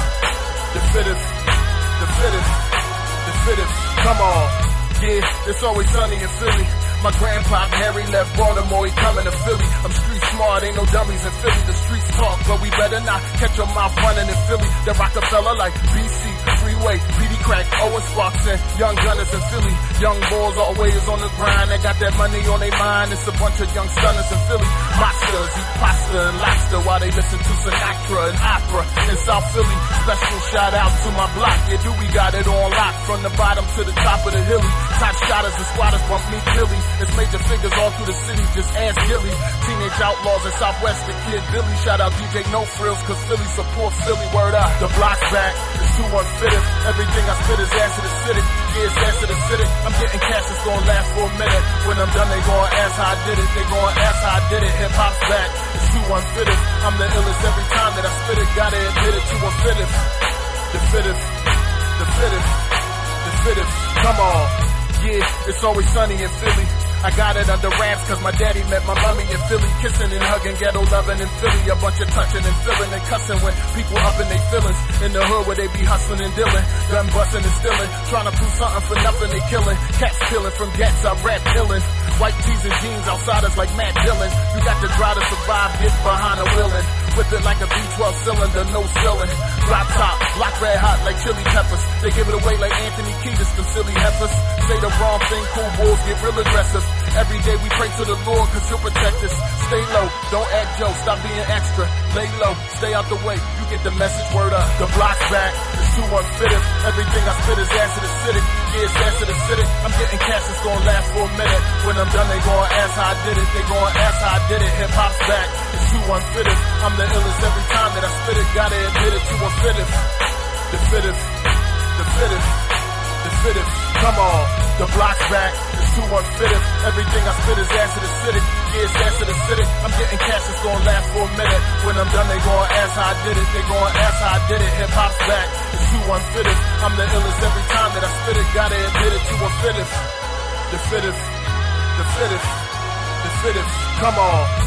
S7: The fittest. The fittest. The fittest. Come on. Yeah, it's always sunny in Philly. My grandpa Harry left Baltimore, he coming to Philly. I'm street smart, ain't no dummies in Philly. The streets talk, but we better not catch your mouth running in Philly. The Rockefeller like BC, Freeway, BD Crack, Owen Sparks, and Young Gunners in Philly. Young boys always on the grind, they got that money on their mind. It's a bunch of young stunners in Philly. Monsters eat pasta and lobster while they listen to Sinatra and opera in South Philly. Special shout out to my block, yeah, do we got it on lock from the bottom to the top of the hilly. Top shotters and squatters bump me Philly. It's major figures all through the city, just ask Gilly. Teenage outlaws in Southwest, the kid Billy. Shout out DJ No Frills, cause Philly supports Philly. Word up, the block's back, it's too unfitted. Everything I spit is acid acidic, yeah, it's acid acidic. I'm getting cash that's gonna last for a minute. When I'm done, they gonna ask how I did it, they gonna ask how I did it. Hip hop's back, it's too unfitted. I'm the illest every time that I spit it, gotta admit it to a fittest. The fittest, the fittest, the fittest. Come on. Yeah, it's always sunny in Philly. I got it under wraps cause my daddy met my mommy in Philly. Kissing and hugging, ghetto loving in Philly. A bunch of touching and feeling and cussing when people up in their feelings. In the hood where they be hustling and dealing. Gun busting and stealing. Trying to prove something for nothing they killing. Cats killing from gats, I rap killing. White tees and jeans, outsiders like Matt Dillon. You got to try to survive, get behind a wheeling. Whip it like a B12 cylinder, no ceiling. Drop top, block red hot like chili peppers. They give it away like Anthony Kiedis, the silly heifers. Say the wrong thing, cool bulls get real aggressive. Every day we pray to the Lord, cause he'll protect us. Stay low, don't act Joe, stop being extra. Lay low, stay out the way, you get the message, word up. The block's back, it's too unfitted. Everything I spit is acid acidic, yeah, it's acid acidic. I'm getting cash, it's gonna last for a minute. When I'm done, they gonna ask how I did it, they gonna ask how I did it. Hip hop's back, it's too unfitted. I'm the illest every time that I spit it, gotta admit it to a fittest. The fittest, the fittest, the fittest. Come on. The block's back, it's too unfitted. Everything I spit is acid acidic. Yeah, it's acid acidic. I'm getting cash that's gonna last for a minute. When I'm done, they gonna ask how I did it. They gonna ask how I did it. Hip hop's back, it's too unfitted. I'm the illest every time that I spit it. Gotta admit it to a fittest. The fittest, the fittest, the fittest. Come on.